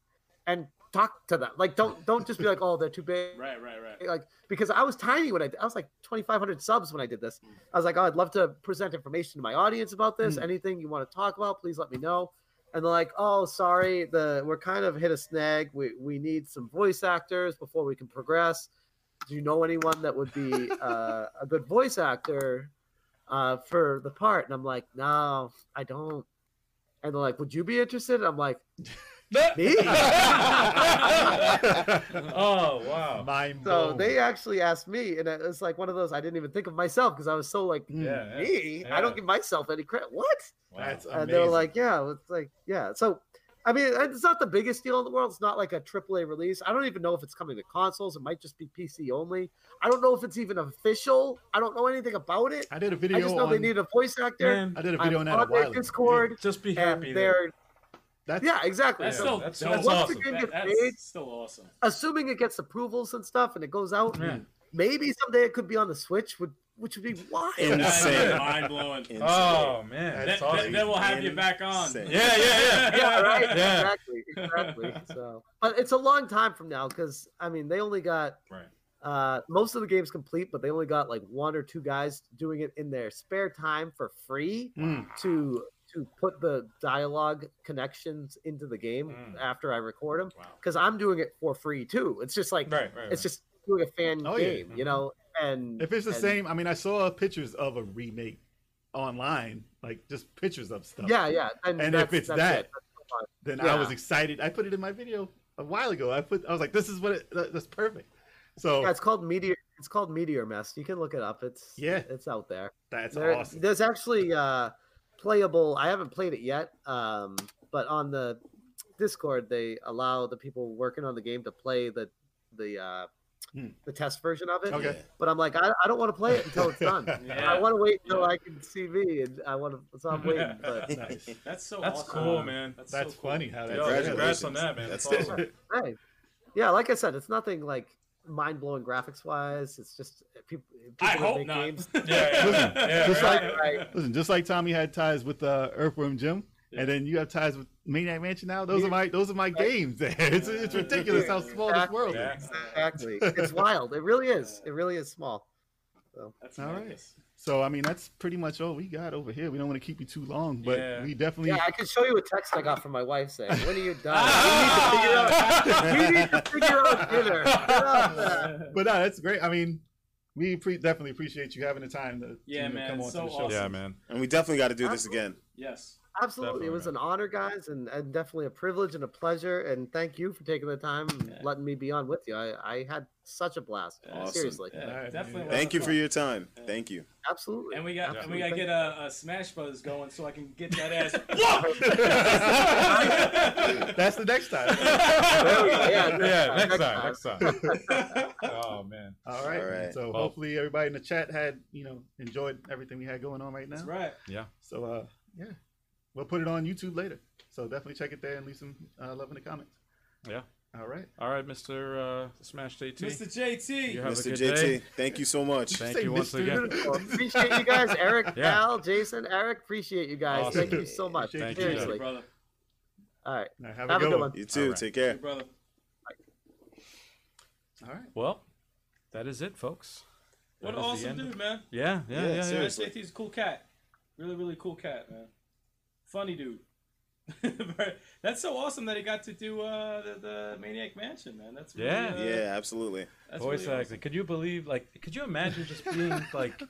Speaker 6: and talk to them. Like don't don't just be like, oh, they're too big.
Speaker 3: Right, right, right.
Speaker 6: Like because I was tiny when I did- I was like 2,500 subs when I did this. I was like, oh, I'd love to present information to my audience about this. Anything you want to talk about, please let me know. And they're like, oh, sorry, the we're kind of hit a snag. We we need some voice actors before we can progress do you know anyone that would be uh, a good voice actor uh, for the part? And I'm like, no, I don't. And they're like, would you be interested? And I'm like, Me?
Speaker 3: oh wow.
Speaker 4: hmm. Mind
Speaker 6: So
Speaker 4: blown.
Speaker 6: they actually asked me, and it was like one of those I didn't even think of myself because I was so like,
Speaker 3: Yeah, yeah.
Speaker 6: Mm, me? I don't
Speaker 3: Yeah.
Speaker 6: give myself any credit. What?
Speaker 4: That's amazing.
Speaker 6: And they were like, yeah, it's like, yeah. So, I mean, it's not the biggest deal in the world. It's not like a AAA release. I don't even know if it's coming to consoles. It might just be PC only. I don't know if it's even official. I don't know anything about it.
Speaker 4: I did a video.
Speaker 6: I just know
Speaker 4: on,
Speaker 6: they need a voice actor.
Speaker 2: Man,
Speaker 4: I did a
Speaker 6: I'm
Speaker 4: video on
Speaker 6: on
Speaker 4: that a while
Speaker 6: their
Speaker 4: ago.
Speaker 6: Discord,
Speaker 2: just be
Speaker 6: and
Speaker 2: happy. that-
Speaker 6: they're
Speaker 4: That's
Speaker 6: yeah, exactly.
Speaker 3: That's
Speaker 6: so,
Speaker 3: still
Speaker 2: that's-
Speaker 3: that's,
Speaker 2: that's
Speaker 6: Once
Speaker 3: awesome.
Speaker 6: the game
Speaker 3: That-
Speaker 6: gets
Speaker 3: that's
Speaker 6: made-
Speaker 3: still awesome.
Speaker 6: assuming it gets approvals and stuff, and it goes out,
Speaker 2: Yeah.
Speaker 6: maybe someday it could be on the Switch, would which would be wild.
Speaker 5: And- Insane.
Speaker 3: Mind blowing.
Speaker 5: Insane.
Speaker 2: Oh man.
Speaker 4: That's
Speaker 3: Then,
Speaker 4: awesome.
Speaker 3: then, then we'll have you back on.
Speaker 5: Insane.
Speaker 2: Yeah, yeah, yeah.
Speaker 6: yeah, right.
Speaker 2: Yeah.
Speaker 6: Exactly. Exactly. So, but it's a long time from now because I mean they only got
Speaker 2: Right.
Speaker 6: uh, most of the games complete, but they only got like one or two guys doing it in their spare time for free
Speaker 4: Mm.
Speaker 6: to to put the dialogue connections into the game
Speaker 2: Mm.
Speaker 6: after I record them
Speaker 2: Wow.
Speaker 6: because I'm doing it for free too. It's just like
Speaker 2: Right, right. right.
Speaker 6: it's just doing a fan
Speaker 4: Oh, yeah.
Speaker 6: game, you know. And
Speaker 4: If it's the
Speaker 6: and-
Speaker 4: same, I mean, I saw pictures of a remake online, like just pictures of stuff.
Speaker 6: yeah, yeah, and,
Speaker 4: And
Speaker 6: that's-
Speaker 4: if it's
Speaker 6: that's
Speaker 4: that,
Speaker 6: it. That's
Speaker 4: Then
Speaker 6: Yeah.
Speaker 4: I was excited. I put it in my video a while ago. I put, I was like, this is what it, that- that's perfect. So
Speaker 6: Yeah, it's called meteor. It's called meteor mess. You can look it up. It's
Speaker 4: Yeah.
Speaker 6: it's out there.
Speaker 4: that's
Speaker 6: There-
Speaker 4: awesome.
Speaker 6: There's actually uh, playable. I haven't played it yet, um, but on the Discord, they allow the people working on the game to play the the uh,
Speaker 4: Hmm.
Speaker 6: the test version of it.
Speaker 4: Okay.
Speaker 6: But I'm like, I, I don't want to play it until it's done. I
Speaker 3: Yeah.
Speaker 6: want to wait until
Speaker 3: Yeah.
Speaker 6: I can see me, and I want to. So I'm waiting. But
Speaker 4: nice.
Speaker 3: That's so
Speaker 2: That's
Speaker 3: awesome.
Speaker 2: cool, man.
Speaker 3: That's,
Speaker 4: That's
Speaker 3: so cool.
Speaker 4: funny how that.
Speaker 2: Yo,
Speaker 5: Congratulations.
Speaker 2: congrats on that, man. That's,
Speaker 5: That's it.
Speaker 2: awesome.
Speaker 6: hey, yeah, like I said, it's nothing like mind blowing graphics wise. It's just people. people
Speaker 3: I
Speaker 6: that
Speaker 3: hope
Speaker 6: make
Speaker 3: not.
Speaker 6: games-
Speaker 3: yeah,
Speaker 4: Listen,
Speaker 3: yeah,
Speaker 4: just
Speaker 3: right.
Speaker 6: like- Right.
Speaker 4: Listen, just like Tommy had ties with uh, Earthworm Jim, and then you have ties with Maniac Mansion now. Those are my those are my games. it's it's ridiculous how small this
Speaker 6: Exactly.
Speaker 4: world
Speaker 3: Yeah.
Speaker 4: is.
Speaker 6: Exactly. It's wild. It really is. It really is small.
Speaker 3: That's
Speaker 4: All right.
Speaker 3: nice.
Speaker 4: So I mean, that's pretty much all we got over here. We don't want to keep you too long, but
Speaker 3: Yeah.
Speaker 4: we definitely
Speaker 6: Yeah, I can show you a text I got from my wife saying, "When are you done?
Speaker 3: Ah!
Speaker 6: we, need to figure out, we need to figure out dinner." Get out there.
Speaker 4: but no, that's great. I mean, we pre- definitely appreciate you having the time to
Speaker 3: Yeah,
Speaker 4: to
Speaker 3: man,
Speaker 4: come
Speaker 3: it's
Speaker 4: on
Speaker 3: so
Speaker 4: to the show.
Speaker 3: awesome.
Speaker 2: Yeah, man.
Speaker 5: And we definitely got to do this again.
Speaker 3: Yes.
Speaker 6: Absolutely, it was an honor, guys, and, and definitely a privilege and a pleasure. And thank you for taking the time and
Speaker 3: Yeah.
Speaker 6: letting me be on with you. I, I had such a blast.
Speaker 5: Awesome.
Speaker 6: Seriously,
Speaker 3: Yeah,
Speaker 4: All right,
Speaker 3: definitely.
Speaker 4: man.
Speaker 3: a lot
Speaker 5: Thank
Speaker 3: of
Speaker 5: you for
Speaker 3: fun.
Speaker 5: your time. Thank you.
Speaker 6: absolutely.
Speaker 3: And we got and we
Speaker 6: Absolutely.
Speaker 3: gotta get a, a Smash Brothers going so I can get that ass.
Speaker 4: that's the next time.
Speaker 6: There we go. Yeah,
Speaker 2: Yeah,
Speaker 6: next
Speaker 2: next
Speaker 6: time,
Speaker 2: time. Next time. oh man.
Speaker 4: All right.
Speaker 5: All
Speaker 4: man.
Speaker 5: right.
Speaker 4: So
Speaker 2: Well-
Speaker 4: hopefully everybody in the chat had you know enjoyed everything we had going on right now.
Speaker 3: That's right.
Speaker 4: So uh, yeah, we'll put it on YouTube later. So definitely check it there and leave some uh, love in the comments.
Speaker 2: Yeah.
Speaker 4: All right.
Speaker 2: All right, Mr. Uh, Smash JT.
Speaker 3: Mr. JT.
Speaker 2: You have a
Speaker 5: Mr. JT,
Speaker 2: good day.
Speaker 5: thank you so much.
Speaker 2: Thank
Speaker 4: Say
Speaker 2: you once
Speaker 4: Mr.
Speaker 2: again.
Speaker 6: Well, appreciate you guys, Eric,
Speaker 2: Yeah.
Speaker 6: Al, Jason, Eric. Appreciate you guys.
Speaker 2: Awesome.
Speaker 6: Thank you so much.
Speaker 4: Thank
Speaker 2: you.
Speaker 3: Thank you,
Speaker 6: Seriously.
Speaker 3: brother.
Speaker 6: All right.
Speaker 4: Now, have,
Speaker 6: Have
Speaker 4: a good one.
Speaker 5: You too.
Speaker 2: All right.
Speaker 3: Thank
Speaker 5: Take care.
Speaker 3: you, brother.
Speaker 4: All right.
Speaker 2: Well, that is it, folks.
Speaker 3: What
Speaker 2: That
Speaker 3: an
Speaker 2: is the
Speaker 3: awesome
Speaker 2: end of-
Speaker 3: dude, man.
Speaker 2: Yeah, yeah,
Speaker 5: Yeah,
Speaker 2: yeah. yeah,
Speaker 5: seriously.
Speaker 3: Smash JT's a cool cat. Really, really cool cat, man. Funny dude. That's so awesome that he got to do uh, the, the Maniac Mansion, man. That's really,
Speaker 2: Yeah.
Speaker 3: uh,
Speaker 5: Yeah, absolutely.
Speaker 3: That's
Speaker 2: Voice
Speaker 3: really
Speaker 2: acting. Could you believe? Like, could you imagine just being like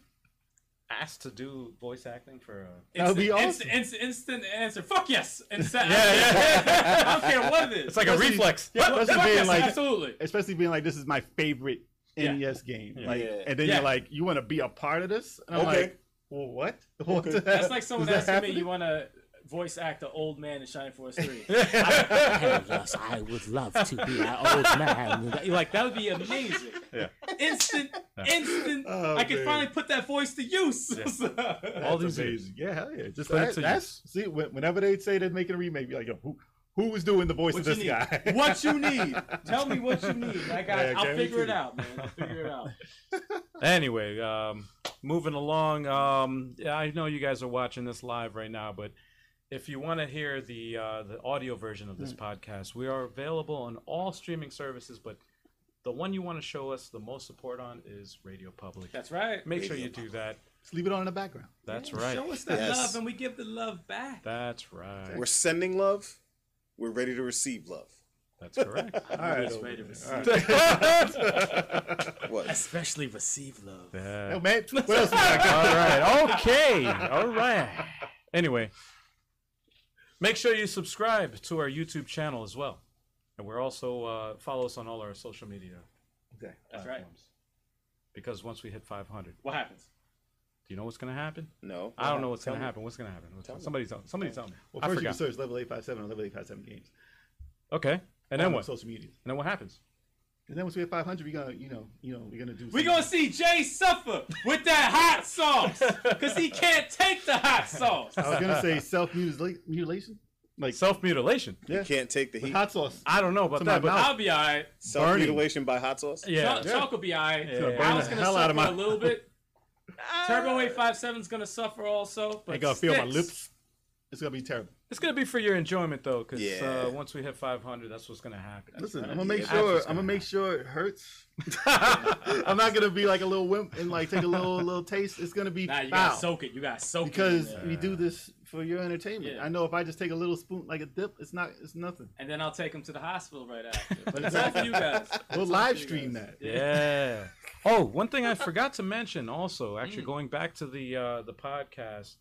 Speaker 2: asked to do voice acting for? uh, A...
Speaker 4: That would be
Speaker 3: Instant-
Speaker 4: awesome.
Speaker 3: Instant, instant, answer. Fuck yes. And sa-
Speaker 2: Yeah, yeah.
Speaker 3: I don't care what it is.
Speaker 2: It's like a
Speaker 4: Especially-
Speaker 2: reflex.
Speaker 3: yeah,
Speaker 4: Especially
Speaker 3: fuck
Speaker 4: being
Speaker 3: yes,
Speaker 4: like-
Speaker 3: absolutely.
Speaker 4: Especially being like, this is my favorite
Speaker 3: Yeah.
Speaker 4: NES game.
Speaker 2: Yeah.
Speaker 4: Like,
Speaker 5: Yeah.
Speaker 4: and then
Speaker 3: Yeah.
Speaker 4: you're like, you want to be a part of this? And I'm
Speaker 5: Okay.
Speaker 4: like, well, what? what the
Speaker 3: That's
Speaker 4: heck?
Speaker 3: like someone
Speaker 4: Is that
Speaker 3: asking me,
Speaker 4: happening?
Speaker 3: "You want to voice act the old man in Shining Force 3?
Speaker 7: Hell yes, I would love to be an old man.
Speaker 3: You're like, "That would be amazing."
Speaker 2: Yeah.
Speaker 3: Instant,
Speaker 2: Yeah.
Speaker 3: instant.
Speaker 4: Oh,
Speaker 3: I can
Speaker 4: man.
Speaker 3: finally put that voice to use.
Speaker 2: All
Speaker 4: That's
Speaker 2: these
Speaker 4: amazing.
Speaker 2: years.
Speaker 4: Yeah, hell yeah. Just
Speaker 2: Put it
Speaker 4: that,
Speaker 2: to
Speaker 4: that's see, when- whenever they say they're making a remake, you're like, yo, who who was doing the voice
Speaker 3: What
Speaker 4: of
Speaker 3: you
Speaker 4: this
Speaker 3: need?
Speaker 4: guy?
Speaker 3: What you need? Tell me what you need. I got.
Speaker 4: Yeah,
Speaker 3: I'll figure
Speaker 4: guaranteed.
Speaker 3: it out, man. I'll figure it out.
Speaker 2: anyway, um, moving along. Um, yeah, I know you guys are watching this live right now, but if you want to hear the uh, the audio version of this podcast, we are available on all streaming services. But the one you want to show us the most support on is Radio Public.
Speaker 3: That's right.
Speaker 2: Make sure
Speaker 5: Radio
Speaker 2: you do that.
Speaker 4: Just leave it on in the background.
Speaker 2: That's
Speaker 3: Yeah, Show
Speaker 2: right.
Speaker 3: us that
Speaker 5: Yes.
Speaker 3: love, and we give the love back.
Speaker 2: That's right.
Speaker 5: We're sending love. We're ready to receive love.
Speaker 2: That's correct.
Speaker 4: All right.
Speaker 3: That's
Speaker 4: over
Speaker 3: right,
Speaker 4: there.
Speaker 3: it's-
Speaker 4: All right.
Speaker 5: What?
Speaker 3: Especially receive love.
Speaker 2: Yeah.
Speaker 4: Yo, Oh, man, what else we got?
Speaker 2: All right. Okay. All right. Anyway, Make sure you subscribe to our YouTube channel as well, and we're also uh, follow us on all our social media
Speaker 5: Okay.
Speaker 3: That's right.
Speaker 2: platforms. Because once we hit 500,
Speaker 3: What happens?
Speaker 2: do you know what's going to happen?
Speaker 5: No.
Speaker 2: I don't know what's
Speaker 5: Tell
Speaker 2: going to
Speaker 5: me.
Speaker 2: happen. What's going to happen? What's-
Speaker 5: Tell me.
Speaker 2: somebody tell. Somebody tell me.
Speaker 4: Well,
Speaker 2: I
Speaker 4: first you can
Speaker 2: forgot.
Speaker 4: search level eight five seven or level eight five seven games.
Speaker 2: Okay, and
Speaker 5: Oh,
Speaker 2: then
Speaker 4: on
Speaker 2: what? And
Speaker 4: Social media.
Speaker 2: then what happens?
Speaker 4: And then once we hit five hundred, we gonna you know you know we're gonna do.
Speaker 3: We
Speaker 4: something.
Speaker 3: gonna see Jay suffer with that hot sauce, cause he can't take the hot sauce.
Speaker 4: I was gonna say self mutilation, like
Speaker 2: Self mutilation.
Speaker 4: Yeah.
Speaker 5: You can't take the
Speaker 4: with
Speaker 5: heat.
Speaker 4: hot sauce.
Speaker 2: I don't know about
Speaker 4: To my
Speaker 2: that, but
Speaker 4: mouth.
Speaker 3: I'll be alright.
Speaker 5: Self mutilation by hot sauce.
Speaker 2: yeah,
Speaker 3: Chalk, Chalk will be alright.
Speaker 2: Yeah. Burn
Speaker 3: I was
Speaker 4: the
Speaker 3: gonna
Speaker 4: hell
Speaker 3: suffer
Speaker 4: out of my-
Speaker 3: a little bit. Turbo 857's gonna suffer also, but
Speaker 4: I gotta feel my
Speaker 3: Sticks-
Speaker 4: lips. It's gonna be terrible.
Speaker 2: it's gonna be for your enjoyment though, because
Speaker 5: Yeah.
Speaker 2: uh, once we hit 500, that's what's gonna happen.
Speaker 4: Listen, I'm
Speaker 5: Yeah,
Speaker 4: gonna make
Speaker 5: that's
Speaker 4: sure
Speaker 2: what's
Speaker 4: I'm gonna
Speaker 2: gonna
Speaker 4: make
Speaker 2: happen.
Speaker 4: sure it hurts. I'm not gonna be like a little wimp and like take a little little taste. It's gonna be
Speaker 3: Nah, you
Speaker 4: foul
Speaker 3: gotta soak it. You gotta soak it.
Speaker 4: because
Speaker 3: in there.
Speaker 4: we do this for your entertainment.
Speaker 3: Yeah.
Speaker 4: I know if I just take a little spoon like a dip, it's not it's nothing.
Speaker 3: And then I'll take him to the hospital right after. But it's all for you guys. It's
Speaker 4: We'll
Speaker 3: all for
Speaker 4: live
Speaker 3: you
Speaker 4: stream
Speaker 3: guys.
Speaker 4: that.
Speaker 2: Yeah. Oh, one thing I forgot to mention also,
Speaker 5: Mm.
Speaker 2: actually going back to the uh, the podcast,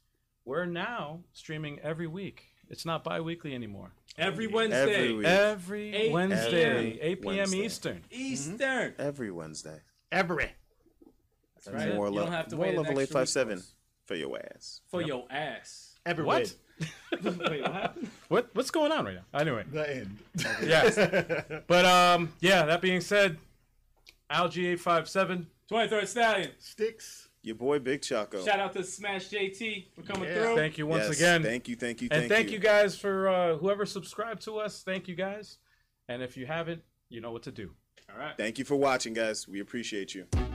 Speaker 2: we're now streaming every week. It's not bi-weekly anymore.
Speaker 3: Every Wednesday,
Speaker 5: Every week.
Speaker 2: Every
Speaker 3: 8
Speaker 2: Wednesday,
Speaker 5: p.m.
Speaker 2: 8 p.m.
Speaker 5: Wednesday.
Speaker 2: Eastern.
Speaker 3: Mm-hmm. Eastern.
Speaker 5: Every Wednesday.
Speaker 4: Every
Speaker 3: That's right.
Speaker 5: More,
Speaker 3: you
Speaker 5: le-
Speaker 3: don't have to
Speaker 5: more
Speaker 3: wait an
Speaker 5: level
Speaker 3: extra
Speaker 5: eight five seven
Speaker 3: week
Speaker 5: for your ass.
Speaker 3: for your ass.
Speaker 4: every
Speaker 2: What?
Speaker 4: way.
Speaker 3: Wait, what happened?
Speaker 2: What what's going on right now? Anyway,
Speaker 4: The end.
Speaker 2: yes. But um, yeah. That being said, Algie eight five seven.
Speaker 3: 23rd Stallion.
Speaker 4: Sticks.
Speaker 5: Your boy Big Choco.
Speaker 3: Shout out to Smash JT for coming
Speaker 4: Yeah.
Speaker 3: through.
Speaker 2: Thank you once
Speaker 5: Yes,
Speaker 2: again,
Speaker 5: Thank you, thank you, thank,
Speaker 2: and thank you. guys for uh, whoever subscribed to us. Thank you guys, and if you haven't, you know what to do.
Speaker 3: All right.
Speaker 5: Thank you for watching, guys. We appreciate you.